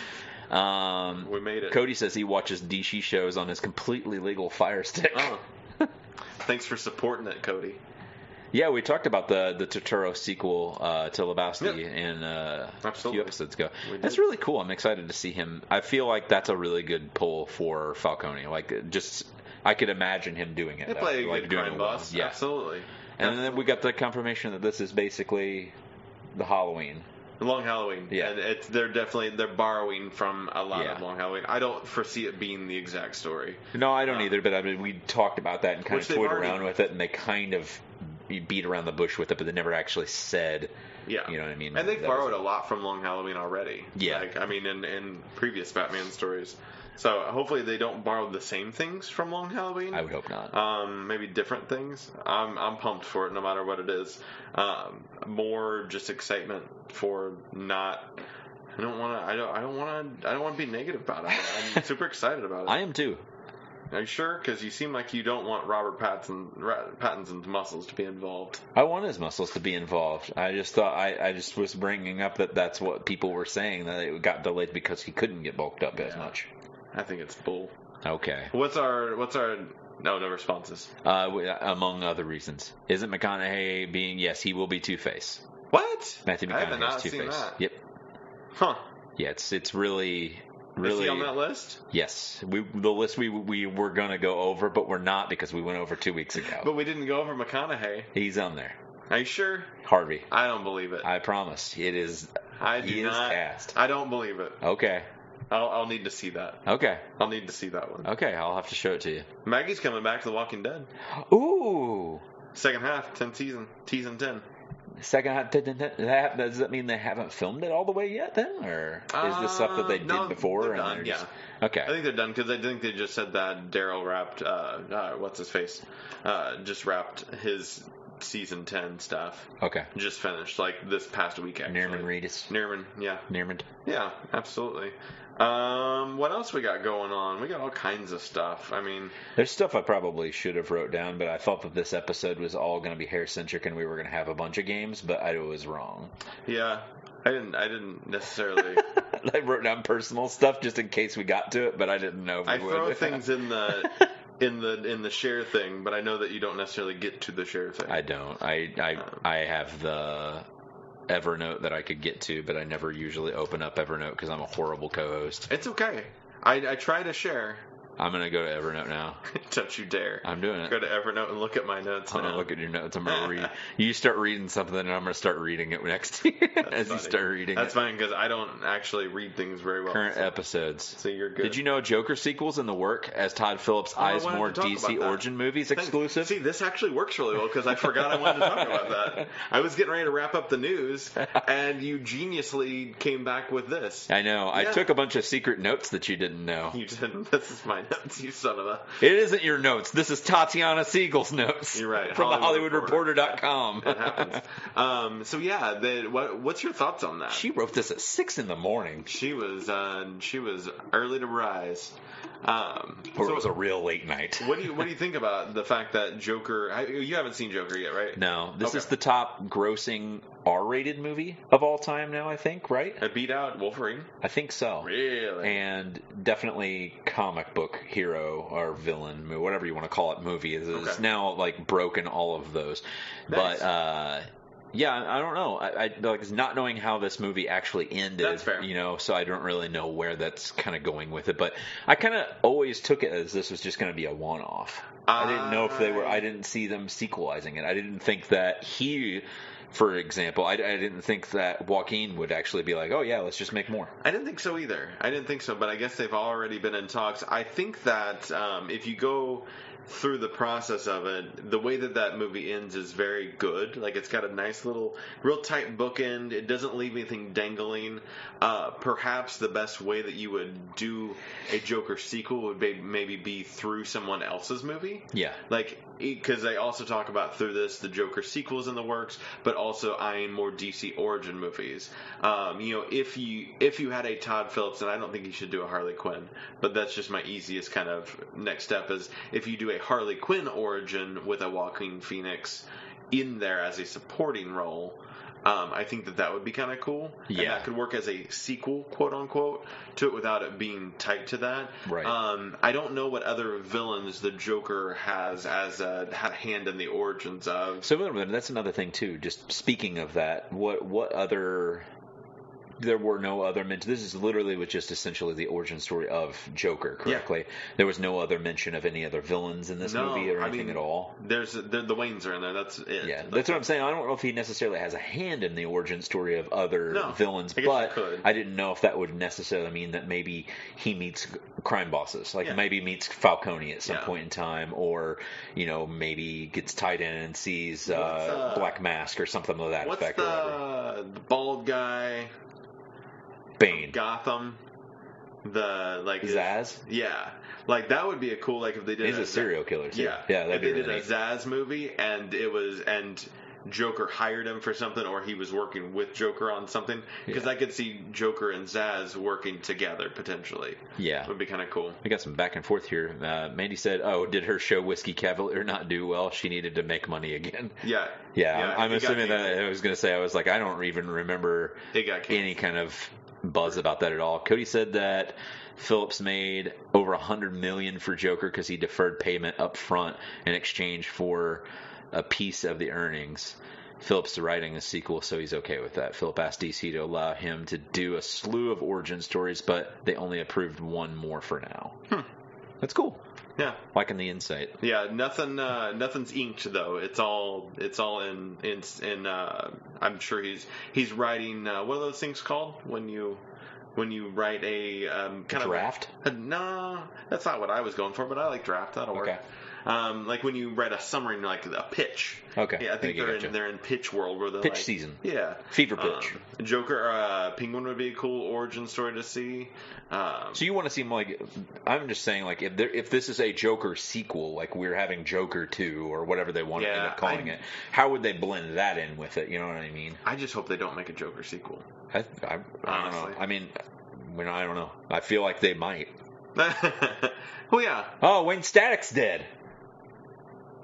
Um, We made it. Cody says he watches DC shows on his completely legal Fire Stick. Oh. Thanks for supporting that, Cody. Yeah, we talked about the the Totoro sequel uh, to Lebowski Yep. in uh, a Absolutely. few episodes ago. We did. That's really cool. I'm excited to see him. I feel like that's a really good pull for Falcone. Like, it just I could imagine him doing it. They though. play a like good doing crime it well. boss. Yeah. Absolutely. And then we got the confirmation that this is basically the Halloween. Long Halloween. Yeah. And it's they're definitely they're borrowing from a lot of Yeah. Long Halloween. I don't foresee it being the exact story. No, I don't Uh, either. But I mean, we talked about that and kind Which of they've toyed already- around with it, and they kind of beat around the bush with it, but they never actually said. Yeah. You know what I mean? And they've That was- borrowed a lot from Long Halloween already. Yeah. Like I mean in, in previous Batman stories. So hopefully they don't borrow the same things from Long Halloween. I would hope not. um, maybe different things. I'm I'm pumped for it, no matter what it is. Um, more just excitement for not. I don't want to. I don't. I don't want to. I don't want to be negative about it. I'm super excited about it. I am too. Are you sure? Because you seem like you don't want Robert Pattinson, Ra- Pattinson's muscles to be involved. I want his muscles to be involved. I just thought I, I just was bringing up that that's what people were saying that it got delayed because he couldn't get bulked up as Yeah. much. I think it's bull. Okay. What's our? What's our? No, no responses. Uh, w- among other reasons, isn't McConaughey being yes he will be Two Face? What? Matthew I have McConaughey's not Two seen Face. that. Yep. Huh? Yeah. It's it's really Is really he on that list? yes. We the list we we were gonna go over, but we're not because we went over two weeks ago. But we didn't go over McConaughey. He's on there. Are you sure? Harvey, I don't believe it. I promise it is. I do He is not. cast. I don't believe it. Okay. I'll, I'll need to see that. Okay. I'll need to see that one. Okay. I'll have to show it to you. Maggie's coming back to The Walking Dead. Ooh. Second half, 10 season, season 10. Second half, did- did- did that- does that mean they haven't filmed it all the way yet then, or is this stuff that they Uh, no, did before? they're and done, they're just- I Okay. think they're done because I think they just said that Daryl wrapped, uh, uh, what's his face? Uh, just wrapped his season 10 stuff. Okay. Just finished, like this past week, actually. Nearman Reedus. Nearman, yeah. Nearman. Yeah, absolutely. Um, what else we got going on? We got all kinds of stuff. I mean, There's stuff I probably should have wrote down, but I thought that this episode was all going to be hair centric and we were going to have a bunch of games, but I was wrong. yeah, I didn't, I didn't necessarily. I wrote down personal stuff just in case we got to it, but I didn't know if we I would. throw things in the in the in the share thing, but I know that you don't necessarily get to the share thing. I don't. I Oh. I I have the Evernote that I could get to, but I never usually open up Evernote because I'm a horrible co-host. it's okay. I, I try to share. I'm gonna go to Evernote now. don't you dare. I'm doing it. Go to Evernote and look at my notes. I'm gonna now. look at your notes. I'm gonna read. You start reading something, and I'm gonna start reading it next to you as you funny. start reading. That's it. fine because I don't actually read things very well. Current so, episodes. so you're good. Oh, Did you know Joker sequels in the work as Todd Phillips I eyes wanted more to talk about DC that. origin movies Thanks. exclusive? See, this actually works really well because I forgot I wanted to talk about that. I was getting ready to wrap up the news, and you geniusly came back with this. I know. I Yeah. took a bunch of secret notes that you didn't know. You didn't. This is my notes, you son of a. It isn't your notes. This is Tatiana Siegel's notes. You're right. From Hollywood the HollywoodReporter.com. It happens. um, so yeah, the, what, what's your thoughts on that? She wrote this at six in the morning. She was uh, she was early to rise. Um, Or so it was a real late night. what do you what do you think about the fact that Joker? I, you haven't seen Joker yet, right? No, this Okay. is the top grossing R rated movie of all time now, I think, right? It beat out Wolverine. I think so. Really? And definitely comic book hero or villain, mo- whatever you want to call it, movie. It's it's Okay. now like broken all of those. Nice. But uh, yeah, I I don't know. I, I like it's not knowing how this movie actually ended. That's fair. You know, so I don't really know where that's kind of going with it. But I kind of always took it as this was just going to be a one-off. I didn't know if they were. Ah. I didn't see them sequelizing it. I didn't think that he, for example, I, I didn't think that Joaquin would actually be like, oh yeah, let's just make more. I didn't think so either. I didn't think so, but I guess they've already been in talks. I think that um, if you go through the process of it, the way that that movie ends is very good. Like it's got a nice little, real tight bookend. It doesn't leave anything dangling. Uh, perhaps the best way that you would do a Joker sequel would be, maybe be through someone else's movie Yeah. like because they also talk about through this the Joker sequels in the works, but also eyeing more DC origin movies. Um, you know, if you if you had a Todd Phillips, and I don't think you should do a Harley Quinn, but that's just my easiest kind of next step is if you do a Harley Quinn origin with a Walking Phoenix in there as a supporting role. Um, I think that that would be kind of cool. and Yeah. that could work as a sequel, quote unquote, to it without it being tied to that. Right. Um, I don't know what other villains the Joker has as a ha- hand in the origins of. So wait a minute, that's another thing too. Just speaking of that, what what other? There were no other mentions. This is literally was just essentially the origin story of Joker. Correctly, there was no other mention of any other villains in this No, movie or I anything at mean, all. There's the, the Waynes are in there. That's it. Yeah, that's what I'm saying. I don't know if he necessarily has a hand in the origin story of other No, villains, I guess but he could. I didn't know if that would necessarily mean that maybe he meets crime bosses, like Yeah. maybe meets Falcone at some Yeah. point in time, or you know maybe gets tied in and sees uh, What's, uh, Black Mask or something of that What's effect, or whatever. the, the bald guy? Bane, Gotham. The like Zaz. Yeah, like that would be a cool like if they did. He's a a serial killer. Too. Yeah, yeah, that'd if they be really did a neat. Zaz movie, and it was and Joker hired him for something, or he was working with Joker on something. Because Yeah. I could see Joker and Zaz working together potentially. Yeah. would be kind of cool. We got some back and forth here. Uh, Mandy said, "Oh, did her show Whiskey Cavalier not do well? She needed to make money again." Yeah, Yeah, I'm- I'm it got assuming that canceled. I was going to say I was like I don't even remember it got canceled. any kind of buzz about that at all. Cody said that Phillips made over a hundred million for Joker because he deferred payment up front in exchange for a piece of the earnings. Phillips is writing a sequel, so he's okay with that. Philip asked DC to allow him to do a slew of origin stories, but they only approved one more for now. Hmm. That's cool. Yeah, Liking the insight. yeah. Nothing. Uh, nothing's inked though. It's all. It's all in. In. in uh, I'm sure he's. He's writing. Uh, what are those things called when you? When you write a um, kind draft? of a, no, that's not what I was going for. But I like draft. That'll Okay. work. Um, like when you write a summary, like a pitch. Okay. Yeah, I think you they're gotcha. in they're in pitch world where they're Pitch like, season. Yeah, Fever pitch. Um, Joker, uh, Penguin would be a cool origin story to see. Um, So you want to seem like I'm just saying like if there if this is a Joker sequel like we're having Joker two or whatever they want to end Yeah, up calling I- it how would they blend that in with it you know what I mean I just hope they don't make a Joker sequel. I, I, I don't know Honestly. I mean you know, I don't know I feel like they might well, yeah, oh Wayne Static's dead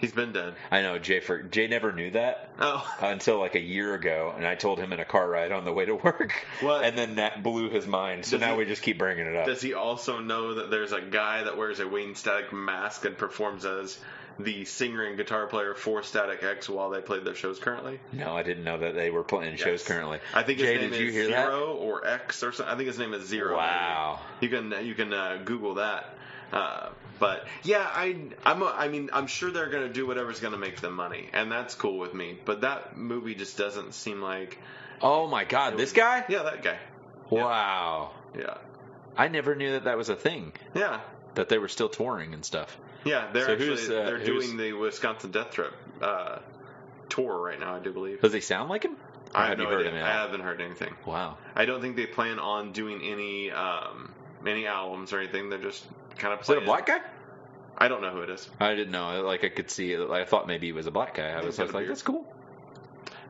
he's been dead. I know Jay for Jay never knew that Oh, until like a year ago and I told him in a car ride on the way to work What? and then that blew his mind so Does now he- we just keep bringing it up does he also know that there's a guy that wears a Wayne Static mask and performs as the singer and guitar player for Static X while they played their shows currently? no I didn't know that they were playing shows Yes. currently I think his Jay name did you is hear Zero or X or something. I think his name is that Zero. wow. You can you can uh, Google that. Uh, but yeah, I I'm a, I mean I'm sure they're gonna do whatever's gonna make them money, and that's cool with me. But that movie just doesn't seem like Oh my God, this guy? yeah that guy Wow. yeah I never knew that that was a thing, yeah that they were still touring and stuff. yeah they're So actually who's, uh, they're who's- doing the Wisconsin Death Trip uh, tour right now, I do believe. Does he sound like him? Or I have you no heard idea. him I at all? haven't heard anything. Wow. I don't think they plan on doing any um, any albums or anything. They're just kind of Is it playing. a black guy? I don't know who it is. I didn't know. Like, I could see, I thought maybe he was a black guy. I He's was, I was got a like, beard. that's cool.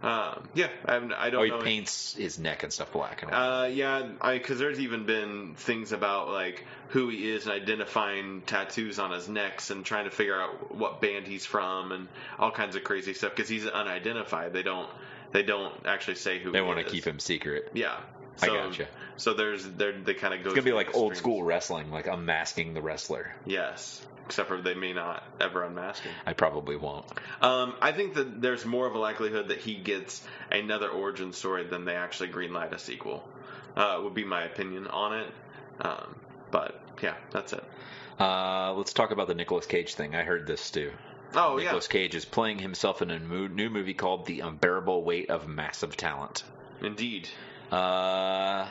Um, yeah, I, haven't, I don't Oh, he know. any- paints his neck and stuff black. And all. Uh, yeah, because there's even been things about like who he is and identifying tattoos on his necks and trying to figure out what band he's from and all kinds of crazy stuff because he's unidentified. They don't they don't actually say who they he want to is. keep him secret. Yeah, I so, gotcha. So there's they're, they kind of go. It's going to be through like the old extremes. school wrestling, like unmasking the wrestler. Yes, except for they may not ever unmask him. I probably won't. Um, I think that there's more of a likelihood that he gets another origin story than they actually greenlight a sequel. Uh, would be my opinion on it. Um, but yeah, that's it. Uh, let's talk about the Nicolas Cage thing. I heard this too. Oh Nicolas Cage is playing himself in a mo- new movie called The Unbearable Weight of Massive Talent. yeah, indeed. Uh,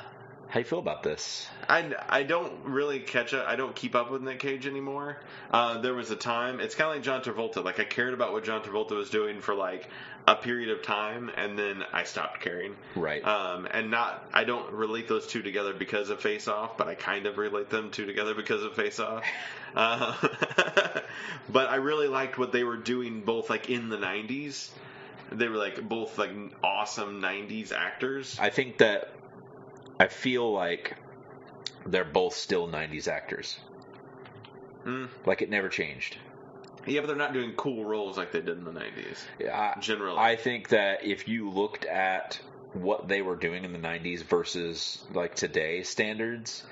how do you feel about this? I, I don't really catch up. I don't keep up with Nick Cage anymore. Uh, there was a time. It's kind of like John Travolta. Like I cared about what John Travolta was doing for like a period of time, and then I stopped caring. Right. Um, and not. I don't relate those two together because of Face Off, but I kind of relate them two together because of Face Off. Uh, but I really liked what they were doing both like in the '90s. They were like both like awesome '90s actors. I think that I feel like they're both still 90s actors. Mm. Like it never changed. Yeah, but they're not doing cool roles like they did in the '90s. Yeah, I, Generally, I think that if you looked at what they were doing in the 90s versus like today's standards,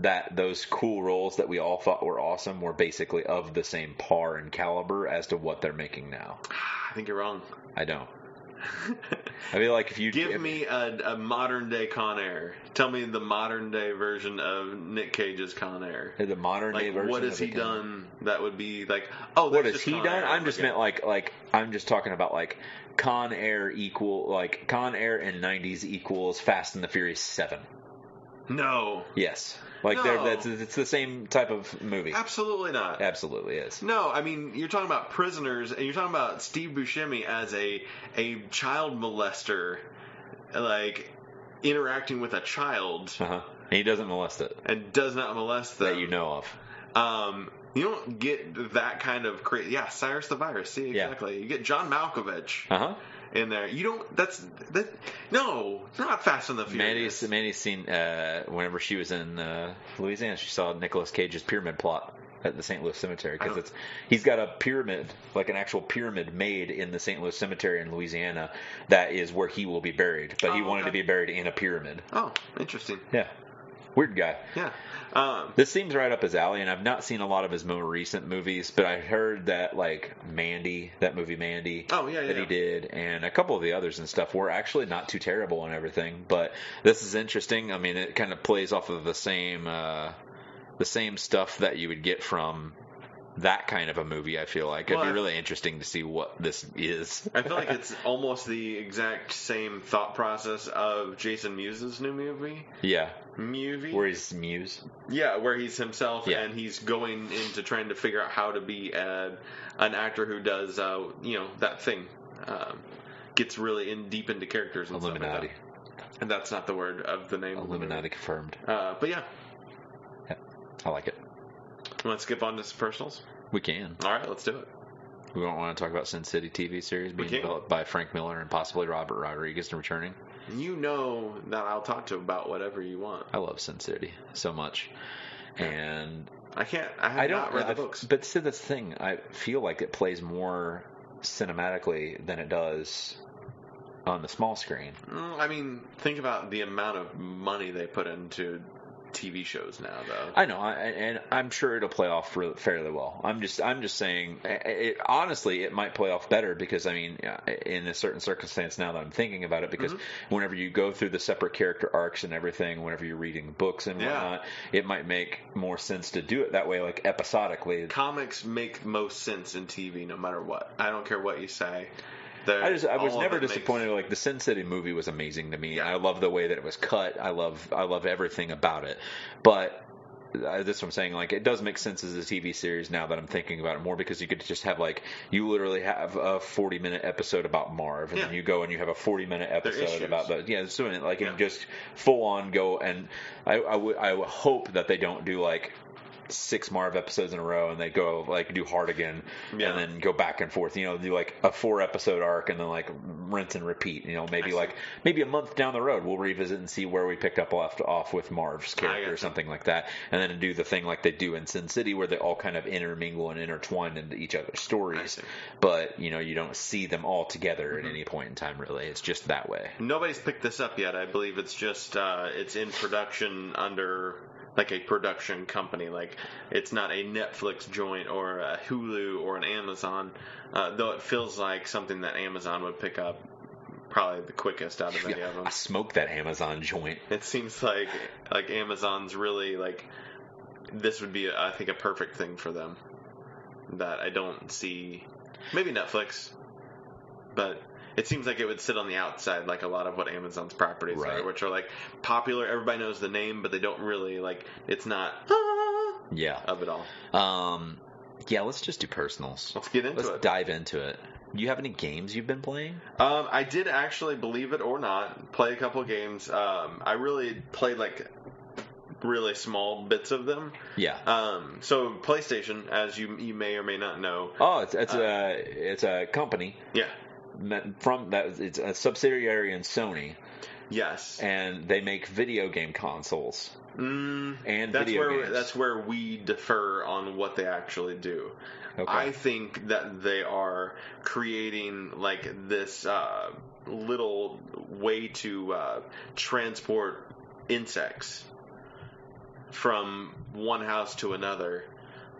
that those cool roles that we all thought were awesome were basically of the same par and caliber as to what they're making now. I think you're wrong. I don't. I feel like if you Give if- me a, a modern day Con Air. Tell me the modern day version of Nick Cage's Con Air. the modern day Like, version, what has of it he can- done that would be like? Oh, What that's has just he Con done? Air. I'm just Okay. meant like like I'm just talking about like Con Air equal like Con Air in '90s equals Fast and the Furious Seven. No, Yes, like they're No. that's it's the same type of movie. absolutely not. Absolutely is. No, I mean you're talking about prisoners, and you're talking about Steve Buscemi as a a child molester, like interacting with a child Uh-huh. And he doesn't molest it and does not molest them. that you know of. Um, you don't get that kind of crazy. Yeah, Cyrus the Virus. See, Yeah. exactly. You get John Malkovich Uh huh. in there. You don't. That's that. No, not Fast and the Furious. Mandy's Mandy's seen uh, whenever she was in uh, Louisiana, she saw Nicolas Cage's pyramid plot at the St. Louis Cemetery I because don't- it's he's got a pyramid, like an actual pyramid made in the St. Louis Cemetery in Louisiana. That is where he will be buried, but he Oh, wanted okay. to be buried in a pyramid. Oh, interesting. Yeah, weird guy. Yeah. Um, This seems right up his alley, and I've not seen a lot of his more recent movies, but I heard that like Mandy, that movie Mandy, Oh, yeah, yeah, that yeah. he did, and a couple of the others and stuff were actually not too terrible and everything. But this is interesting. I mean, it kind of plays off of the same uh, the same stuff that you would get from that kind of a movie. I feel like it'd Well, be I- really interesting to see what this is. I feel like it's almost the exact same thought process of Jason Mewes' new movie. yeah, Movie. where he's Muse. Yeah, where he's himself Yeah. and he's going into trying to figure out how to be a, an actor who does, uh, you know, that thing. Um, gets really in deep into characters and stuff like that. Illuminati. And that's not the word of the name. of the movie. Illuminati confirmed. Uh, but yeah, I like it. want to skip on to some personals? We can. All right, let's do it. We don't want to talk about Sin City TV series being can. developed by Frank Miller and possibly Robert Rodriguez and returning. You know that I'll talk to about whatever you want. I love Sin City so much, and I can't. I have I don't not read the I've- books. But see, that's the thing. I feel like it plays more cinematically than it does on the small screen. Mm, I mean, think about the amount of money they put into TV shows now, though. I know, I, and I'm sure it'll play off re- fairly well. I'm just, I'm just saying. It, it, honestly, it might play off better because I mean, in a certain circumstance, now that I'm thinking about it, because Mm-hmm. whenever you go through the separate character arcs and everything, whenever you're reading books and Yeah. whatnot, it might make more sense to do it that way, like episodically. Comics make most sense in TV, no matter what. I don't care what you say. They're- I just, I was all of never it makes- disappointed. Like the Sin City movie was amazing to me. I love the way that it was cut. I love, I love everything about it. But uh, that's what I'm saying. Like, it does make sense as a TV series now that I'm thinking about it more because you could just have like you literally have a 40 minute episode about Marv, and then Yeah. you go and you have a 40 minute episode issues. about the yeah, so like Yeah. and just full on go and I I would I would hope that they don't do like six Marv episodes in a row and they go like do Hardigan Yeah. and then go back and forth. You know, do like a four episode arc and then like rinse and repeat. You know, I maybe see. like maybe a month down the road we'll revisit and see where we picked up left off with Marv's character or gotcha. something like that, and then do the thing like they do in Sin City where they all kind of intermingle and intertwine into each other's stories. see. Mm-hmm. But you know, you don't see them all together at any point in time. Really, it's just that way. Nobody's picked this up yet. I believe it's just uh, it's in production under like a production company. Like it's not a Netflix joint or a Hulu or an Amazon, uh, though it feels like something that Amazon would pick up probably the quickest out of any of them. I smoked that Amazon joint. It seems like like Amazon's really like this would be I think a perfect thing for them that I don't see maybe Netflix but it seems like it would sit on the outside like a lot of what Amazon's properties Right. are which are like popular everybody knows the name but they don't really like it's not "Ah," Yeah. of it all Um, yeah, let's just do personals. let's get into Let's it dive into it. You have any games you've been playing? Um, I did actually, believe it or not, play a couple games. Um, I really played like really small bits of them. Yeah. Um, so PlayStation, as you you may or may not know, Oh, it's Uh, it's a it's a company yeah, that- from that it's a subsidiary in Sony, yes, and they make video game consoles. mm, and that's video where games. that's where we defer on what they actually do. Okay. I think that they are creating like this uh, little way to uh, transport insects from one house to another.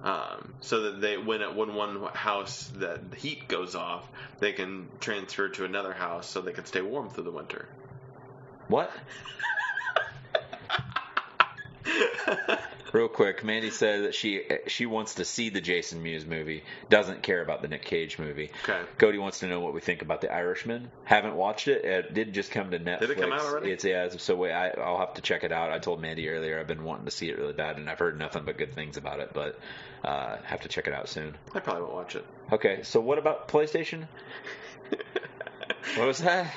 Um, so that they, when it, when one house that the heat goes off, they can transfer to another house so they can stay warm through the winter. what? Real quick, Mandy said that she she wants to see the Jason Mewes movie. Doesn't care about the Nick Cage movie. Okay. Cody wants to know what we think about The Irishman. Haven't watched it. It did just come to Netflix. Did it come out already? It's yeah. it's- So wait, I, I'll have to check it out. I told Mandy earlier I've been wanting to see it really bad, and I've heard nothing but good things about it. But uh, have to check it out soon. I probably won't watch it. Okay, so what about PlayStation? what was that?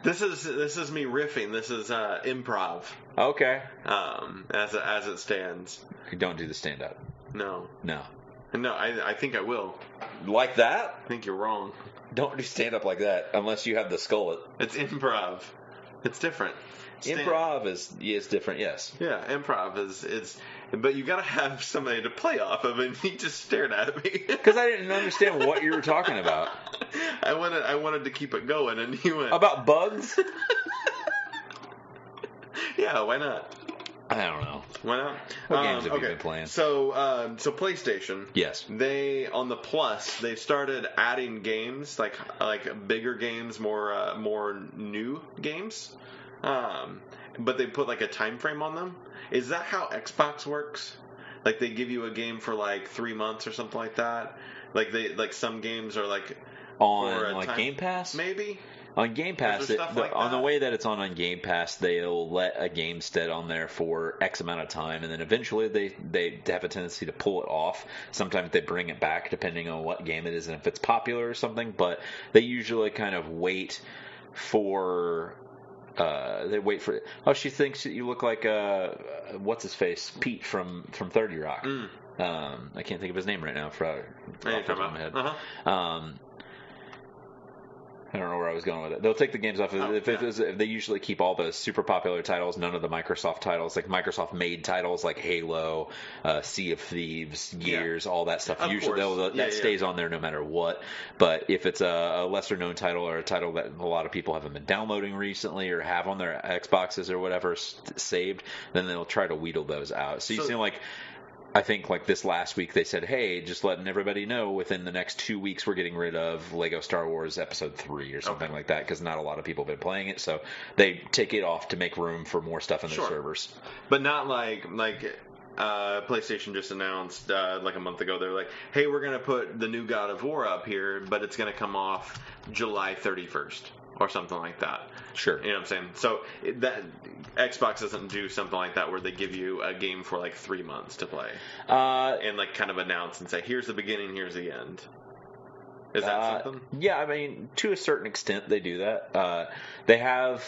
This is this is me riffing. This is uh, improv. Okay, Um, as it, as it stands, don't do the stand up. no, No, no. I I think I will. like that. I think you're wrong. Don't do stand up like that unless you have the skull. It's improv. It's different. Stand- Improv is is different. Yes. Yeah, improv is it's. But you gotta have somebody to play off of, and he just stared at me. Because I didn't understand what you were talking about. I wanted I wanted to keep it going, and he went, About bugs? "Yeah, why not? I don't know. Why not?" Um, What games have you been playing? So, um, so PlayStation. Yes. they on the plus they started adding games like like bigger games more uh, more new games um, but they put like a time frame on them is that how xbox works like they give you a game for like three months or something like that like they like some games are like For On a like time- Game Pass? maybe On Game Pass, there it, stuff the- like on the that? way that it's on on Game Pass, they'll let a game sit on there for X amount of time, and then eventually they they have a tendency to pull it off. Sometimes they bring it back depending on what game it is and if it's popular or something. But they usually kind of wait for. Uh, they wait for. Oh, she thinks that you look like uh, what's his face, Pete from from Thirty Rock. Mm. Um, I can't think of his name right now. For off I know the what you're top of my talking head. about. Uh-huh. Um, I don't know where I was going with it. They'll take the games off. Oh, if, if, if they usually keep all the super popular titles, none of the Microsoft titles, like Microsoft made titles like Halo, uh, Sea of Thieves, Yeah. Gears, all that stuff. Of usually course. they'll, that Yeah, yeah. stays on there no matter what. But if it's a, a lesser known title or a title that a lot of people haven't been downloading recently or have on their Xboxes or whatever s saved, then they'll try to wheedle those out. So you So- seem like I think like this last week they said, "Hey, just letting everybody know within the next two weeks we're getting rid of Lego Star Wars Episode Three or something Okay. like that because not a lot of people have been playing it, so they take it off to make room for more stuff in their Sure. servers." but not like like uh, PlayStation just announced uh, like a month ago. They're like, "Hey, we're gonna put the new God of War up here, but it's gonna come off July 31st or something like that." Sure. You know what I'm saying? So it- that Xbox doesn't do something like that where they give you a game for like three months to play Uh, and like kind of announce and say, "Here's the beginning, here's the end." Is that Uh, something? Yeah, I mean, to a certain extent, they do that. Uh, they have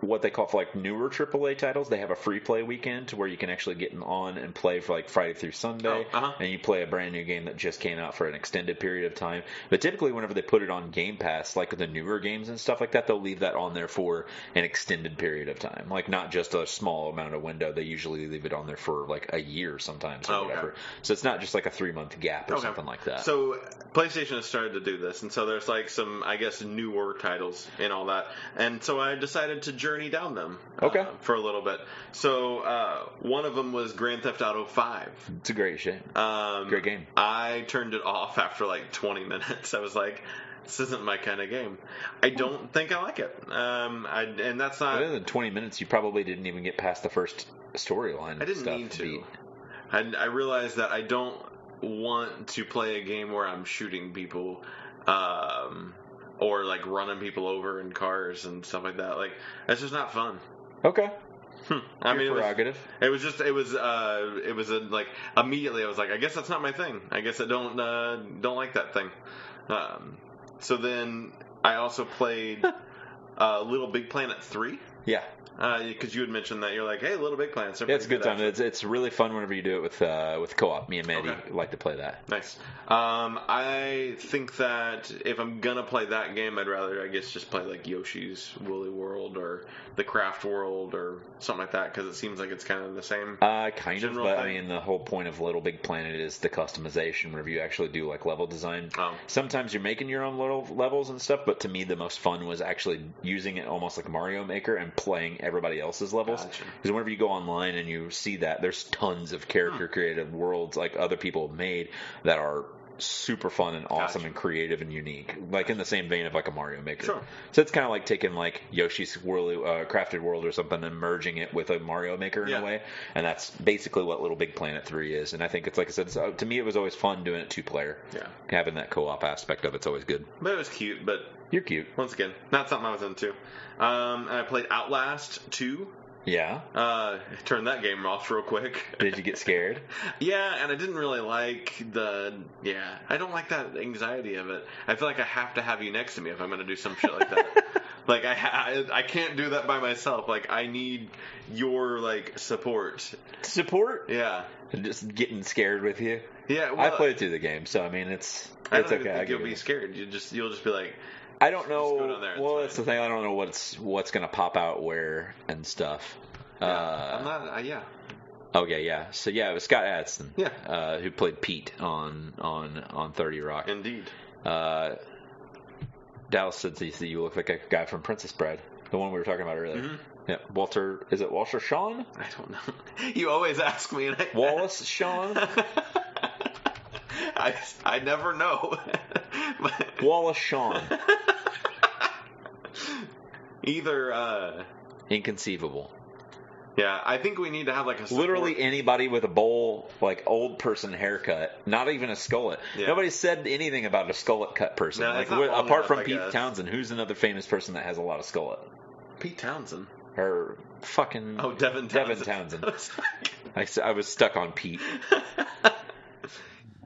what they call for like newer AAA titles. They have a free play weekend to where you can actually get on and play for like Friday through Sunday, Oh, uh-huh. and you play a brand new game that just came out for an extended period of time. But typically, whenever they put it on Game Pass, like the newer games and stuff like that, they'll leave that on there for an extended period of time, like not just a small amount of window. They usually leave it on there for like a year sometimes or Oh, okay. whatever. So it's not just like a three month gap or Okay. something like that. So PlayStation has started to do this, and so there's like some, I guess, newer titles and all that. And so I decided to journey journey down them. Okay. uh, for a little bit. So uh, one of them was Grand Theft Auto Five. It's a great shit. Um, Great game. I turned it off after like 20 minutes. I was like, this isn't my kind of game. I don't think I like it. Um, I, and that's not. Other than 20 minutes, you probably didn't even get past the first storyline. I didn't stuff need to. beat. I, I realized that I don't want to play a game where I'm shooting people um, or like running people over in cars and stuff like that. Like, that's just not fun. Okay. Hmm. I mean, it Your was, prerogative. it was just it was uh it was a, like immediately I was like I guess that's not my thing. I guess I don't uh, don't like that thing. Um, so then I also played uh, Little Big Planet three Yeah. because you had mentioned that you're like hey Little Big Planet. Yeah, it's a good time. It's, it's really fun whenever you do it with uh, with co-op. Me and Maddie Okay. like to play that. Nice. Um, I think that if I'm gonna play that game, I'd rather, I guess, just play like Yoshi's Woolly World or the Craft World or something like that, because it seems like it's kind of the same. Uh, kind General of, but I thing. mean, the whole point of Little Big Planet is the customization, where you actually do like level design. Oh. Sometimes you're making your own little levels and stuff, but to me, the most fun was actually using it almost like Mario Maker and playing everybody else's levels. Gotcha. Because whenever you go online and you see that, there's tons of character creative worlds like other people have made that are super fun and awesome Gotcha. and creative and unique, like in the same vein of like a Mario Maker. Sure. So it's kind of like taking like Yoshi's World, uh, Crafted World or something and merging it with a Mario Maker in Yeah. a way. And that's basically what Little Big Planet 3 is. And I think it's like I said, it's, uh, to me, it was always fun doing it two player. Yeah. Having that co op aspect of it's always good. But it was cute. But You're cute. once again, not something I was into. Um, I played Outlast two. Yeah. Uh, turned that game off real quick. Did you get scared? Yeah, and I didn't really like the. Yeah, I don't like that anxiety of it. I feel like I have to have you next to me if I'm going to do some shit like that. like I, ha- I, I can't do that by myself. Like I need your like support. Support? Yeah, Just getting scared with you. yeah. Well, I played through the game, so I mean, it's I don't it's even okay. I think you'll give be it- scared. You just you'll just be like, I don't Just go know. down there, it's well, fine. that's the thing. I don't know what's what's gonna pop out where and stuff. yeah, uh, I'm not. Uh, yeah, Okay, yeah. So yeah, it was Scott Adson, Yeah. uh, who played Pete on on on Thirty Rock. indeed. Uh, Dallas said that you look like a guy from Princess Bride, the one we were talking about earlier. Mhm. Yeah, Walter. Is it Walter Sean? I don't know. You always ask me, and I, Wallace Sean? I I never know. But- Wallace Sean. Either, uh, Inconceivable. yeah, I think we need to have like a support- Literally anybody with a bowl, like old person haircut, not even a skullet. Yeah. Nobody said anything about a skullet cut person. No, like it's not wi- long apart enough, from I Pete guess. Townsend, who's another famous person that has a lot of skullet? Pete Townsend. Her fucking Oh, Devin Devin Townsend. Townsend. I, s- I was stuck on Pete.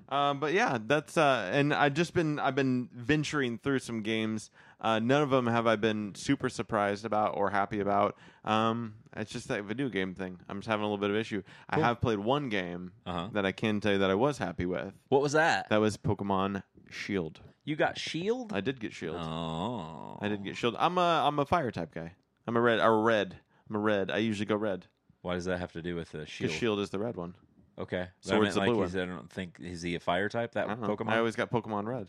Um, but yeah, that's uh, and I've just been I've been venturing through some games. Uh, none of them have I been super surprised about or happy about. Um, it's just that video game thing. I'm just having a little bit of issue. I have played one game Uh-huh. that I can tell you that I was happy with. What was that? That was Pokemon Shield. You got shield? I did get Shield. Oh. I did get Shield. I'm a I'm a fire type guy. I'm a red. A red. I'm a red. I usually go red Why does that have to do with the shield? because Shield is the red one. Okay. But I Sword's meant, the like, blue one. he's- I don't think is he a fire type that I don't know. Pokemon? I always got Pokemon Red.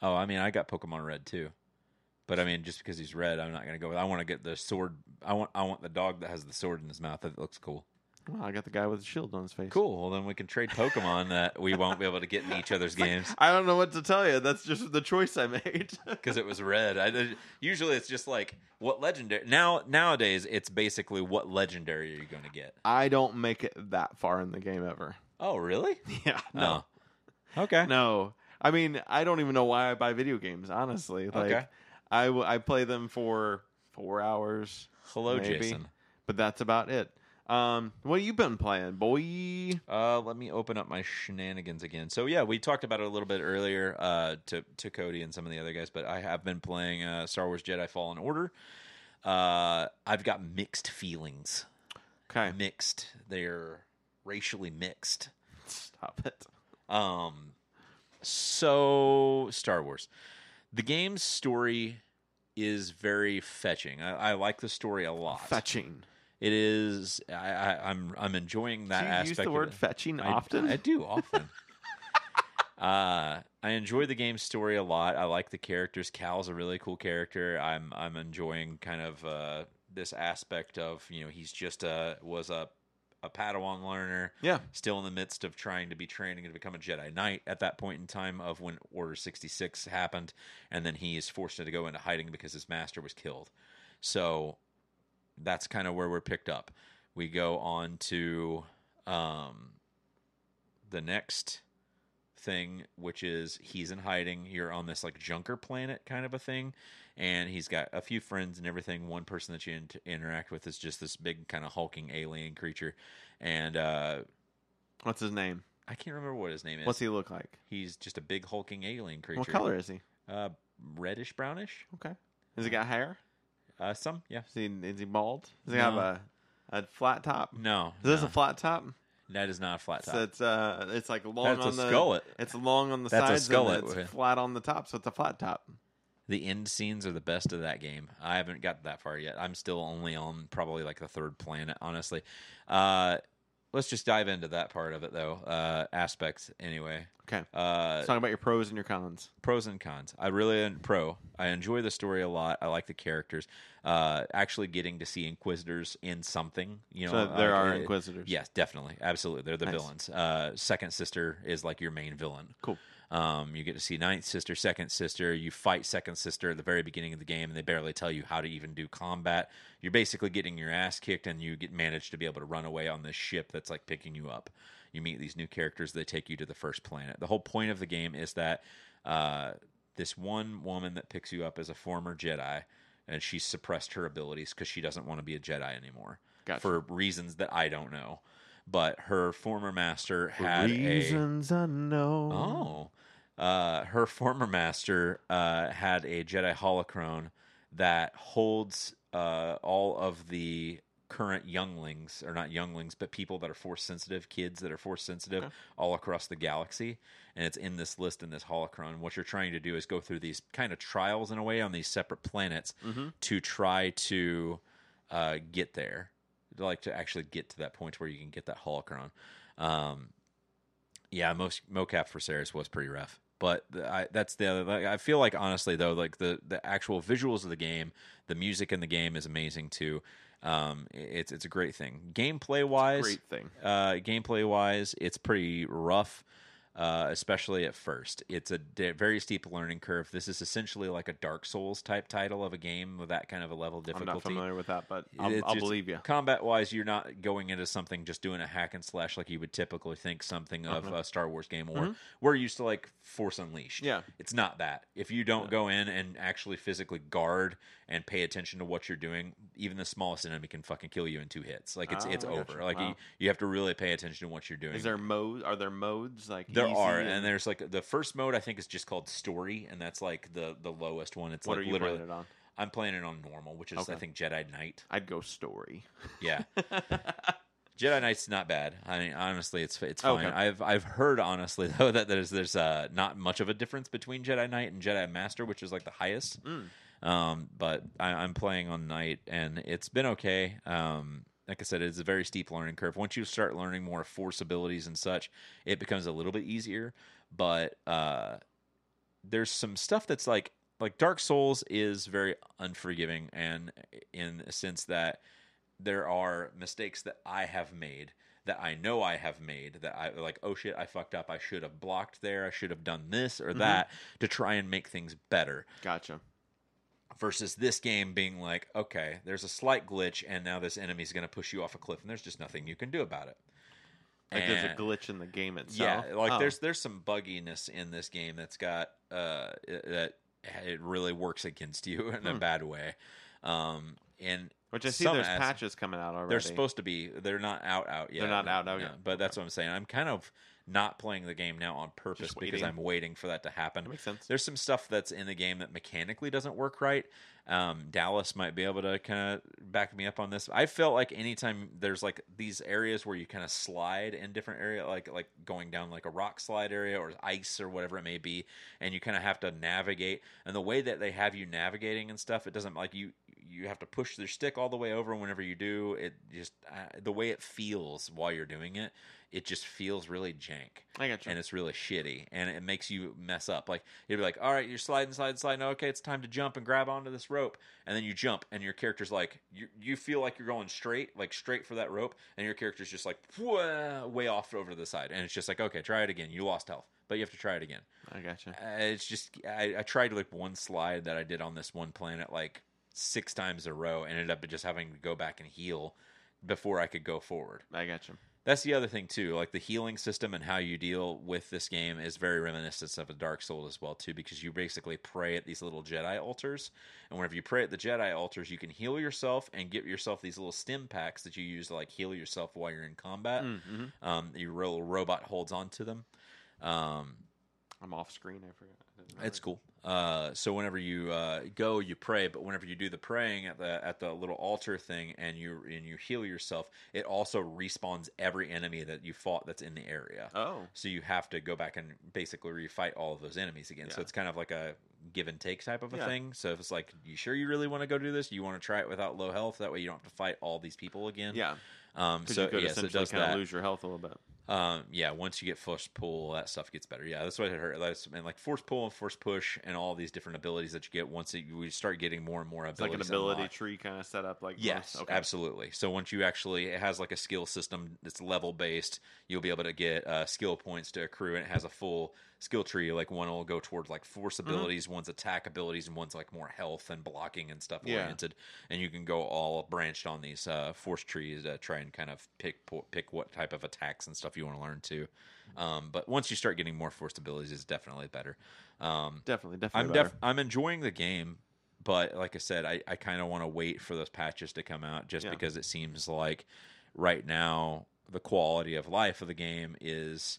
Oh, I mean, I got Pokemon Red too, but I mean, just because he's red, I'm not gonna go with. I want to get the sword. I want. I want the dog that has the sword in his mouth. That looks cool. Well, I got the guy with the shield on his face. Cool. Well, then we can trade Pokemon that we won't be able to get in each other's games I don't know what to tell you. That's just the choice I made. because it was red. I, I- usually, it's just like what legendary. Now nowadays, it's basically what legendary are you going to get? I don't make it that far in the game ever. Oh, really? Yeah. No. Oh. Okay. No. I mean, I don't even know why I buy video games, honestly. Like Okay. I w- I play them for 4 hours, Hello, Maybe. Jason. but that's about it. Um, what have you been playing, boy? Uh, let me open up my shenanigans again. So yeah, we talked about it a little bit earlier uh, to to Cody and some of the other guys, but I have been playing uh, Star Wars Jedi Fallen Order. Uh, I've got mixed feelings. Okay. Mixed. They're racially mixed. Stop it. Um, so Star Wars, the game's story is very fetching. I, I like the story a lot. Fetching. It is. I, I, I'm I'm enjoying that Do you aspect. use the of word it. fetching I- often? I do often. uh, I enjoy the game's story a lot. I like the characters. Cal's a really cool character. I'm I'm enjoying kind of uh, this aspect of you know he's just a was a a Padawan learner, Yeah. still in the midst of trying to be training to become a Jedi Knight at that point in time of when Order 66 happened, and then he is forced to go into hiding because his master was killed. So that's kind of where we're picked up. We go on to um, the next thing, which is he's in hiding. You're on this like junker planet kind of a thing, and he's got a few friends and everything. One person that you in- interact with is just this big kind of hulking alien creature, and uh, What's his name? I can't remember what his name is. What's he look like? He's just a big hulking alien creature. What color is he? Uh, reddish brownish. Okay. Has he got hair? Uh, some yeah. Is he, is he bald? Does he No. have a, a flat top? No, Is this no. a flat top? that is not a flat top. So it's uh, it's like long That's a on the skullet. It's long on the That's a sides. and skullet. It's flat on the top, so it's a flat top. the end scenes are the best of that game. I haven't got that far yet. I'm still only on probably like the third planet, honestly. Uh, let's just dive into that part of it though. Uh, aspects anyway. Okay. Uh, Let's talk about your pros and your cons. pros and cons. I really en- pro. I enjoy the story a lot. I like the characters. Uh, actually getting to see Inquisitors in something. You know, so there uh, are uh, inquisitors. Yes, definitely, absolutely. They're the Nice. villains. Uh, second sister is like your main villain. Cool. Um, you get to see ninth sister, second sister. You fight second sister at the very beginning of the game, and they barely tell you how to even do combat. You're basically getting your ass kicked, and you get manage to be able to run away on this ship that's like picking you up. You meet these new characters. They take you to the first planet. The whole point of the game is that uh, this one woman that picks you up is a former Jedi, and she's suppressed her abilities because she doesn't want to be a Jedi anymore Gotcha. for reasons that I don't know. But her former master had a Reasons unknown. oh, uh, her former master uh, had a Jedi holocron that holds uh, all of the current younglings or not younglings but people that are force sensitive kids that are force sensitive all across the galaxy and it's in this list in this holocron what you're trying to do is go through these kind of trials in a way on these separate planets Mm-hmm. to try to uh, get there like to actually get to that point where you can get that holocron um, yeah, most mocap for Saris was pretty rough, but the, I, that's the other. Like, I feel like honestly though, like the the actual visuals of the game, the music in the game is amazing too. Um, i- it's it's a great thing. Gameplay wise, Great thing. uh, gameplay wise, it's pretty rough, uh, especially at first. It's a d- very steep learning curve. This is essentially like a Dark Souls type title of a game with that kind of a level of I'm difficulty. not familiar with that, but I'll, It's I'll just- believe you. Combat wise, you're not going into something just doing a hack and slash like you would typically think something of Mm-hmm. a Star Wars game or we're used to like Force Unleashed. Yeah. It's not that. If you don't go in and actually physically guard and pay attention to what you're doing, even the smallest enemy can fucking kill you in two hits. Like it's Ah, it's I over. gotcha. Like Wow. you, you have to really pay attention to what you're doing. Is there modes? Are there modes like There easy are, and there's like the first mode I think is just called story, and that's like the the lowest one. It's what like are you literally playing it on? I'm playing it on normal, which is I Okay. think Jedi Knight. I'd go story. Yeah. Jedi Knight's not bad. I mean, honestly, it's it's Okay. fine. I've I've heard honestly though that there's there's uh, not much of a difference between Jedi Knight and Jedi Master, which is like the highest. Um, but I, I'm playing on Knight, and it's been okay. Um, like I said, it's a very steep learning curve. Once you start learning more force abilities and such, it becomes a little bit easier. But uh, there's some stuff that's like like Dark Souls is very unforgiving, and in a sense that there are mistakes that I have made that I know I have made that I like oh shit I fucked up I should have blocked there I should have done this Mm-hmm. or that to try and make things better Gotcha. versus this game being like okay there's a slight glitch and now this enemy's going to push you off a cliff and there's just nothing you can do about it Like there's And- a glitch in the game yeah, itself. like Oh, there's there's some bugginess in this game that's got uh it- that it really works against you in Hmm. a bad way. Um and which I see some there's as- patches coming out already. they're supposed to be they're not out out yet. They're not out out No, yet. But that's what I'm saying. I'm kind of not playing the game now on purpose because waiting. I'm waiting for that to happen. That makes sense. There's some stuff that's in the game that mechanically doesn't work right. Um, Dallas might be able to kind of back me up on this. I felt like anytime there's like these areas where you kind of slide in different area, like like going down like a rock slide area or ice or whatever it may be, and you kind of have to navigate. And the way that they have you navigating and stuff, it doesn't like you you have to push their stick all the way over. And whenever you do, it just uh, the way it feels while you're doing it, it just feels really jank I got you. and it's really shitty and it makes you mess up like you'd be like all right you're sliding sliding sliding okay it's time to jump and grab onto this rope and then you jump and your character's like you, you feel like you're going straight like straight for that rope and your character's just like "Whoa," way off over to the side and it's just like okay try it again you lost health but you have to try it again I got you. uh, it's just I, I tried like one slide that I did on this one planet like six times in a row and ended up just having to go back and heal before I could go forward I got you. that's the other thing too like the healing system and how you deal with this game is very reminiscent of a dark soul as well too because you basically pray at these little jedi altars and whenever you pray at the jedi altars you can heal yourself and get yourself these little stim packs that you use to like heal yourself while you're in combat Mm-hmm. um, your little robot holds onto them um, I'm off screen. I forgot. I didn't realize. it's cool. Uh, so whenever you uh, go, you pray, but whenever you do the praying at the at the little altar thing, and you and you heal yourself, it also respawns every enemy that you fought that's in the area. Oh, So you have to go back and basically refight all of those enemies again. So Yeah. it's kind of like a give and take type of a Yeah. thing. So if it's like, you sure you really want to go do this? You want to try it without low health? That way you don't have to fight all these people again. yeah. Um. 'Cause So you could yes, it essentially does kind of that. lose your health a little bit. Um, yeah, once you get force pull, that stuff gets better. Yeah, that's what I heard. That's and like force pull and force push and all these different abilities that you get once it, you start getting more and more It's like abilities. an ability unlocked. tree kind of set up. Like Yes, okay. absolutely. So once you actually, it has like a skill system that's level based. You'll be able to get uh, skill points to accrue, and it has a full skill tree. Like one will go towards like force Mm-hmm. abilities, one's attack abilities, and one's like more health and blocking and stuff Yeah. oriented. And you can go all branched on these uh, force trees to try and kind of pick po- pick what type of attacks and stuff you want to learn to. Um, but once you start getting more force abilities, it's definitely better. Um, Definitely, definitely. I'm better. def- I'm enjoying the game, but like I said, I, I kind of want to wait for those patches to come out just Yeah. because it seems like right now the quality of life of the game is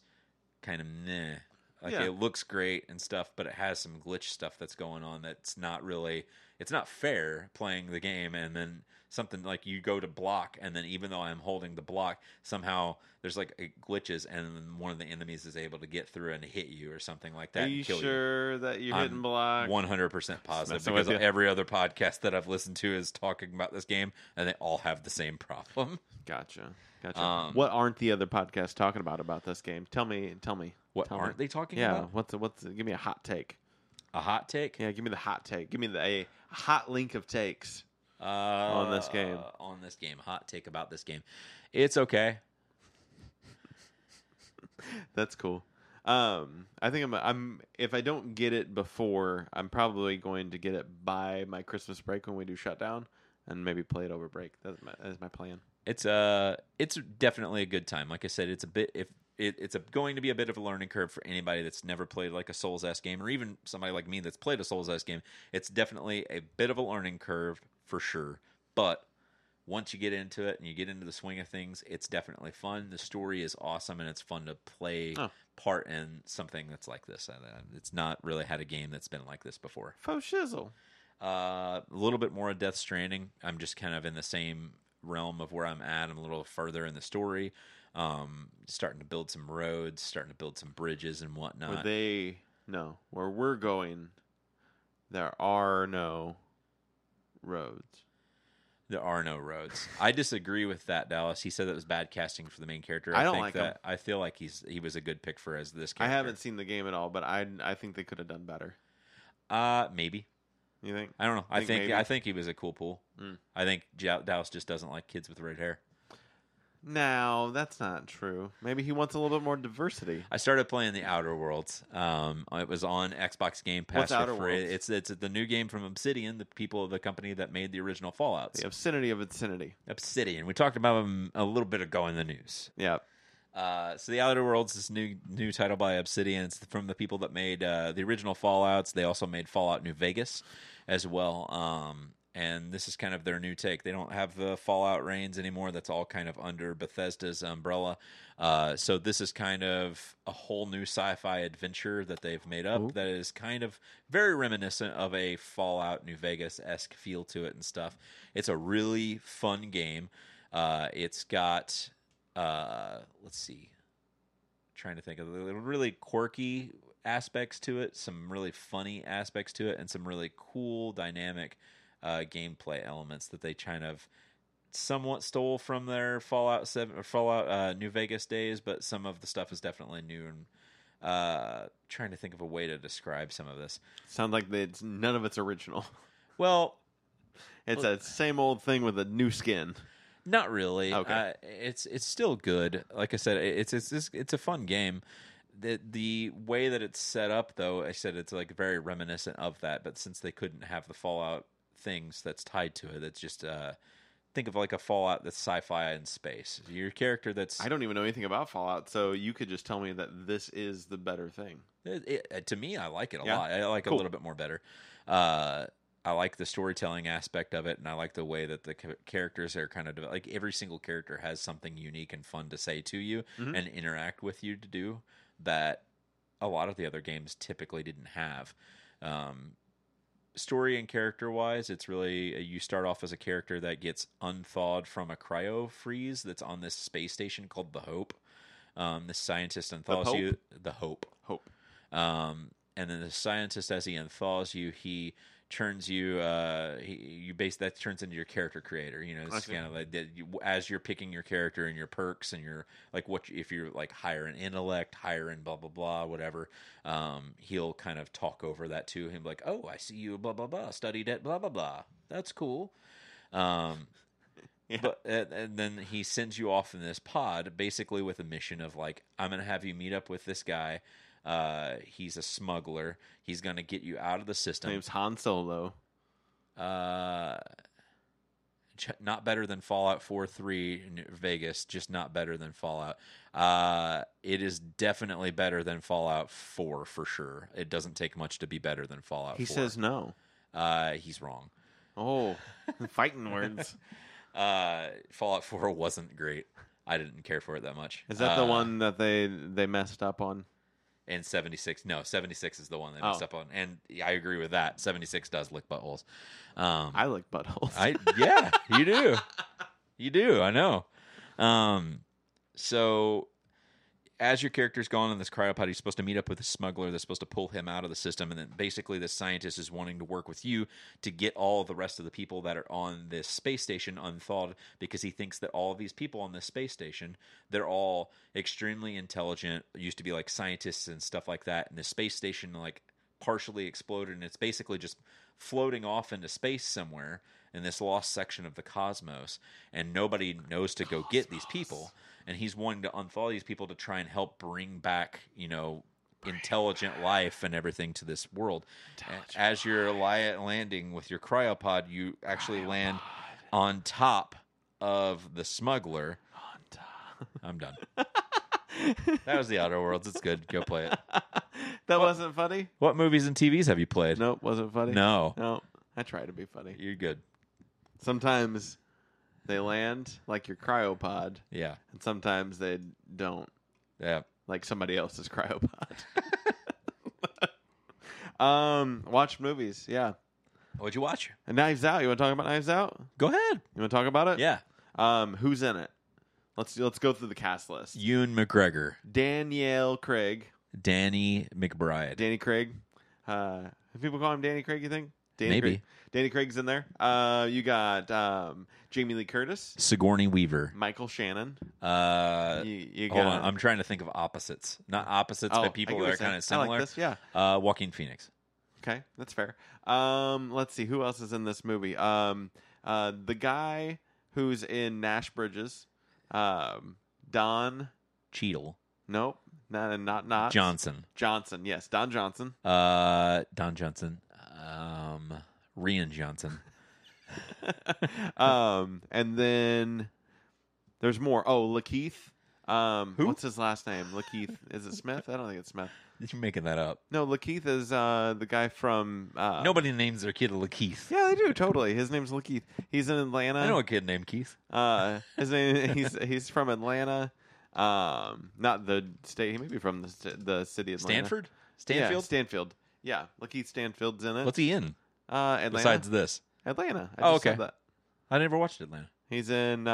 kind of meh. Like Yeah. it looks great and stuff, but it has some glitch stuff that's going on that's not really it's not fair playing the game and then something like you go to block and then even though I'm holding the block, somehow there's like a- glitches and then one of the enemies is able to get through and hit you or something like that Are and you kill you. sure that you're I'm hitting block? One hundred percent positive messing because with you. every other podcast that I've listened to is talking about this game, and they all have the same problem. Gotcha. Gotcha. Um, what aren't the other podcasts talking about about this game? Tell me. Tell me. What tell aren't me. they talking Yeah. about? What's the, what's the, give me a hot take? A hot take Yeah. Give me the hot take. Give me the a hot link of takes. uh, on this game. On this game, hot take about this game. It's okay. That's cool. Um, I think I'm, I'm. If I don't get it before, I'm probably going to get it by my Christmas break when we do shutdown, and maybe play it over break. That's my, that's my plan. It's uh it's definitely a good time. Like I said, it's a bit if it, it's a, going to be a bit of a learning curve for anybody that's never played like a Souls S game, or even somebody like me that's played a Souls S game. It's definitely a bit of a learning curve for sure. But once you get into it and you get into the swing of things, it's definitely fun. The story is awesome, and it's fun to play Oh. part in something that's like this. Uh, It's not really had a game that's been like this before. Faux shizzle. Uh, a little bit more of Death Stranding. I'm just kind of in the same realm of where I'm at. I'm a little further in the story. Um, starting to build some roads, starting to build some bridges and Where whatnot. they no, where we're going, there are no roads. there are no roads. I disagree with that, Dallas. He said that was bad casting for the main character. I don't think like that. I feel like he's he was a good pick for as this I character. haven't seen the game at all, but I I think they could have done better. Uh, maybe. You think? I don't know. I Think think maybe. I think he was a cool pool. Mm. I think Ja- Dallas just doesn't like kids with red hair. No, that's not true. Maybe he wants a little bit more diversity. I started playing the Outer Worlds. Um, it was on Xbox Game What's Pass for Outer free. Worlds? It's it's the new game from Obsidian, the people of the company that made the original Fallout. The obscenity of obscenity. Obsidian. We talked about them a little bit ago in the news. Yeah. Uh, so the Outer Worlds is new new title by Obsidian. It's from the people that made uh, the original Fallout's. They also made Fallout New Vegas as well. Um, and this is kind of their new take. They don't have the Fallout reigns anymore. That's all kind of under Bethesda's umbrella. Uh, so this is kind of a whole new sci-fi adventure that they've made up that is kind of very reminiscent of a Fallout New Vegas esque feel to it and stuff. It's a really fun game. Uh, it's got uh let's see trying to think of the really quirky aspects to it some really funny aspects to it and some really cool dynamic uh, gameplay elements that they kind of somewhat stole from their Fallout Seven or Fallout uh, New Vegas days, but some of the stuff is definitely new. And uh, trying to think of a way to describe some of this. Sound like it's none of it's original. Well, It's that same old thing with a new skin. Not really. Okay. Uh, it's it's still good. Like I said, it- it's it's it's, it's a fun game. The, the way that it's set up, though, I said it's like very reminiscent of that. But since they couldn't have the Fallout things that's tied to it, it's just uh, think of like a Fallout that's sci-fi in space. Your character that's I don't even know anything about Fallout, so you could just tell me that this is the better thing. It, it, uh, to me, I like it a Yeah? lot. I like it Cool. a little bit more better. Uh, I like the storytelling aspect of it, and I like the way that the ca- characters are kind of deve- like every single character has something unique and fun to say to you Mhm. and interact with you to do that a lot of the other games typically didn't have. Um, story and character wise, it's really uh, you start off as a character that gets unthawed from a cryo freeze that's on this space station called the Hope. Um, the scientist unthaws Pope? you, the Hope. Hope. Um, and then the scientist, as he unthaws you, he turns you. Uh, he, you base that turns into your character creator. You know, I it's see. kind of like that. You, as you're picking your character and your perks and your like what if you're like higher in intellect, higher in blah blah blah, whatever. Um, he'll kind of talk over that to him, like, "Oh, I see you, blah blah blah, studied at blah blah blah. That's cool." Um, Yeah. But and, and then he sends you off in this pod, basically with a mission of like, I'm gonna have you meet up with this guy. Uh, he's a smuggler. He's gonna get you out of the His system. name's Han Solo. Uh, ch- not better than Fallout 4 3 in Vegas, just not better than Fallout. Uh, it is definitely better than Fallout 4 for sure. It doesn't take much to be better than Fallout He 4. says no. uh, he's wrong. Oh, fighting words. Uh, Fallout 4 wasn't great. I didn't care for it that much. Is that the Uh, one that they they messed up on? And 76. No, 76 is the one they Oh. messed up on. And I agree with that. 76 does lick buttholes. Um, I like buttholes. I yeah, you do. You do, I know. Um so as your character's gone in this cryopod, he's supposed to meet up with a smuggler that's supposed to pull him out of the system, and then basically the scientist is wanting to work with you to get all the rest of the people that are on this space station unthawed because he thinks that all these people on this space station, they're all extremely intelligent, used to be like scientists and stuff like that, and the space station like partially exploded and it's basically just floating off into space somewhere in this lost section of the cosmos and nobody knows to go get these people and he's wanting to unthaw these people to try and help bring back you know intelligent life and everything to this world A- as you're li- landing with your cryopod you actually land on top of the smuggler i'm done that was the outer worlds it's good go play it that wasn't funny. what movies and tvs have you played Nope, wasn't funny. no no. I try to be funny. you're good Sometimes they land like your cryopod, yeah and sometimes they don't, yeah like somebody else's cryopod. um, watch movies, yeah. What'd you watch? And Knives Out. You want to talk about Knives Out? Go ahead. You want to talk about it? Yeah. Um, who's in it? Let's let's go through the cast list. Ewan McGregor, Danielle Craig, Danny McBride. Danny Craig. Uh, do people call him Danny Craig. You think? Danny Maybe. Craig. Danny Craig's in there. Uh, you got um, Jamie Lee Curtis, Sigourney Weaver. Michael Shannon. Uh, you, you hold got- on. I'm trying to think of opposites. Not opposites, Oh, I but people get what that you're are kind of saying. I similar. like this, yeah. Uh, Joaquin Phoenix. Okay, that's fair. Um, let's see who else is in this movie. Um, uh, the guy who's in Nash Bridges, um, Don. Cheadle. Nope, not not not Johnson. Johnson. Yes, Don Johnson. Uh, Don Johnson. Um, Rian Johnson. um, and then there's more. Oh, Lakeith. Um, what's his last name? Lakeith. Is it Smith? I don't think it's Smith. You're making that up. No, Lakeith is uh, the guy from. Uh, Nobody names their kid Lakeith. Yeah, they do totally. His name's Lakeith. He's in Atlanta. I know a kid named Keith. Uh, his name he's he's from Atlanta. Um, not the state. He may be from the st- the city of Atlanta. Stanford? Yeah, Stanfield? Stanfield. Yeah, Lakeith Stanfield's in it. What's he in uh, Atlanta? besides this? Atlanta. I Oh, just said okay. that. I never watched Atlanta. He's in. Uh,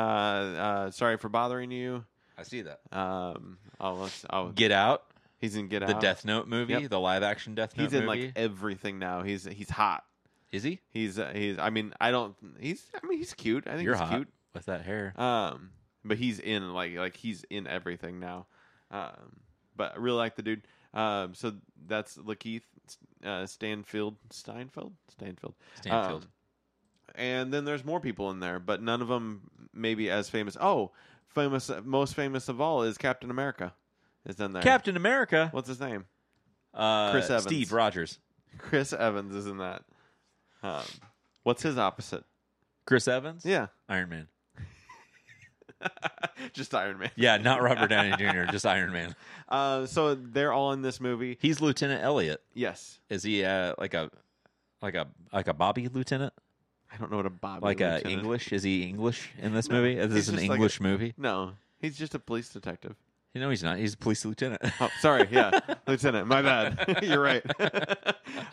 uh, Sorry for bothering you. I see that. Um, oh, let's, oh, Get Out, he's in Get the Out. Death Note movie, Yep. the live action Death He's Note in movie. like everything now. He's he's hot. Is he? He's uh, he's. I mean, I don't. He's. I mean, he's cute. I think You're he's hot cute. with that hair. Um, but he's in like like he's in everything now. Um, but I really like the dude. Um, so that's Lakeith uh, Stanfield Steinfeld Stanfield Stanfield. Um, and then there's more people in there, but none of them maybe as famous. Oh, famous most famous of all is Captain America. Is in there. Captain America. What's his name? Uh, Chris Evans. Steve Rogers. Chris Evans is in that. Um, what's his opposite? Chris Evans. Yeah, Iron Man. just Iron Man. Yeah, not Robert Downey Jr. Just Iron Man. Uh, so they're all in this movie. He's Lieutenant Elliot. Yes, Is he uh, like a like a like a Bobby lieutenant? I don't know what a Bobby Like a Lieutenant- English? Is he English in this No, movie? Is he's this an just like a- English movie? No, he's just a police detective. You know he's not. He's a police lieutenant. Oh, sorry, yeah, lieutenant. My bad. You're right.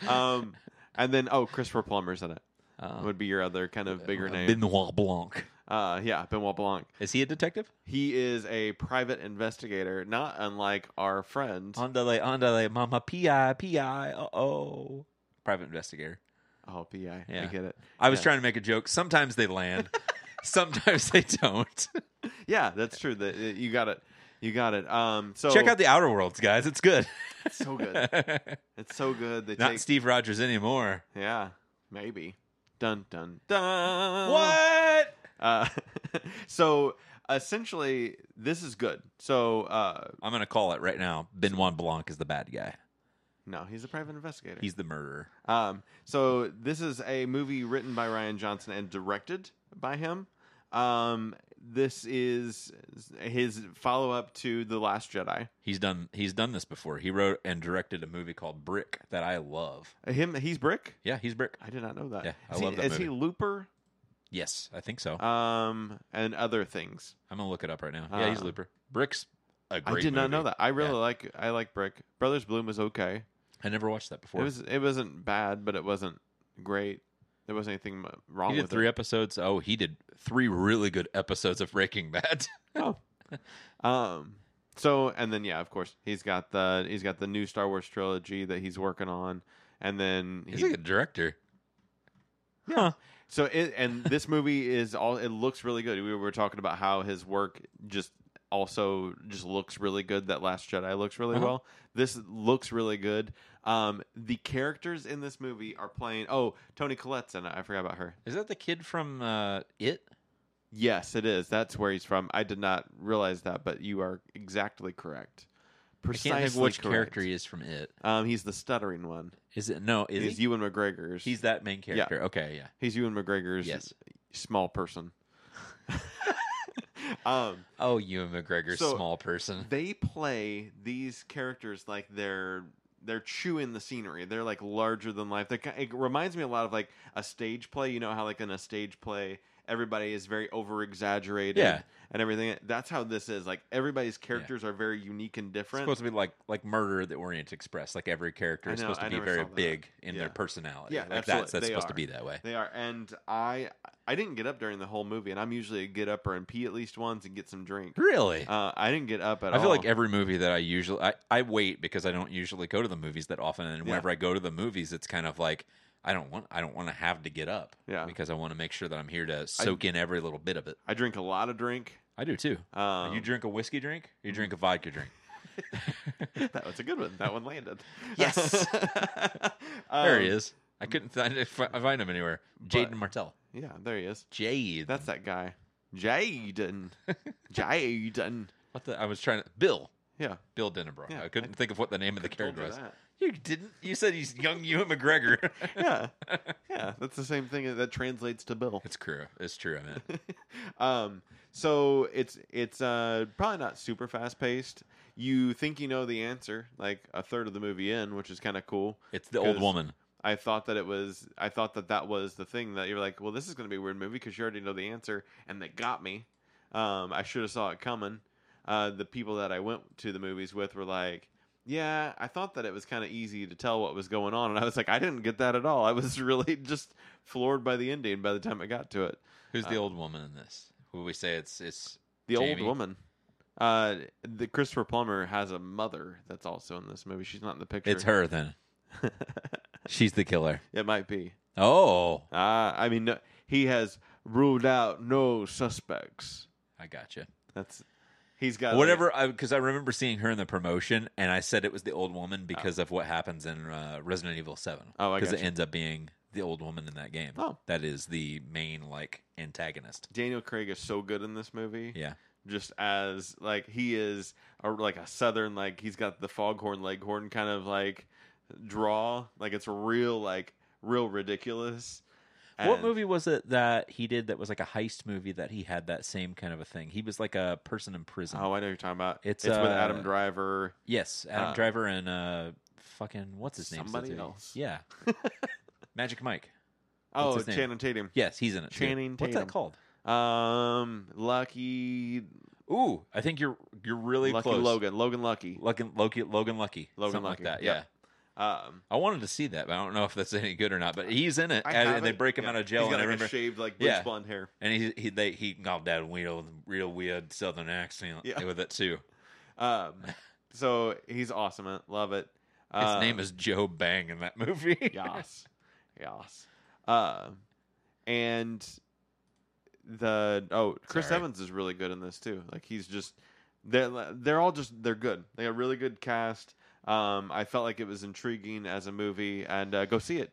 um, and then oh, Christopher Plummer's in it. Uh, Would be your other kind of bigger name. Benoit Blanc. Uh, yeah, Benoit Blanc. Is he a detective? He is a private investigator, not unlike our friend. Andale, andale, mama, pi, pi. Uh oh. Private investigator. Oh, Pi. I Yeah. get it. I was Yeah. trying to make a joke. Sometimes they land. Sometimes they don't. Yeah, that's true. That that- you got it. You got it. Um, so Check out the Outer Worlds, guys. It's good. It's so good. It's so good. They Not take. Steve Rogers anymore. yeah, maybe. Dun dun dun. What? Uh, so essentially, this is good. So uh, I'm gonna call it right now. Benoit Blanc is the bad guy. no, he's a private investigator. He's the murderer. Um, so this is a movie written by Ryan Johnson and directed by him. Um, this is his follow up to The Last Jedi. He's done. He's done this before. He wrote and directed a movie called Brick that I love. Him, he's Brick. Yeah, he's Brick. I did not know that. Yeah, I Is he- love that Is he movie. Looper? Yes, I think so. Um, and other things. I'm gonna look it up right now. Yeah, he's uh, Looper. Brick's a I great. did not movie. know that. I really Yeah. like I like Brick. Brothers Bloom was okay. I never watched that before. It was it wasn't bad, but it wasn't great. There wasn't anything mu- wrong he did with three it. episodes. Oh, he did three really good episodes of Breaking Bad. Um. So and then yeah, of course he's got the he's got the new Star Wars trilogy that he's working on, and then he's he- a good director. Yeah. so it and this movie is all it looks really good. We were talking about how his work just also just looks really good. That Last Jedi looks really Uh-huh. well. This looks really good. Um, the characters in this movie are playing. Oh, Tony Collette's in it. I forgot about her. Is that the kid from uh, It? Yes, it is. That's where he's from. I did not realize that, but you are exactly correct. Precisely I can't think of which correct. character he is from It. Um, he's the stuttering one. Is it no? Is he's he? Ewan McGregor's. He's that main character. Okay, yeah. he's Ewan McGregor's Yes. small person. um, Oh, Ewan McGregor's So- small person. they play these characters like they're they're chewing the scenery. They're like larger than life. They're, ki- it reminds me a lot of like a stage play. You know how like in a stage play everybody is very over exaggerated Yeah. and everything. That's how this is. Like everybody's characters are very unique and It's different. supposed to be like like Murder at the Orient Express. Like every character I is know, supposed to I be never very saw that. big in Yeah. their personality. Yeah, like that's absolutely, that's they supposed are. to be that way. They are, and I I didn't get up during the whole movie, and I'm usually a get upper and pee at least once and get some drink. Really? Uh, I didn't get up at I feel all. like every movie that I usually I, I wait because I don't usually go to the movies that often and Yeah. whenever I go to the movies it's kind of like I don't want I don't want to have to get up Yeah. because I want to make sure that I'm here to soak in every little bit of it. I drink a lot of drink. I do too. Um, mm-hmm. you drink a whiskey drink? You drink a vodka drink. that was a good one. That one landed. Yes. Um, there he is. I couldn't find, find him anywhere. Jaden Martell. Yeah, there he is. Jade. That's that guy, Jaden. Jaden. What the? I was trying to Bill. Yeah, Bill Denebrough. Yeah, I couldn't think of what the name of the told character you was. that. You didn't. You said he's young Ewan McGregor. Yeah, yeah. That's the same thing that translates to Bill. it's true. It's true. I mean, um, so it's it's uh, probably not super fast paced. You think you know the answer, like a third of the movie in, which is kind of cool. it's the old 'Cause- woman. I thought that it was. I thought that that was the thing that you're like, well, this is going to be a weird movie because you already know the answer, and they got me. Um, I should have saw it coming. Uh, the people that I went to the movies with were like, yeah, I thought that it was kind of easy to tell what was going on, and I was like, I didn't get that at all. I was really just floored by the ending by the time I got to it. Who's the Uh, old woman in this? Will we say it's it's The Jamie. old woman. Uh, the Christopher Plummer has a mother that's also in this movie. She's not in the picture. it's her then? She's the killer. It might be. Oh, Uh, I mean, no- he has ruled out no suspects. I gotcha. That's he's got Whatever, because I, remember seeing her in the promotion, and I said it was the old woman because of what happens in uh, Resident Evil Seven. Oh, I because it gotcha. ends up being the old woman in that game. Oh. that is the main like antagonist. Daniel Craig is so good in this movie. Yeah, just as like he is a, like a southern like he's got the foghorn leghorn kind of like draw like it's real like real ridiculous what And- movie was it that he did that was like a heist movie that he had that same kind of a thing? He was like a person in prison. oh i know what you're talking about It's, it's, with uh, adam driver yes, Adam uh, Driver and uh, fucking what's his name? is that Somebody dude? else. Yeah, Magic Mike. oh his name? channing tatum Yes, he's in it. too. Channing What's Tatum. that called? um lucky Ooh, I think you're you're really lucky close. logan logan lucky Logan, Loki, Logan Lucky, Logan something Lucky, like that. yeah. Yeah, um I wanted to see that, but I don't know if that's any good or not. But he's in it, I and, have and they it. break him Yeah. out of jail. he's got and I like remember, a shaved like bleach Yeah. blonde hair and he he they he got that weird, real weird Southern accent Yeah. with it too. um so he's awesome in it. love it Um, His Uh, name is Joe Bang in that movie. Yas. Yas. Uh, and the oh, Chris Sorry. Evans is really good in this too. Like he's just they're they're all just they're good. They got a really good cast. Um, I felt like it was intriguing as a movie, and uh, go see it.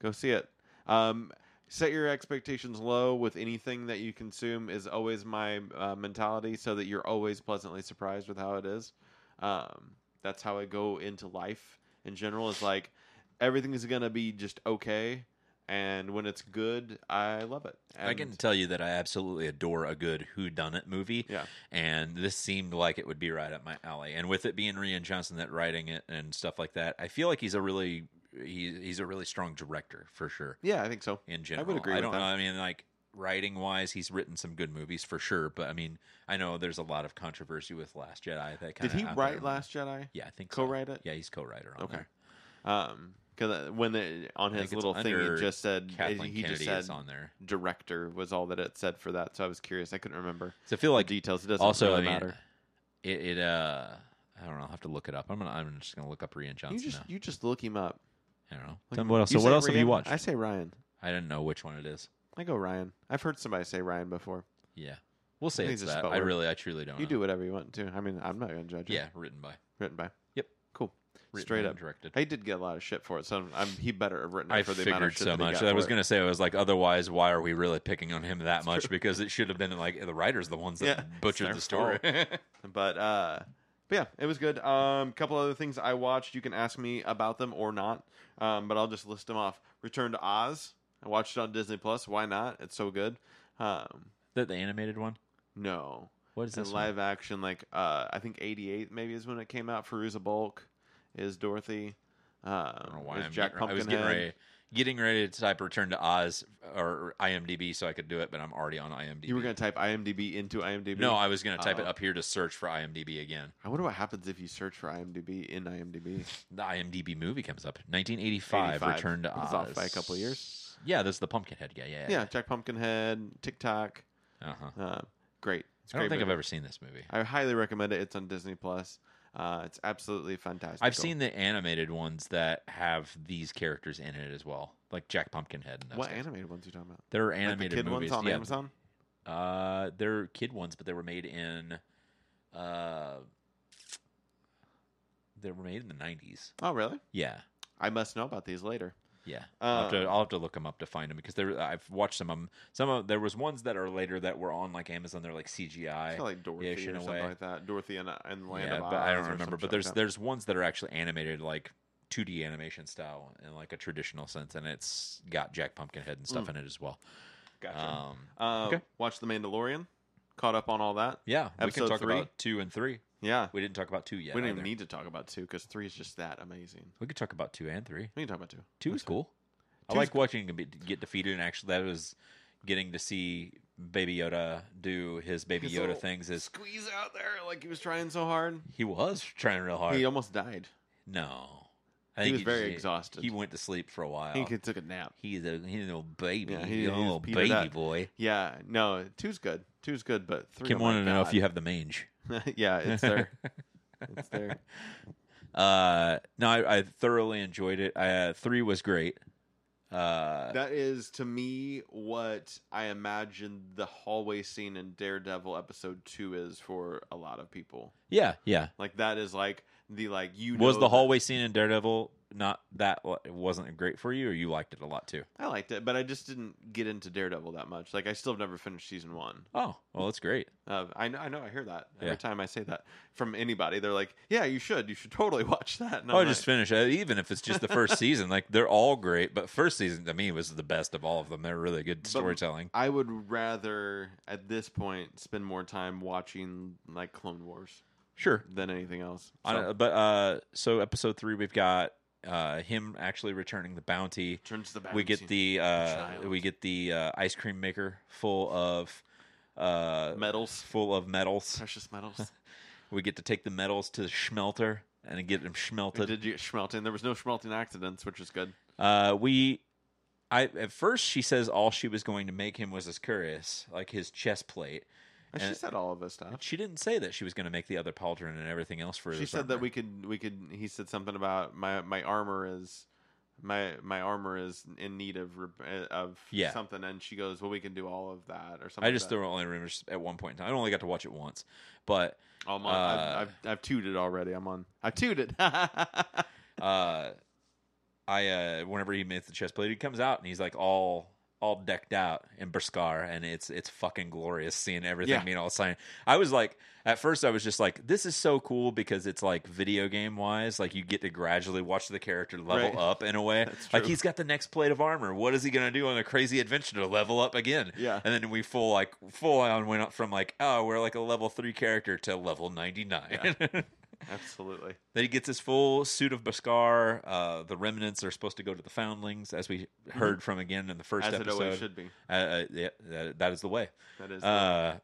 Go see it. Um, set your expectations low with anything that you consume is always my uh, mentality, so that you're always pleasantly surprised with how it is. Um, that's how I go into life in general. Is like everything is gonna be just okay, and when it's good, I love it. And I can tell you that I absolutely adore a good Who Done It movie. Yeah. And this seemed like it would be right up my alley. And with it being Rian Johnson that writing it and stuff like that, I feel like he's a really he, he's a really strong director for sure. Yeah, I think so. in general. agree I with don't that. know. I mean, like writing wise, he's written some good movies for sure. But I mean, I know there's a lot of controversy with Last Jedi. That kind Did he write Last Jedi? Yeah, I think so. Co-write it? Yeah, he's co-writer. On Okay. there. Um, because when it, on his I think it's little thing, it under just said it, Kathleen he Kennedy just is said on there. director was all that it said for that. So I was curious. I couldn't remember So I feel like like details. It doesn't also really I mean, matter. it, it uh. I don't know. I'll have to look it up. I'm gonna. I'm just gonna look up Rian Johnson. You just now. you just look him up. I don't know. Look Tell him me what up. else. So what say else have you Ryan? watched? I say Ryan. I didn't know which one it is. I go Ryan. I've heard somebody say Ryan before. Yeah, we'll say think it's it's a that. spell I word. really, I truly don't. You know. do whatever you want to. I mean, I'm not gonna judge you. Oh, Yeah, written by, Written by. Yep. Cool. written Straight and up. directed. I did get a lot of shit for it, so I'm, I'm, he better have written it I for the amount of figured shit so that he much. got I for was it. going to say, I was like, otherwise, why are we really picking on him that much? Because it should have been like the writers, the ones that Yeah, it's butchered their the story. but uh but yeah it was good um couple other things i watched you can ask me about them or not um but i'll just list them off return to oz i watched it on disney plus why not it's so good um the, the animated one. no What is it's this? in one? live action like uh i think 88 maybe is when it came out Feruza bulk is dorothy um I don't know why is I'm jack getting, I was pumpkinhead getting ready, getting ready to type "Return to Oz" or IMDb so I could do it, but I'm already on IMDb. you were gonna type imdb into imdb no, I was going to type it Oh. up here to search for IMDb again. i wonder what happens if you search for imdb in imdb The IMDb movie comes up, 1985, 85. "Return to It was Oz." off by a couple years. Yeah, this is the Pumpkinhead guy. Yeah, yeah jack pumpkinhead tiktok Uh-huh. uh great it's I great don't think movie. I've ever seen this movie. I highly recommend it. It's on Disney Plus. Uh, it's absolutely fantastic. I've seen the animated ones that have these characters in it as well, like Jack Pumpkinhead. And those what guys. animated ones are you talking about? There are Like the animated kid movies. ones on yeah. Amazon. Uh, they're kid ones, but they were made in. Uh, they were made in the nineties. Oh, really? Yeah, I must know about these later. yeah. I'll, have Uh, to, I'll have to look them up to find them because there. I've watched some of them. Some of there was ones that are later that were on like Amazon. They're like It's CGI. got like Dorothy in or a something way. like that. Dorothy and, and Land yeah, of Oz. but I or don't some remember. shit But there's like that. there's ones that are actually animated like 2D animation style in like a traditional sense, and it's got Jack Pumpkinhead and stuff in it as well. Mm. Gotcha. Um, uh, okay. Watch The Mandalorian. Caught up on all that. yeah, we can Episode talk three? about two and three. Yeah. We didn't talk about two yet. we don't either. even need to talk about two because three is just that amazing. We could talk about two and three. We can talk about two. Two is That's fine. cool. I Two's like watching him be- get defeated, and actually, that was getting to see Baby Yoda do his Baby His Yoda little things. Is Squeeze out there like he was trying so hard. he was trying real hard? He almost died. no, I He was just- very exhausted. He went to sleep for a while. He could- took a nap. He's a he's a little baby, Yeah, he- he's a he's little Peter baby that- boy. Yeah, no, two's good. Two's good, but three. oh Kim my wanted to know if God. you have the mange. yeah, it's there. it's there. Uh, no, I, I thoroughly enjoyed it. I, uh, three was great. Uh, That is to me what I imagine the hallway scene in Daredevil episode two is for a lot of people. yeah, yeah. Like that is like the like you Was know the that- hallway scene in Daredevil not that it wasn't great for you, or you liked it a lot too? I liked it, but I just didn't get into Daredevil that much. Like I still have never finished season one. Oh, well, that's great. Uh, I know, I know, I hear that every Yeah. time I say that from anybody. They're like, "Yeah, you should. You should totally watch that." And Oh, I'm just like, finish it, even if it's just the first season. Like they're all great, but first season to me was the best of all of them. They're really good storytelling. I would rather at this point spend more time watching like Clone Wars Sure, than anything else. I So, don't- but uh, so episode three, we've got uh him actually returning the bounty. turns the back. we get the uh, child. we get the uh, ice cream maker full of uh, medals, full of metals. precious metals. We get to take the metals to the schmelter and get them It schmelted. did you get schmelting? There was no schmelting accidents, which is good. Uh, we, I at first she says all she was going to make him was his curious, like his chest plate. And she And- said all of this stuff. She didn't say that she was going to make the other pauldron and everything else for. Uh-huh. She his said that armor. we could we could. He said something about my my armor is my my armor is in need of rep- uh, of Yeah. something, and she goes, "Well, we can do all of that or something." I just like that. don't only remember at one point in time. I only got to watch it once, but I'm on, uh, I've, I've I've tooted already. I'm on. I tooted. uh, I uh, whenever he makes the chest plate, he comes out and he's like all all decked out in Berskar, and it's it's fucking glorious seeing everything Yeah. being all signed. I was like, at first, I was just like, this is so cool because it's like video game wise, like you get to gradually watch the character level Right. up in a way. That's Like true. he's got the next plate of armor. What is he gonna do on a crazy adventure to level up again? yeah. And then we full like full on went up from like oh we're like a level three character to level ninety nine. Absolutely. Then he gets his full suit of Bhaskar. Uh, the remnants are supposed to go to the foundlings, as we heard from again in the first Mm-hmm. As it episode. always should be. Uh, uh, yeah, that, that is the way. That is. the- Uh,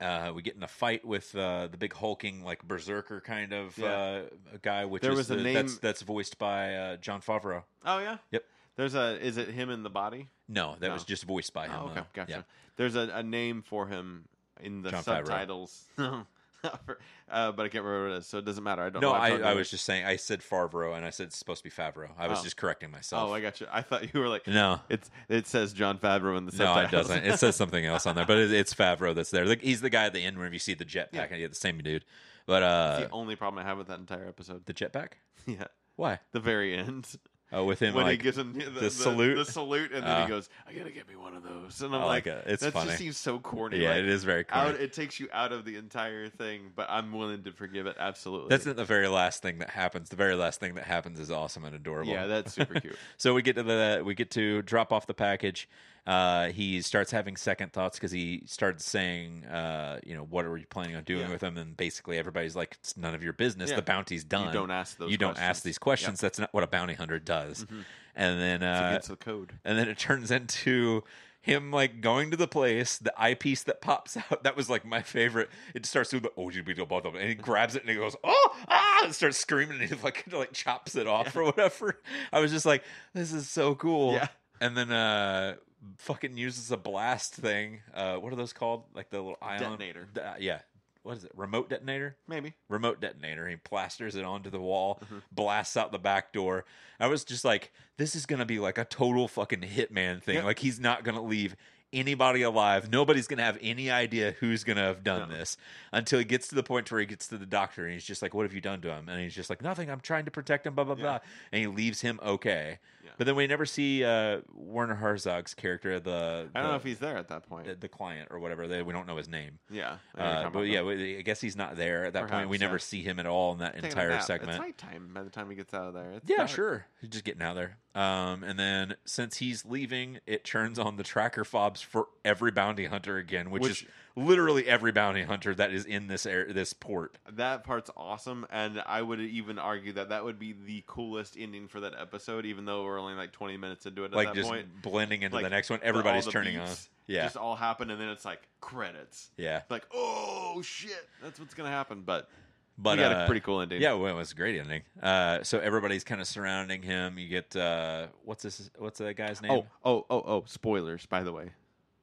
uh, we get in a fight with uh, the big hulking, like berserker kind of uh, guy, which There is was a the- name- that's, that's voiced by uh, John Favreau. oh yeah. yep. There's a. Is it him in the body? No, that No. was just voiced by him. Oh, okay, though. gotcha. Yeah. There's a, a name for him in the John Favreau. subtitles, uh, but I can't remember what it is, so it doesn't matter. I don't. No, know. I, don't know I it. was just saying. I said Favreau, and I said it's supposed to be Favreau. I was Oh. just correcting myself. Oh, I got you. I thought you were like no, it's. It says John Favreau in the No, it subtitles. doesn't. It says something else on there, but it, it's Favreau that's there. Like, he's the guy at the end whenever you see the jetpack, Yeah. and you get the same dude. But uh, the only problem I have with that entire episode. the jetpack? yeah, Why? the very end Oh, with him when like he gives him the, the, salute? the salute, and then Uh. he goes, "I gotta get me one of those." And I'm I like, like it. It's that funny. just seems so corny. yeah, like, it is very Out, cool. it takes you out of the entire thing, but I'm willing to forgive it absolutely. That's not the very last thing that happens. The very last thing that happens is awesome and adorable. yeah, that's super cute. So we get to the we get to drop off the package. Uh, he starts having second thoughts because he starts saying, uh, you know, what are you planning on doing Yeah. with them? And basically, everybody's like, it's none of your business. Yeah. The bounty's done. You don't ask those. you don't ask questions. Mm-hmm. these questions. That's not what a bounty hunter does. And then It's uh, against the code. and then it turns into him like going to the place, the eyepiece that pops out. That was like my favorite. It starts with the oh, did we do blah blah, blah," and he grabs it and he goes oh ah, and starts screaming and he like kinda, like chops it off or whatever. I was just like, this is so cool. Yeah. And then uh, fucking uses a blast thing. Uh, what are those called? Like the little ion Detonator. Uh, yeah. What is it? Remote detonator? Maybe. remote detonator. He plasters it onto the wall, Mm-hmm. blasts out the back door. I was just like, this is going to be like a total fucking hitman thing. Yeah. Like, he's not going to leave anybody alive. Nobody's going to have any idea who's going to have done No. this until he gets to the point where he gets to the doctor and he's just like, what have you done to him? And he's just like, nothing. I'm trying to protect him, blah, blah, Yeah. blah. And he leaves him okay. Yeah. But then we never see uh, Werner Herzog's character, the. I don't the- know if he's there at that point. the- the client or whatever they, we don't know his name yeah. I know what you're uh, talking but about yeah, now. we- I guess he's not there at that point. Perhaps, We never yeah. see him at all in that Taking a nap. entire It's segment. nighttime by the time he gets out of there. It's yeah, dark. sure. He's just getting out of there. Um, and then since he's leaving, it turns on the tracker fobs for every bounty hunter again, which, Which- is literally every bounty hunter that is in this air, this port. That part's awesome, and I would even argue that that would be the coolest ending for that episode, even though we're only like 20 minutes into it at like that just point. blending into Like, the next one. the- all Everybody's the turning on. beats Yeah, Just all happen, and then it's like credits. yeah. Like, oh shit, that's what's going to happen. But, But we got uh, a pretty cool ending. Yeah, well, it was a great ending. Uh, so everybody's kind of surrounding him. You get uh, what's this? What's that guy's name? Oh, oh, oh, oh, spoilers, by the way.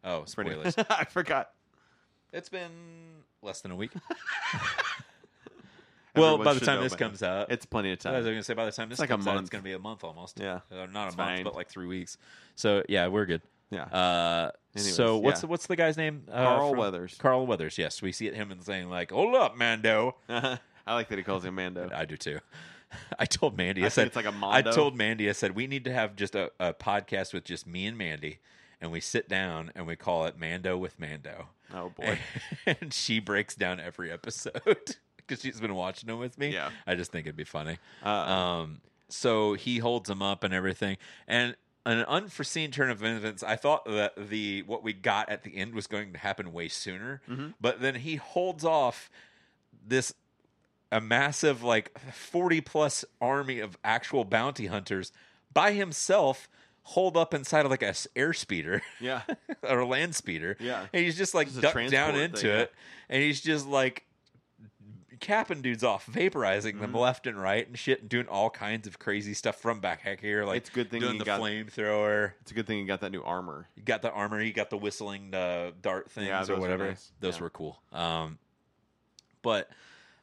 oh For any- spoilers. I forgot. It's been less than a week. well, Everyone by the should time know this by now. comes out, it's plenty of I was time. going to say by the time this like a comes out, month. it's going to be a month almost. Yeah. Uh, not a month, fine. but like three weeks. So yeah, we're good. Yeah. Uh, Anyways, so what's yeah. the, what's the guy's name? Uh, Carl from- Weathers. Carl Weathers. Yes, we see it him and saying like, "Hold up, Mando." I like that he calls him Mando. I do too. I told Mandy. I, I think said it's like a I Mondo. told Mandy. I said we need to have just a, a podcast with just me and Mandy, and we sit down and we call it Mando with Mando. Oh boy. and she breaks down every episode because she's been watching them with me. Yeah. I just think it'd be funny. Uh, Um, so he holds him up and everything, and an unforeseen turn of events. I thought that the what we got at the end was going to happen way sooner, Mhm. but then he holds off this a massive like forty plus army of actual bounty hunters by himself. Hold up inside of like a s- air speeder yeah. or a land speeder. Yeah. And he's just like Just a ducked down transport into thing, yeah. it. And he's just like capping dudes off, vaporizing Mm-hmm. them left and right and shit, and doing all kinds of crazy stuff from back back here. Like It's a good thing doing he the got- flamethrower. It's a good thing he got that new armor. You got the armor, you got the whistling uh, dart things Yeah, or those were whatever. nice. Those Yeah. were cool. Um but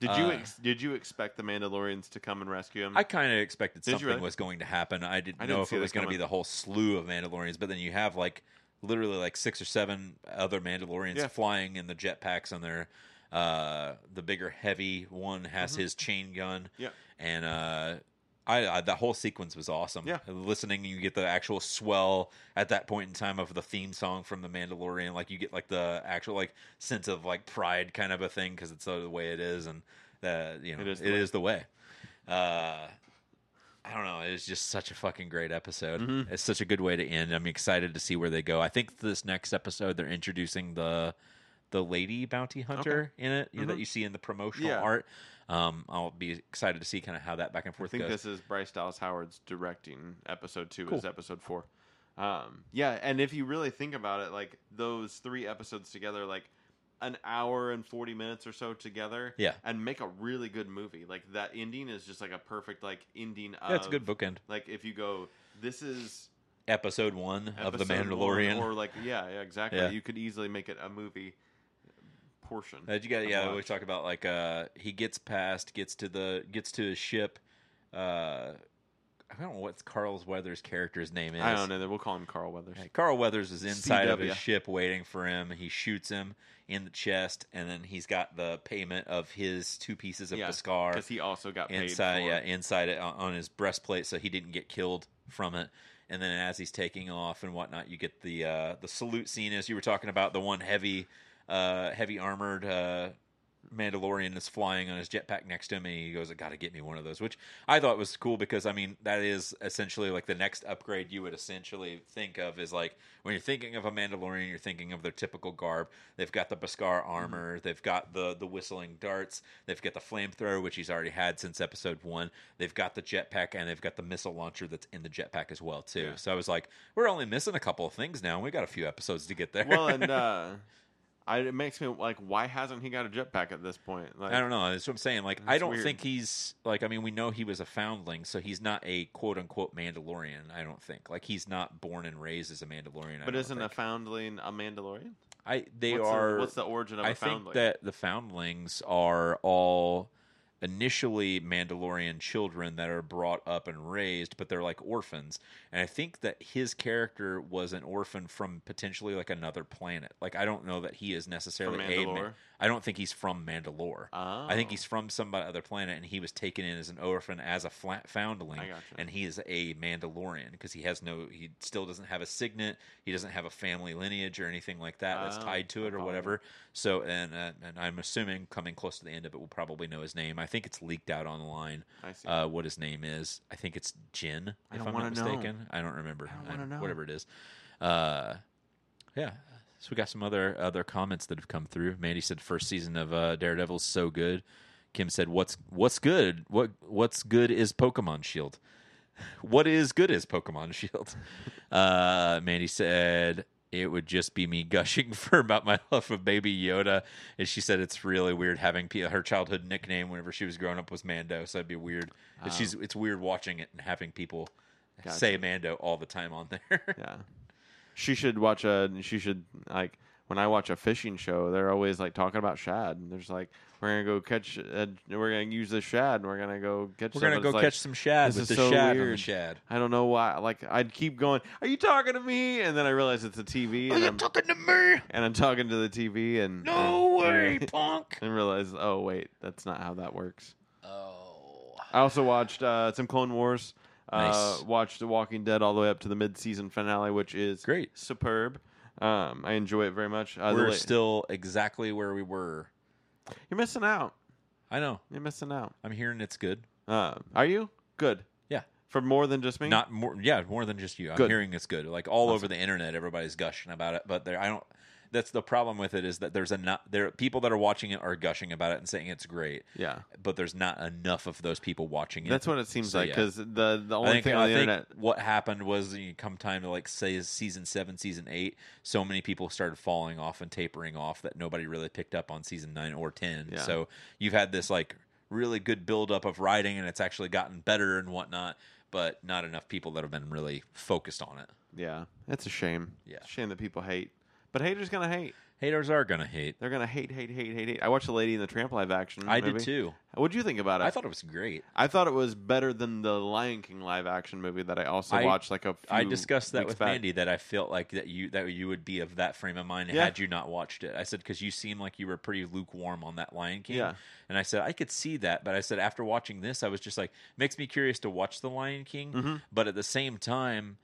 Did you Uh, ex- did you expect the Mandalorians to come and rescue him? I kind of expected Did you something really? was going to happen. I didn't, I know didn't if see it that was going to be coming. the whole slew of Mandalorians, but then you have like literally like six or seven other Mandalorians Yeah. flying in the jetpacks on their. Uh, the bigger, heavy one has his chain gun. Mm-hmm. Yeah. and uh, I, I that whole sequence was awesome. Yeah. listening, you get the actual swell at that point in time of the theme song from the Mandalorian. Like you get like the actual like sense of like pride kind of a thing because it's the way it is, and that you know It is the it way. is the way uh I don't know. It was just such a fucking great episode. Mm-hmm. It's such a good way to end. I'm excited to see where they go. I think this next episode they're introducing the the lady bounty hunter in it you know, that you see in the promotional Mm-hmm. Yeah. art. Um, I'll be excited to see kind of how that back and I forth think goes. this is Bryce Dallas Howard's directing episode two Cool. is episode four. Um, yeah, and if you really think about it, like those three episodes together, like an hour and forty minutes or so together, Yeah. and make a really good movie. Like that ending is just like a perfect like ending. Of, Yeah, it's a good bookend. Like if you go, this is Episode one of the episode one," Mandalorian. or like yeah, yeah exactly. Yeah. You could easily make it a movie portion. That you got, of yeah. We watch. talk about like uh, he gets past, gets to the, gets to his ship. Uh, I don't know what Carl's Weathers' character's name is. I don't know. We'll call him Carl Weathers. Right, Carl Weathers is inside of his CW. ship waiting for him. He shoots him in the chest, and then he's got the payment of his two pieces of Yeah, the scar because he also got paid inside, for yeah, inside it on, on his breastplate, so he didn't get killed from it. And then as he's taking off and whatnot, you get the uh, the salute scene, as you were talking about. The one heavy, uh, heavy armored uh, Mandalorian is flying on his jetpack next to him, and he goes, "I got to get me one of those," which I thought was cool because I mean that is essentially like the next upgrade you would essentially think of is like when you're thinking of a Mandalorian, you're thinking of their typical garb. They've got the Beskar Mm-hmm. armor, they've got the the whistling darts, they've got the flamethrower, which he's already had since episode one. They've got the jetpack, and they've got the missile launcher that's in the jetpack as well too. Yeah. So I was like, we're only missing a couple of things now. We got a few episodes to get there. well, and uh, I, it makes me like, why hasn't he got a jetpack at this point? Like, I don't know. That's what I'm saying. Like, I That's don't weird. think he's like. I mean, we know he was a foundling, so he's not a quote unquote Mandalorian. I don't think. Like, he's not born and raised as a Mandalorian. But isn't a I don't think. foundling a Mandalorian? I they what's are. The, what's the origin of a I foundling? think that the foundlings are all initially Mandalorian children that are brought up and raised, but they're like orphans. And I think that his character was an orphan from potentially like another planet. Like I don't know that he is necessarily a. Ma- Mandalore? I don't think he's from Mandalore. Oh. I think he's from some other planet, and he was taken in as an orphan, as a flat foundling, I gotcha. and he is a Mandalorian because he has no, he still doesn't have a signet, he doesn't have a family lineage or anything like that that's Oh, tied to it or follow. whatever. So, and uh, and I'm assuming coming close to the end of it, we'll probably know his name. I think it's leaked out online I see. uh, what his name is. I think it's Jin, I if don't I'm not wanna know. mistaken. I don't remember. I don't wanna know. Whatever it is. Uh, yeah. So we got some other other comments that have come through. Mandy said first season of uh, Daredevil's so good. Kim said what's what's good? What what's good is Pokemon Shield. What is good is Pokemon Shield. Uh, Mandy said it would just be me gushing for about my love of Baby Yoda, and she said it's really weird having pe- her childhood nickname whenever she was growing up was Mando, so it'd be weird. And She's it's weird watching it and having people say Mando all the time on there. yeah. She should watch a. She should like when I watch a fishing show, they're always like talking about shad. And there's like, we're gonna go catch, uh, we're gonna use this shad, and we're gonna go catch. We're some. gonna It's go like, catch some shad this with is the so shad on the weird. shad. I don't know why. Like I'd keep going. Are you talking to me? And then I realize it's a TV. Are and you I'm, talking to me? and I'm talking to the TV. And No and- way, punk. And realize, oh wait, that's not how that works. Oh. I also watched uh, some Clone Wars. Uh, Nice. Watched The Walking Dead all the way up to the mid-season finale, which is Great. superb. Um, I enjoy it very much. Uh, the We're la- still exactly where we were. you're missing out. I know. You're missing out. I'm hearing it's good. Um, are you good? Yeah. For more than just me. Not more. Yeah, more than just you. I'm Good. hearing it's good. Like all over the internet, everybody's gushing about it. But there, I don't. That's the problem with it is that there's a not there people that are watching it are gushing about it and saying it's great, Yeah. but there's not enough of those people watching it. That's what it seems So, like yeah. 'cause like because the the only I think, thing on I the think internet. what happened was you come time to like say season seven, season eight, so many people started falling off and tapering off that nobody really picked up on season nine or ten. Yeah. So you've had this like really good buildup of writing and it's actually gotten better and whatnot, but not enough people that have been really focused on it. Yeah, it's a shame. Yeah. shame that people hate. But haters gonna hate. Haters are gonna hate. They're gonna hate, hate, hate, hate, hate. I watched the Lady in the Tramp live action. I did movie. too. What'd you think about it? I thought it was great. I thought it was better than the Lion King live action movie that I also I- watched like a few I discussed that weeks with back. Mandy that I felt like that you that you would be of that frame of mind Yeah. had you not watched it. I said because you seem like you were pretty lukewarm on that Lion King, Yeah. and I said I could see that, but I said after watching this, I was just like makes me curious to watch the Lion King, Mhm. but at the same time,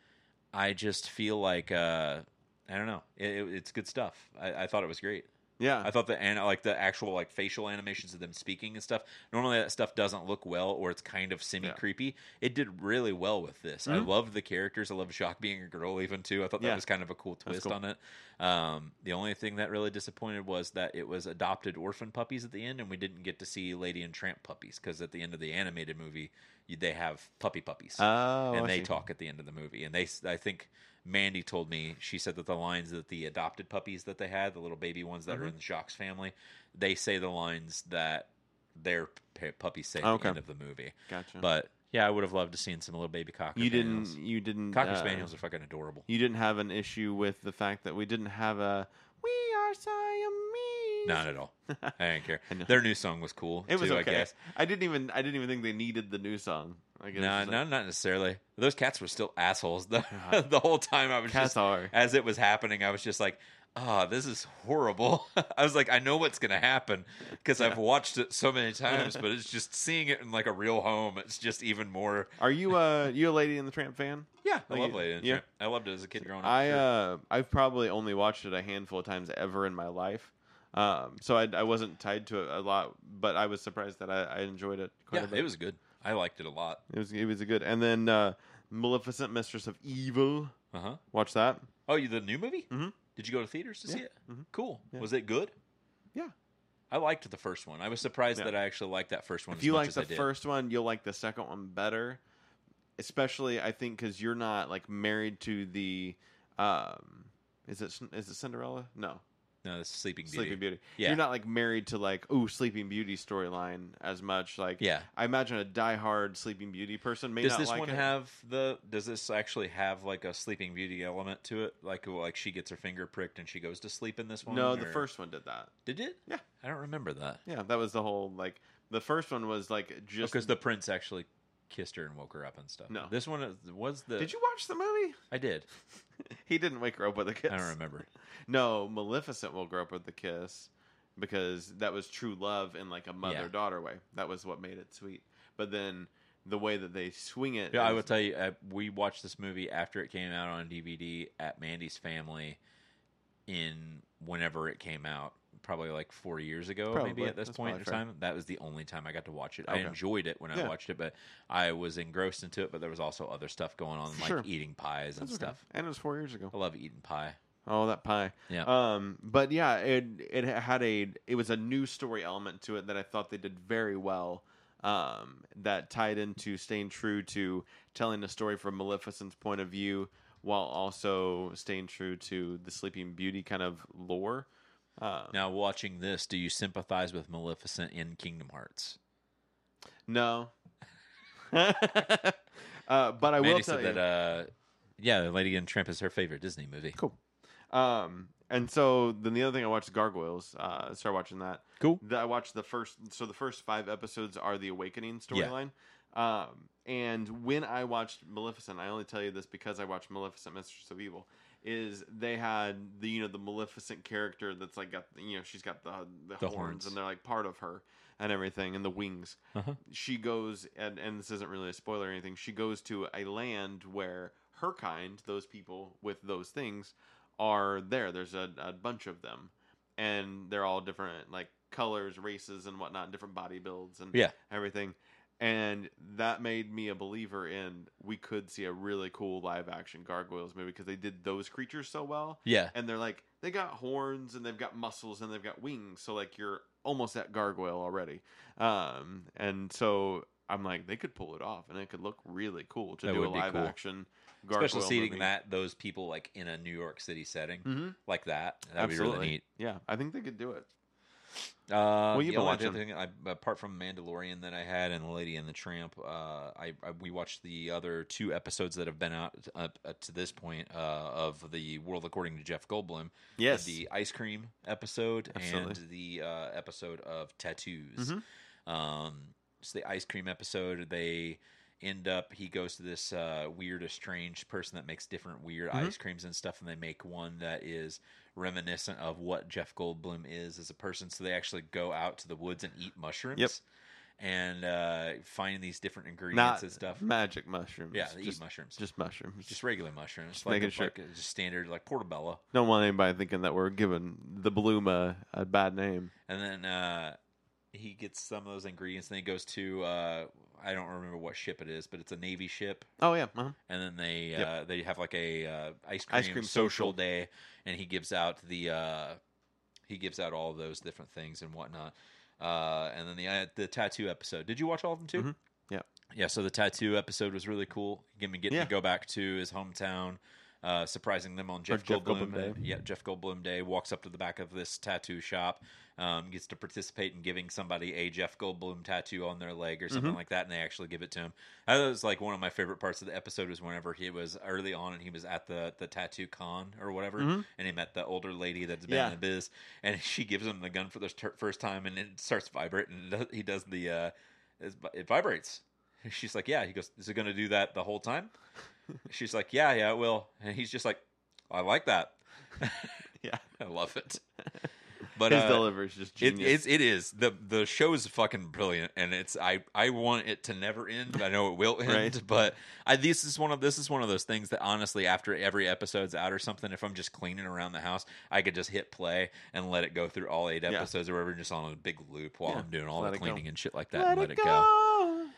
I just feel like uh, I don't know, it, it- it's good stuff. I, I thought it was great. Yeah. I thought the and like the actual like facial animations of them speaking and stuff. Normally that stuff doesn't look well or it's kind of semi creepy. It did really well with this. I loved the characters. I loved Jacques being a girl even too. I thought that Mm-hmm. Yeah. was kind of a cool twist cool. on it. Um, the only thing that really disappointed was that it was adopted orphan puppies at the end, and we didn't get to see Lady and Tramp puppies because at the end of the animated movie, you, they have puppy puppies oh, and I they see. talk at the end of the movie. And they, I think Mandy told me she said that the lines that the adopted puppies that they had, the little baby ones that are in Mm-hmm. the Jacques family, they say the lines that their p- puppies say at Okay. the end of the movie. Gotcha. But yeah, I would have loved to seen some little baby cocker. you spaniels. didn't. You didn't. Cocker uh, spaniels are fucking adorable. You didn't have an issue with the fact that we didn't have a. We are Siamese. Not at all. I didn't care. I know. Their new song was cool. It was too, okay. I guess. I didn't even. I didn't even think they needed the new song. Like it was No, just no, like, Uh-huh. not necessarily. Those cats were still assholes the, the whole time. I was Cats just are. as it was happening. I was just like, "Ah, this is horrible." I was like, "I know what's going to happen because I've watched it so many times." But it's just seeing it in like a real home. It's just even more. Are you a you a Lady in the Tramp fan? Yeah, I Like, love Lady. and yeah. Tramp. I loved it as a kid growing up. I sure. uh, I've probably only watched it a handful of times ever in my life, um, so I, I wasn't tied to it a lot. But I was surprised that I, I enjoyed it. Quite a yeah, bit. it was good. I liked it a lot. it was it was a good. And then uh, Maleficent, Mistress of Evil. Uh huh. Watch that. Oh, you the new movie? Mhm. Did you go to theaters to see Uh-huh. Yeah. it? Mhm. Cool. Yeah. Was it good? Yeah. I liked the first one. I was surprised Yeah. that I actually liked that first one. If as you much like as the I did. first one, you'll like the second one better. Especially, I think, because you're not like married to the. Um, is it is it Cinderella? No, no, it's Sleeping Beauty. Sleeping Beauty. Yeah. You're not like married to like ooh Sleeping Beauty storyline as much. Like Yeah. I imagine a diehard Sleeping Beauty person may Does not this like one it. have the? Does this actually have like a Sleeping Beauty element to it? Like like she gets her finger pricked and she goes to sleep in this one. no, the or- first one did that. did it? Yeah. I don't remember that Yeah, that was the whole like the first one was like just because Oh, the prince actually kissed her and woke her up and stuff. No. this one is- was the. Did you watch the movie? I did. He didn't wake her up with a kiss. I don't remember. No, Maleficent will grow up with a kiss because that was true love in like a mother daughter way. That was what made it sweet. But then the way that they swing it, Yeah, I is- will tell you. Uh, we watched this movie after it came out on DVD at Mandy's family in whenever it came out, probably like four years ago, Probably. maybe at this That's point in probably fair. time. That was the only time I got to watch it. I Okay. enjoyed it when Yeah. I watched it, but I was engrossed into it. But there was also other stuff going on, like Sure. eating pies and That's okay. stuff. And it was four years ago. I love eating pie. Oh, that pie. Yeah. Um, but yeah, it it had a it was a new story element to it that I thought they did very well. Um, that tied into staying true to telling the story from Maleficent's point of view, while also staying true to the Sleeping Beauty kind of lore. Um, now, watching this, do you sympathize with Maleficent in Kingdom Hearts? no. uh, but I Mandy will tell said uh, you. that. Uh, yeah, Lady and the Tramp is her favorite Disney movie. Cool. Um, And so then the other thing I watched Gargoyles. Uh, I started watching that. Cool. That I watched the first. So the first five episodes are the Awakening storyline. Um, and when I watched Maleficent, I only tell you this because I watched Maleficent, Mistress of Evil. Is they had the you know the Maleficent character that's like got you know she's got the the, The horns, horns. Uh-huh. and they're like part of her and everything and the wings. She goes and and this isn't really a spoiler or anything. She goes to a land where her kind, those people with those things, are there. There's a, a bunch of them, and they're all different, like colors, races, and whatnot, different body builds, and Yeah. everything. And that made me a believer in we could see a really cool live action Gargoyles movie because they did those creatures so well, Yeah. and they're like they got horns and they've got muscles and they've got wings, so like you're almost at Gargoyle already. Um, and so I'm like they could pull it off, and it could look really cool to That do a would be live cool. action Gargoyle Especially seeing movie. that those people like in a New York City setting Mhm. like that. That'd be really neat. Yeah, I think they could do it. Uh, Well, you've been yeah, well, the watching. other thing, I, apart from Mandalorian that I had and Lady and the Tramp, uh, I, I we watched the other two episodes that have been out up, up to this point uh, of the World According to Jeff Goldblum. Yes. the ice cream episode and Absolutely. the uh, episode of tattoos. Mhm. Um, so the ice cream episode, they end up he goes to this uh, weird estranged person that makes different weird Mm-hmm. ice creams and stuff and they make one that is reminiscent of what jeff goldblum is as a person so they actually go out to the woods and eat mushrooms and uh, find these different ingredients Not and stuff magic mushrooms. yeah they just, eat mushrooms just, just mushrooms. Just regular mushrooms just like, making a- sure. like a- just standard like portobello don't want anybody thinking that we're giving the bloom a, a bad name. and then uh, he gets some of those ingredients. And then he goes to uh, I don't remember what ship it is, but it's a navy ship. Oh yeah, uh-huh. And then they Yep. uh, they have like a uh, ice cream, Ice cream social social. day, and he gives out the uh, he gives out all those different things and whatnot. Uh, and then the uh, the tattoo episode. Did you watch all of them too? Mhm. Yep. Yeah. So the tattoo episode was really cool. Give me getting Yeah. to go back to his hometown. Uh, surprising them on Jeff, Jeff Goldblum. Goldblum Day. Yeah, Jeff Goldblum Day walks up to the back of this tattoo shop, um, gets to participate in giving somebody a Jeff Goldblum tattoo on their leg or Mm-hmm. something like that, and they actually give it to him. I thought it was like one of my favorite parts of the episode was whenever he was early on and he was at the the tattoo con or whatever, and he met the older lady that's Mm-hmm. been Yeah. in the biz, and she gives him the gun for the ter- first time, and it starts vibrating. and does- He does the uh, it's- it vibrates. She's like, yeah. He goes, is it going to do that the whole time? She's like, yeah, yeah, it will. And he's just like, I like that. Yeah. I love it. But His uh, delivery is just it, genius. it's, it is the the show's fucking brilliant, and it's I I want it to never end. I know it will end, Right. but I this is one of this is one of those things that honestly, after every episode's out or something, if I'm just cleaning around the house, I could just hit play and let it go through all eight episodes or whatever, just on a big loop while Yeah, I'm doing just all let the it go. cleaning and shit like that. and let it go.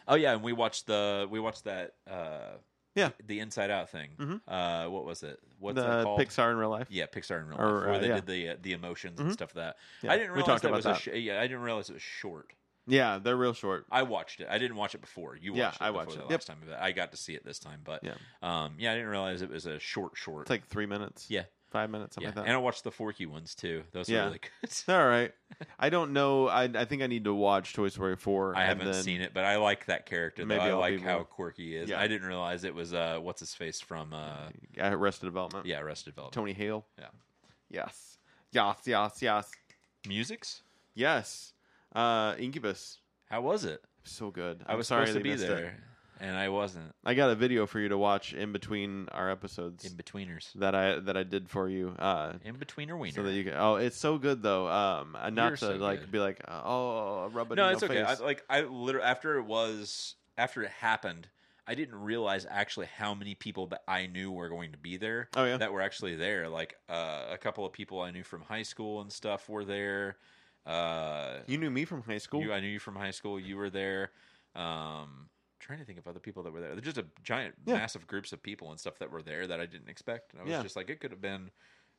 Oh yeah, and we watched the we watched that uh Yeah. the Inside Out thing. Mhm. Uh, what was it? What's that the called? Pixar in real life. Yeah, Pixar in real Or, life, where uh, they yeah. did the uh, the emotions and Mhm. stuff like that. Yeah, I didn't we realize talked that about was that. a sh- yeah. I didn't realize it was short. Yeah, they're real short. I watched it. I didn't watch it before. You watched Yeah, it I before watched the it. last time. but I got to see it this time, but Yeah. um, yeah, I didn't realize it was a short short. It's like three minutes. Yeah. five minutes, yeah, something like and that. I watched the Forky ones too. Those are Yeah. really good. It's all right. I don't know. I I think I need to watch Toy Story four. I and haven't then- seen it, but I like that character. Though. Maybe I I'll like be how more- quirky he is. Yeah. I didn't realize it was uh, what's his face from uh, Arrested Development. yeah Arrested Development. Tony Hale. Yeah. Yes. Yes. Yes. Yes. Musics? Yes. Uh, Incubus. How was it? So good. I I'm was sorry supposed to they be missed it. there, and I wasn't. I got a video for you to watch in between our episodes In betweeners. that I that I did for you. Uh, In betweener wiener. so that you can. Oh, it's so good though. Um, uh, not You're to so like good. be like, oh, rub it. no, in it's my okay. I, Face. like I literally after it was after it happened, I didn't realize actually how many people that I knew were going to be there. Oh, yeah. that were actually there. Like uh, a couple of people I knew from high school and stuff were there. Uh, you knew me from high school. You, I knew you from high school. You were there. Um, trying to think of other people that were there. There's just a giant, Yeah. massive groups of people and stuff that were there that I didn't expect. And I was Yeah. just like, it could have been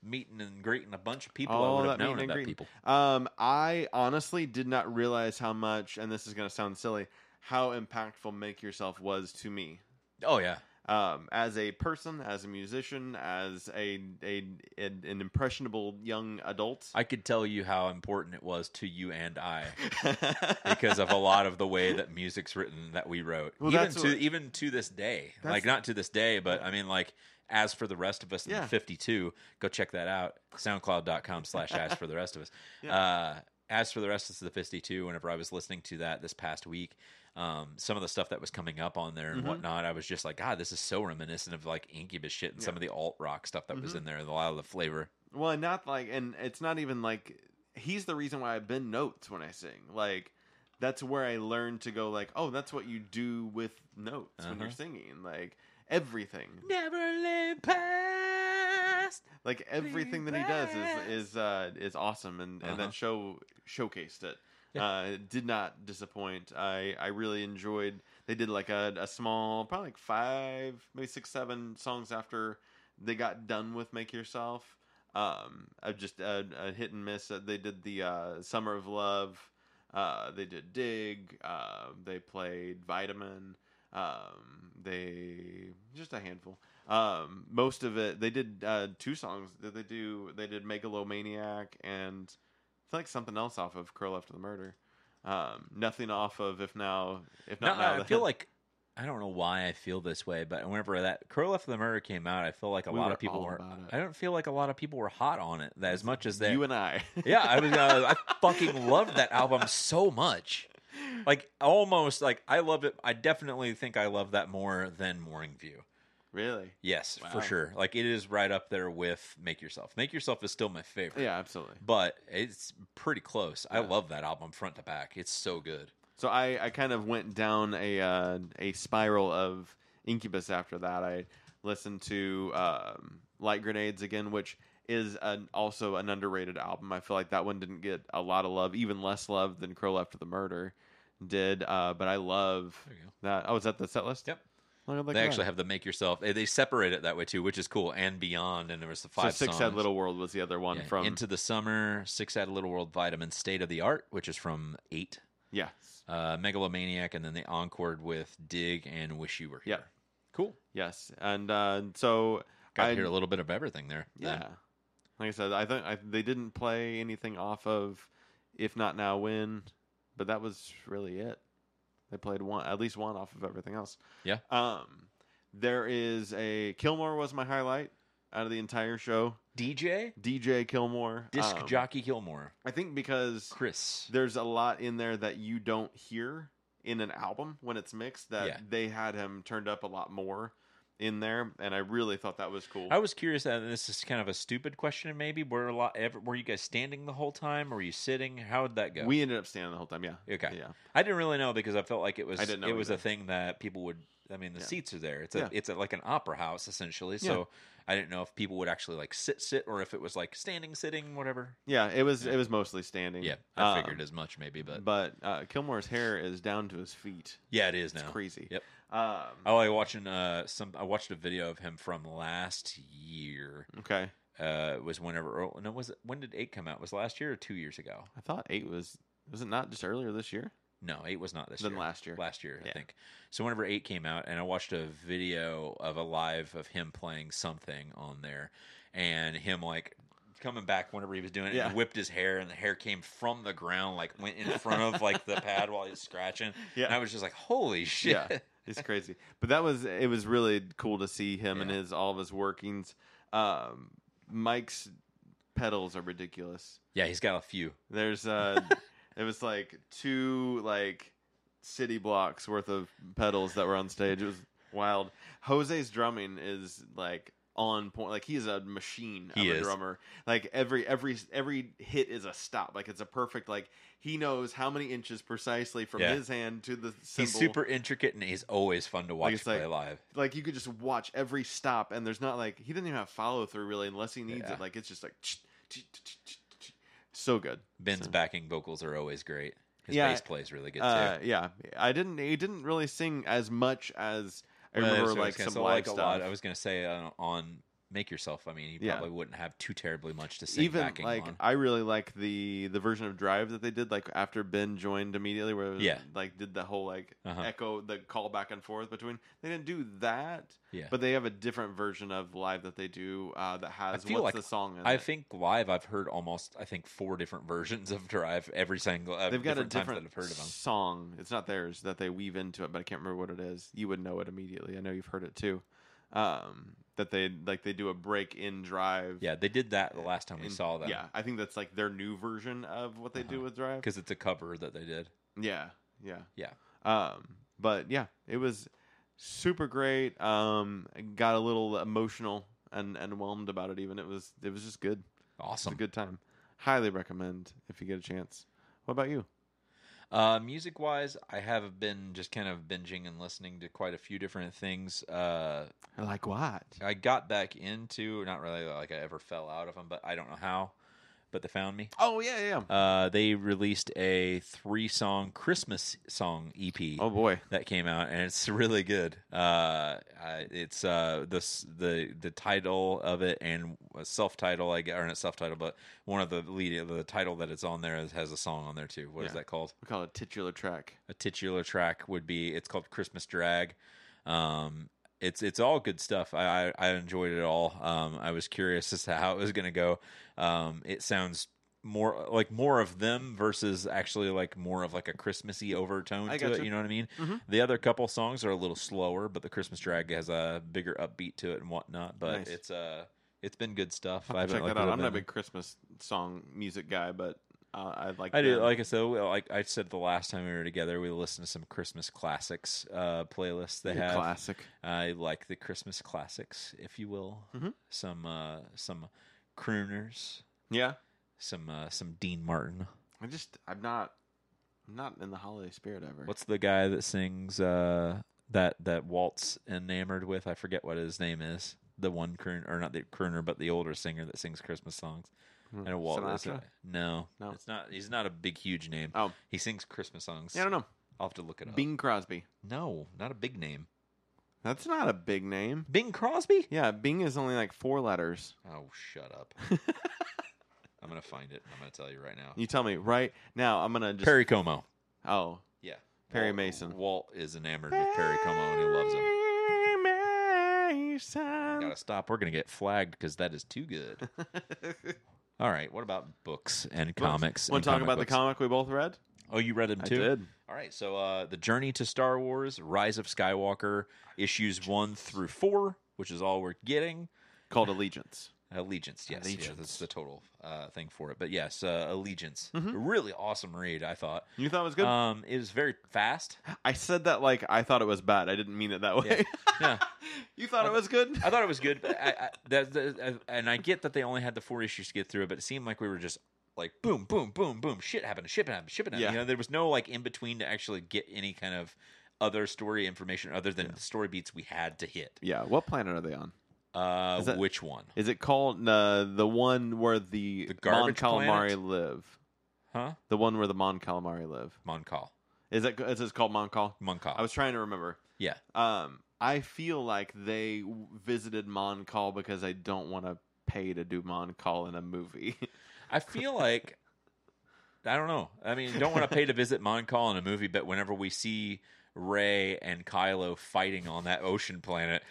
meeting and greeting a bunch of people. All I would have that known meeting and about greeting. people. Um, I honestly did not realize how much, and this is going to sound silly, how impactful Make Yourself was to me. Oh yeah, Um, as a person, as a musician, as a, a an, an impressionable young adult, I could tell you how important it was to you and I because of a lot of the way that music's written that we wrote. Well, even that's to what- even to this day, That's- like not to this day, but I mean like As for the rest of us in Yeah. the 52, go check that out. Soundcloud.com slash as for the rest of us. Yeah. Uh, as for the rest of the 52, whenever I was listening to that this past week, um, some of the stuff that was coming up on there and Mhm. whatnot, I was just like, God, this is so reminiscent of like Incubus shit and some of the alt rock stuff that Mm-hmm. was in there, a lot of the flavor. Well, and not like, and it's not even like he's the reason why I bend notes when I sing. Like that's where I learned to go. Like, oh, that's what you do with notes when you're Uh-huh. singing. Like everything, Never live past. like everything that he does is is uh, is awesome, and and Uh-huh. that show showcased it. Yeah. Uh, it did not disappoint. I I really enjoyed. They did like a a small, probably like five, maybe six, seven songs after they got done with Make Yourself. Um, I've just uh, a hit and miss. Uh, They did the uh, Summer of Love. Uh, they did Dig. Uh, they played Vitamin. Um, they just a handful. Um, most of it they did uh, two songs. Did they do? They did Megalomaniac and I feel like something else off of Curl After the Murder. Um, nothing off of If Now. If No, not now, I Then. feel like I don't know why I feel this way, but whenever that Curl After the Murder came out, I feel like a We lot were of people all were. about it. I don't feel like a lot of people were hot on it as much as they. you and I. yeah, I was. Uh, I fucking loved that album so much. Like almost like I loved it. I definitely think I love that more than Morning View. really? Yes, Wow. for sure. Like it is right up there with Make Yourself. Make Yourself is still my favorite. Yeah, absolutely. But it's pretty close. I love that album front to back. It's so good. So I, I kind of went down a uh, a spiral of Incubus after that. I listened to um, Light Grenades again, which is an, also an underrated album. I feel like that one didn't get a lot of love, even less love than Curl After the Murder did. Uh, but I love There you go. that. Oh, is that the set list? Yep. Look at- look they at actually that. have the make yourself. eh, They, they separate it that way too, which is cool. And beyond, and there was the five. so Six songs. Head Little World was the other one Yeah, from into the summer. Six Head Little World Vitamin State of the Art, which is from eight. yeah Uh, Megalomaniac, and then they encored with Dig and Wish You Were Here. yeah cool yes and uh, so Got to I- hear a little bit of everything there. Yeah. then. Like I said, I think I, they didn't play anything off of If Not Now When, but that was really it. They played one at least one off of everything else. Yeah. Um there is a Kilmore was my highlight out of the entire show. DJ DJ Kilmore. Disc um, Jockey Gilmore, I think because Chris. there's a lot in there that you don't hear in an album when it's mixed that Yeah. they had him turned up a lot more in there and I really thought that was cool. I was curious, and this is kind of a stupid question, maybe. Were a lot? Ever, were you guys standing the whole time? Were you sitting? How would that go? we ended up standing the whole time, yeah. Okay. Yeah. I didn't really know because I felt like it was I didn't know it was a either. thing that people would. I mean, the Yeah. seats are there. It's a Yeah. it's a, like an opera house essentially. So I didn't know if people would actually like sit sit or if it was like standing sitting whatever. Yeah, it was Yeah. it was mostly standing. Yeah, I Um, figured as much maybe, but, But uh, Kilmore's hair is down to his feet. yeah, it is It's now. crazy. Yep. Um, Oh, I watching uh some I watched a video of him from last year. okay. Uh, it was whenever or, no was it, when did eight come out? Was it last year or two years ago? I thought eight was was it not just earlier this year No, eight was not this than year. last year? last year, I Yeah. think. So whenever eight came out, and I watched a video of a live of him playing something on there, and him like coming back whenever he was doing it, Yeah. and whipped his hair, and the hair came from the ground, like went in front of like the pad while he was scratching. Yeah. and I was just like, holy shit! Yeah. It's crazy. But that was it was really cool to see him and Yeah. his all of his workings. Um, Mike's pedals are ridiculous. Yeah, he's got a few. There's uh it was like two like city blocks worth of pedals that were on stage. It was wild. Jose's drumming is like on point. Like he's a machine of He a is. drummer. Like every every every hit is a stop. Like it's a perfect like he knows how many inches precisely from Yeah. his hand to the cymbal. He's super intricate, and he's always fun to watch it's play like- live. like you could just watch every stop and there's not like he doesn't even have follow through really unless he needs Yeah. it. Like it's just like so good. Ben's So- backing vocals are always great. His Yeah, bass plays really good too. Uh, yeah, I didn't. He didn't really sing as much as I Well, remember, that's what like was gonna some say, live like stuff. A lot, I was going to say uh, on make yourself. I mean, he Yeah. probably wouldn't have too terribly much to say. Even backing like on. I really like the the version of Drive that they did, like after Ben joined immediately, where it was, Yeah. like did the whole like Uh-huh. echo the call back and forth between. They didn't do that, yeah. but they have a different version of live that they do uh, that has feel what's like the song? In I it. think live I've heard almost I think four different versions of Drive every single. Uh, they've got a different times different that I've heard of them. song. It's not theirs that they weave into it, but I can't remember what it is. You would know it immediately. I know you've heard it too. Um, that they like they do a break in drive. Yeah, they did that the last time we and- saw that. Yeah, I think that's like their new version of what they do Uh-huh. with drive. because it's a cover that they did. Yeah, yeah, Yeah. Um, but yeah, it was super great. Um, I got a little emotional and and whelmed about it. Even it was it was just good. It's a Awesome. good time. Highly recommend if you get a chance. What about you? Uh, music wise, I have been just kind of binging and listening to quite a few different things. Uh, Like what? I got back into not really like I ever fell out of them, but I don't know how, but they found me. Oh yeah, yeah. Uh, they released a three song Christmas song EP. Oh boy. that came out, and it's really good. Uh, I- it's uh, the s- the the title of it and a self title, I guess, or not self title, but one of the lead the title that it's on there is, has a song on there too. What is Yeah. that called? We call it titular track. A titular track would be. It's called Christmas Drag. Um, it's it's all good stuff. I I, I enjoyed it all. Um, I was curious as to how it was going to go. Um, it sounds more like more of them versus actually like more of like a Christmassy overtone I to it. gotcha. You know what I mean? Mhm. The other couple songs are a little slower, but the Christmas drag has a bigger upbeat to it and whatnot. But Nice. it's uh it's been good stuff. I'll I have to haven't, check like, that out. really I'm not a been- big Christmas song music guy, but uh, I like. I do them. like I said, well, like I said the last time we were together, we listened to some Christmas classics uh, playlists they Your have. classic. I like the Christmas classics, if you will. Mhm. Some uh, some crooners, Yeah, some uh, some Dean Martin. I just I'm not I'm not in the holiday spirit ever. What's the guy that sings uh, that that waltz enamored with? I forget what his name is. The one crooner, or not the crooner, but the older singer that sings Christmas songs. Hmm, I know Walt. is Sinatra? a- No, No. it's not. He's not a big, huge name. Oh. he sings Christmas songs. Yeah, I don't know. I'll have to look it up. Bing Crosby. No, not a big name. That's not a big name. Bing Crosby? Yeah, Bing is only like four letters. Oh, shut up. I'm gonna find it. I'm gonna tell you right now. You tell me right now. I'm gonna just Perry Como. Oh, Yeah. Perry Walt- Mason. Walt is enamored with Perry Como and he loves him. Gotta stop. We're gonna get flagged because that is too good. All right. What about books and comics? Want and to talk comic about books? the comic we both read? Oh, you read them I too. did. All right. So, uh, the Journey to Star Wars: Rise of Skywalker, issues one through four, which is all we're getting. Called Allegiance. Allegiance, yes, yeah, Allegiance. that's the total uh, thing for it. But yes, uh, Allegiance, Mhm. really awesome read. I thought You thought it was good? Um, it was very fast. I said that like I thought it was bad. I didn't mean it that way. Yeah. you thought it was good? I thought it was good, but I, I, that, that, and I get that they only had the four issues to get through it, but it seemed like we were just like boom, boom, boom, boom, shit happened, shit happened, shit happened. Yeah. You know, there was no like in between to actually get any kind of other story information other than the story beats we had to hit. yeah. What planet are they on? Uh, Is that- which one? Is it called uh, the one where the, The Mon garbage Calamari planet? live? Huh? The one where the Mon Calamari live. Mon Cal. Is that is this called Mon Cal? Mon Cal. I was trying to remember. Yeah. Um, I feel like they w- visited Mon Cal because they don't want to pay to do Mon Cal in a movie. I feel like I don't know. I mean, don't want to pay to visit Mon Cal in a movie, but whenever we see Ray and Kylo fighting on that ocean planet,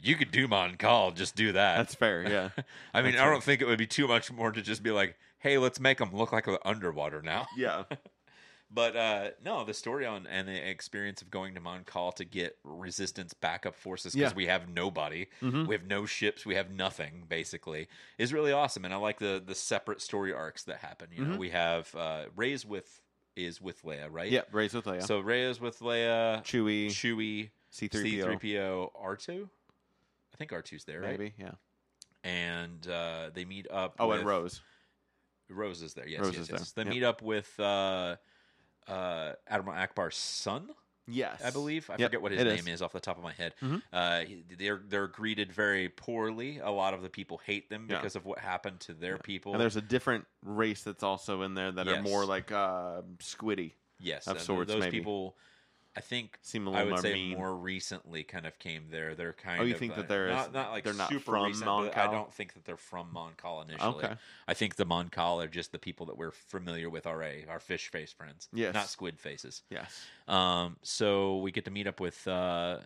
you could do Mon Cal. Just do that. That's fair. Yeah. I mean, that's I right. don't think it would be too much more to just be like, "Hey, let's make them look like they're underwater now." yeah. But uh, no, the story on and the experience of going to Mon Cal to get resistance backup forces because Yeah. we have nobody, Mhm. we have no ships, we have nothing basically, is really awesome. And I like the the separate story arcs that happen. You know, Mhm. we have uh, Ray's with is with Leia, right? Yeah. Raised with Leia. So Ray is with Leia, Chewie, Chewie, C3PO, C3PO, R2. I think R2's there, right? maybe. Yeah. And uh, they meet up. Oh, with- and Rose. Rose is there. Yes, Rose yes, is there. yes. They Yep. meet up with uh, uh, Admiral Akbar's son, Yes. I believe. I Yep, forget what his it name is. is. off the top of my head. Mhm. Uh, he- they're they're greeted very poorly. A lot of the people hate them Yeah. because of what happened to their people. And there's a different race that's also in there that are Yes. more like uh, squiddy. yes, of and sorts, those maybe. people. I think Seem a I little would more say mean. more recently kind of came there. They're kind Oh, you of think uh, that there is- not, not like they're not super from recent, but I Mon-Cal? don't think that they're from Mon Cal initially. Okay. I think the Mon Cal are just the people that we're familiar with already, our fish face friends. Yes. Not squid faces. Yes. Um, so we get to meet up with uh,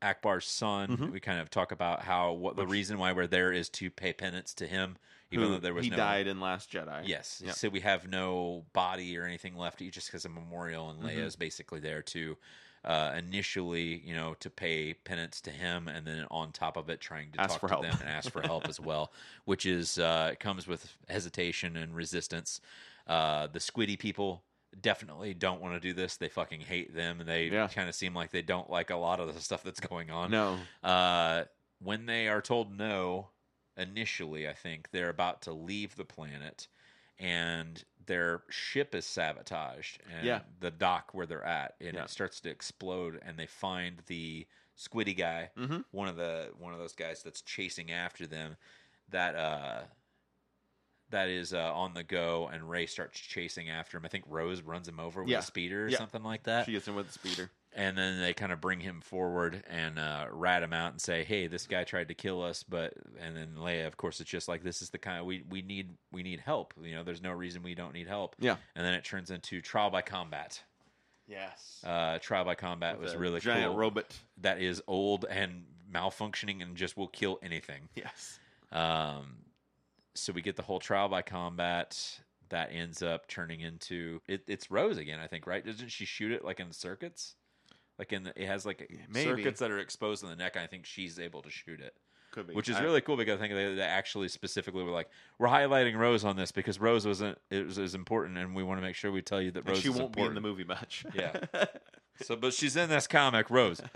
Akbar's son. Mm-hmm. We kind of talk about how what the reason why we're there is to pay penance to him, even who though there was he no died in Last Jedi. Yes. Yeah. So we have no body or anything left, e-, just because a memorial and Mm-hmm. Leia is basically there to uh, initially, you know, to pay penance to him, and then on top of it, trying to Ask talk for to help. them and ask for help as well, which is uh, it comes with hesitation and resistance. Uh, the Squiddy people definitely don't want to do this. They fucking hate them, and they Yeah. kind of seem like they don't like a lot of the stuff that's going on. No. Uh, when they are told no, initially, I think they're about to leave the planet, and their ship is sabotaged. And Yeah. the dock where they're at, and Yeah. it starts to explode, and they find the squiddy guy, Mhm. one of the one of those guys that's chasing after them. That uh. That is uh, on the go, and Ray starts chasing after him. I think Rose runs him over with Yeah. a speeder or Yeah. something like that She gets in with the speeder. and then they kind of bring him forward and uh, rat him out and say, "Hey, this guy tried to kill us." But and then Leia, of course, it's just like this is the kind we we need we need help. You know, there's no reason we don't need help. Yeah. And then it turns into trial by combat. Yes. Uh, trial by combat was The really giant cool. robot. that is old and malfunctioning and just will kill anything. Yes. Um, so we get the whole trial by combat that ends up turning into it, it's Rose again, I think, right? Doesn't she shoot it like in circuits? Like in the, it has like maybe. circuits that are exposed in the neck. And I think she's able to shoot it, Could be. which is I- really cool because I think they, they actually specifically were like, we're highlighting Rose on this because Rose wasn't it was, is important, and we want to make sure we tell you that and Rose she is won't be in important. the movie much. Yeah. So, but she's in this comic, Rose.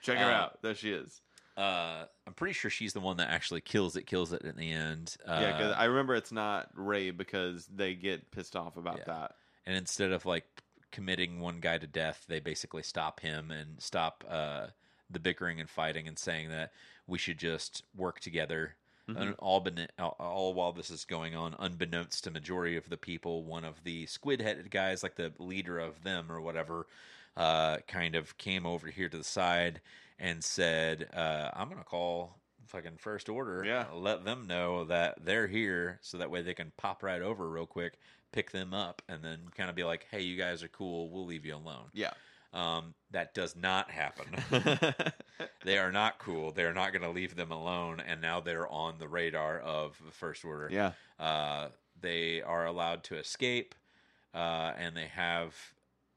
Check her Uh, out. There she is. Uh, I'm pretty sure she's the one that actually kills it, kills it in the end. Uh, yeah, because I remember it's not Ray because they get pissed off about Yeah. that. and instead of like committing one guy to death they basically stop him and stop uh, the bickering and fighting and saying that we should just work together and all, bene- all- all while this is going on unbeknownst to majority of the people one of the squid-headed guys like the leader of them or whatever uh, kind of came over here to the side and said uh, i'm gonna call fucking first order Yeah. let them know that they're here so that way they can pop right over real quick pick them up and then kind of be like, "Hey, you guys are cool. We'll leave you alone." Yeah. Um, that does not happen. they are not cool. They are not going to leave them alone, and now they're on the radar of the First Order. yeah. Uh, they are allowed to escape, uh, and they have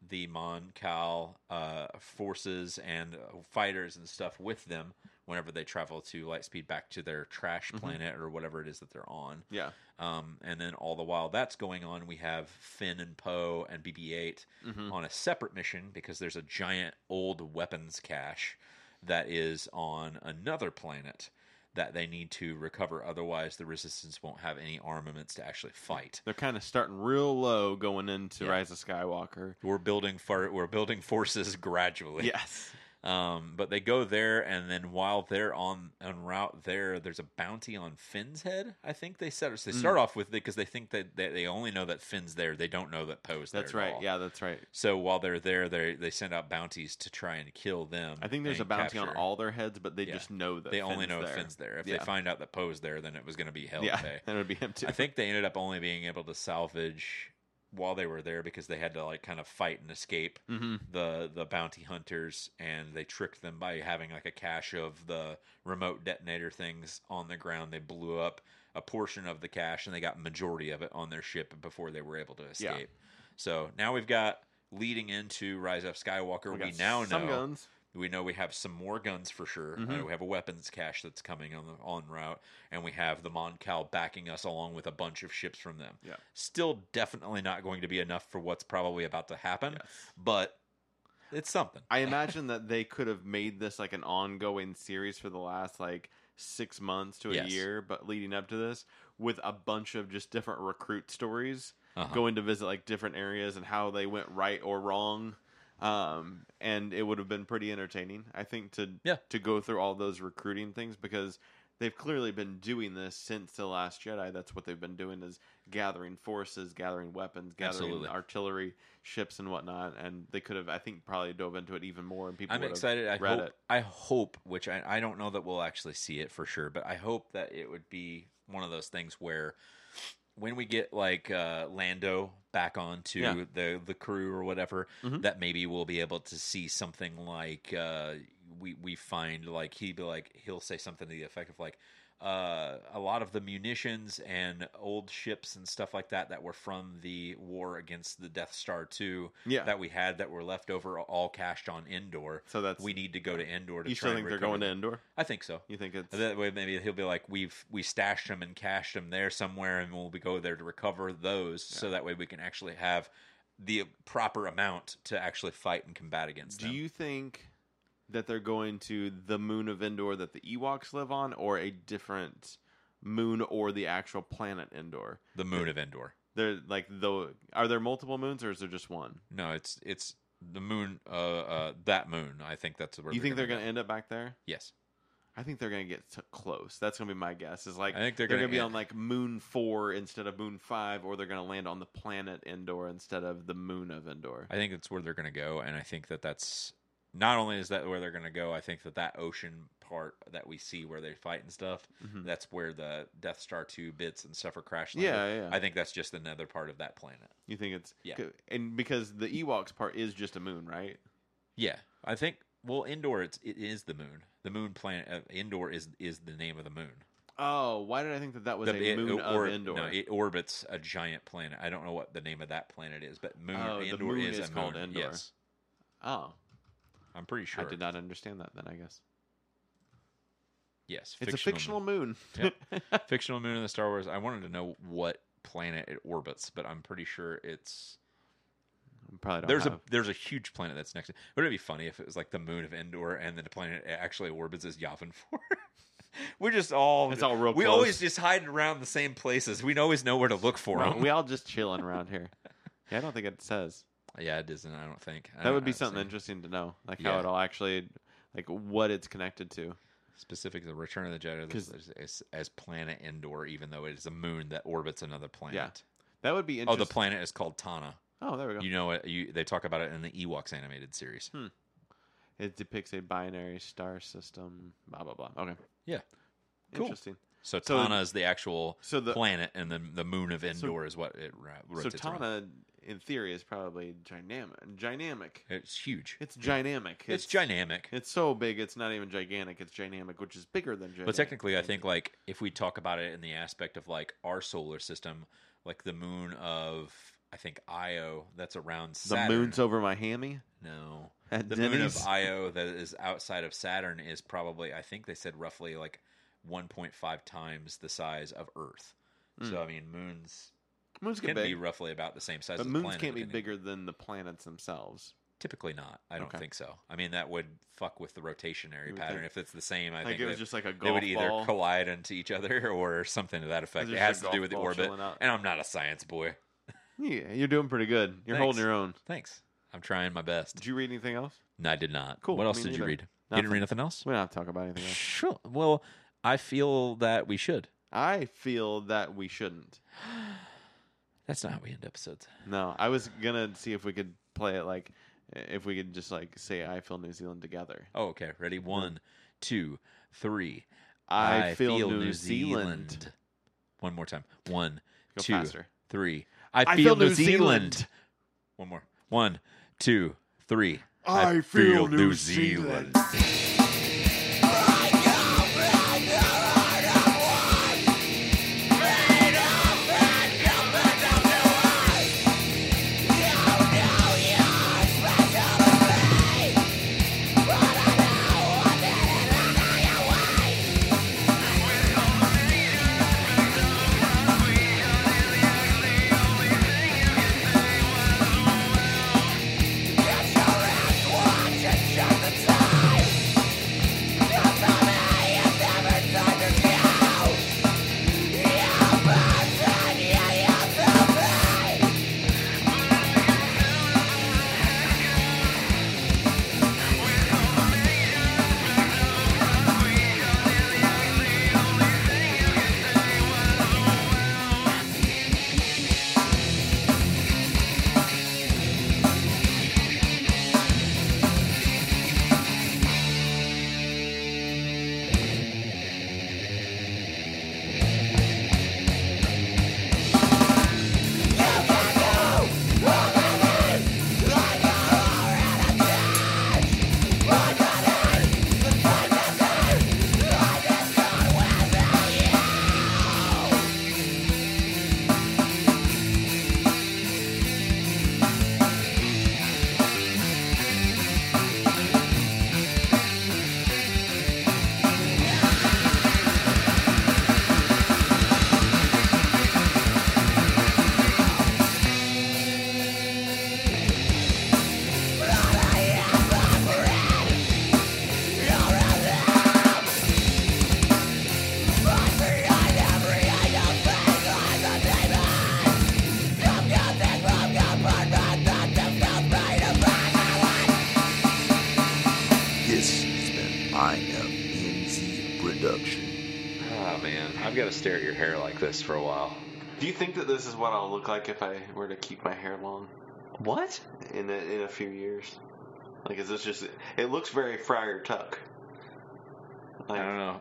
the Mon Cal uh, forces and uh, fighters and stuff with them whenever they travel to Lightspeed back to their trash planet or whatever it is that they're on. Yeah. Um, and then all the while that's going on, we have Finn and Poe and BB 8 Mm-hmm. Hmm. on a separate mission because there's a giant old weapons cache that is on another planet that they need to recover. Otherwise, the Resistance won't have any armaments to actually fight. They're kind of starting real low going into Yeah. Rise of Skywalker. We're building for, we're building forces gradually. Yes. Um, but they go there, and then while they're on en route there, there's a bounty on Finn's head. I think they set. Hmm. So they start off with because they think that they, they only know that Finn's there. They don't know that Poe's there. That's at right. all. Yeah, that's right. So while they're there, they they send out bounties to try and kill them. I think there's and a bounty on capture- all their heads, but they Yeah. just know that They only Finn's know there. if Finn's there. If Yeah. they find out that Poe's there, then it was going to be hell Yeah, day. that would be him too. I think they ended up only being able to salvage while they were there because they had to like kind of fight and escape Mm-hmm. the the bounty hunters and they tricked them by having like a cache of the remote detonator things on the ground they blew up a portion of the cache and they got majority of it on their ship before they were able to escape so now we've got leading into rise of skywalker we, got now some know guns. we know we have some more guns for sure. Uh, we have a weapons cache that's coming on the on route, and we have the Mon Cal backing us along with a bunch of ships from them. Yeah. Still, definitely not going to be enough for what's probably about to happen, but it's something. I imagine that they could have made this like an ongoing series for the last like six months to a Yes. year, but leading up to this with a bunch of just different recruit stories Uh-huh. going to visit like different areas and how they went right or wrong. Um, and it would have been pretty entertaining, I think, to Yeah. to go through all those recruiting things because they've clearly been doing this since the Last Jedi. That's what they've been doing is gathering forces, gathering weapons, gathering Absolutely. artillery ships and whatnot. And they could have, I think, probably dove into it even more. And people, I'm would have excited. I read hope. it. I hope, which I, I don't know that we'll actually see it for sure, but I hope that it would be one of those things where when we get like uh, Lando back onto Yeah. Mm-hmm. the the crew or whatever, that maybe we'll be able to see something like uh, we we find like he'd be like he'll say something to the effect of like uh, a lot of the munitions and old ships and stuff like that that were from the war against the Death Star two Yeah. that we had that were left over are all cached on Endor. So that's- we need to go to Endor. To You try still and think they're recover going to them. Endor? I think so. You think it's That way, maybe he'll be like, "We've we stashed them and cached them there somewhere, and we'll be go there to recover those, so that way we can actually have the proper amount to actually fight and combat against Do them." you think that they're going to the moon of Endor that the Ewoks live on, or a different moon, or the actual planet Endor? the moon of Endor. They're like the are there multiple moons, or is there just one? No, it's it's the moon. Uh, uh that moon. I think that's where you we're think they're gonna going to end up back there? Yes, I think they're going to get t- close. That's going to be my guess. Is like I think they're they're gonna going to be end- on like Moon Four instead of Moon Five, or they're going to land on the planet Endor instead of the moon of Endor. I think that's where they're gonna go, and I think that that's not only is that where they're gonna go. I think that that ocean part that we see where they fight and stuff, Mhm. that's where the Death Star two bits and stuff are crash landed. Yeah, yeah. I think that's just another part of that planet. you think it's Yeah. and because the Ewoks part is just a moon, right? Yeah, I think. Well, Endor it's it is the moon. The moon planet uh, Endor is is the name of the moon. Oh, why did I think that that was The, a it- moon or- of Endor? No, it orbits a giant planet. I don't know what the name of that planet is, but moon Oh, the Endor moon is, is a called moon. Endor. Yes, oh, I'm pretty sure. I did not understand that then, I guess. Yes, It's a fictional moon. moon. Yeah. fictional moon in the Star Wars. I wanted to know what planet it orbits, but I'm pretty sure it's Probably don't there's have. a there's a huge planet that's next. to Wouldn't it be funny if it was like the moon of Endor and then the planet it actually orbits is Yavin Four? We're just all It's all real We close. always just hide around the same places. We always know where to look for Well, them. we all just chilling around here. Yeah, I don't think it says. yeah, it isn't. I don't think I That don't- would I be don't something see. interesting to know, like how Yeah. it all actually, like what it's connected to. specific. The Return of the Jedi 'Cause- is, is as planet Endor, even though it is a moon that orbits another planet. That would be oh, interesting. the planet is called Tana. Oh, there we go. You know it. You they talk about it in the Ewoks animated series. It depicts a binary star system. Blah blah blah. Okay. Yeah. Cool. Interesting. So So- Tana is the actual so the- planet, and then the moon of Endor is what it ra- So rotates around. Tana, in theory, is probably dynamic. Dynamic. It's huge. It's dynamic. It's, dynamic. It's so big, it's not even gigantic. It's dynamic, which is bigger than gigantic. but technically, I think like if we talk about it in the aspect of like our solar system, like the moon of I think Io that's around the Saturn. moon's over my hammy. no. At The moon Denny's. of Io that is outside of Saturn is probably I think they said roughly like 1.5 times the size of Earth. Hmm. So I mean, moons moons can get big, be roughly about the same size. but as moons the planet, can't be within the- bigger than the planets themselves. Typically not. I don't Okay. think so. I mean, that would fuck with the rotationary would pattern think- if it's the same. I like think it was that- just like a they golf would either ball. collide into each other or something to that effect. It's It just a has to golf do with the ball orbit. chilling out. And I'm not a science boy. yeah, you're doing pretty good. You're Thanks. holding your own. Thanks. I'm trying my best. Did you read anything else? No, I did not. Cool. What else Me did you neither. read? You Nothing. didn't read nothing else? We don't have to talk about anything else. Sure. Well, I feel that we should. I feel that we shouldn't. That's not how we end episodes. No, I was gonna see if we could play it like if we could just like say I feel New Zealand together. Oh, okay. Ready? One, two, Mm-hmm. three. I, feel, New, Zealand. One more time. One, Go two, faster. three. I feel, New, Zealand. One more. One, two, three. I, feel, New, Zealand. Get your ass watching, check the time. Ah, to stare at your hair like this for a while. Do you think that this is what I'll look like if I were to keep my hair long What? in a, in a few years? Like, is this just? It looks very Friar Tuck. I Like, don't know.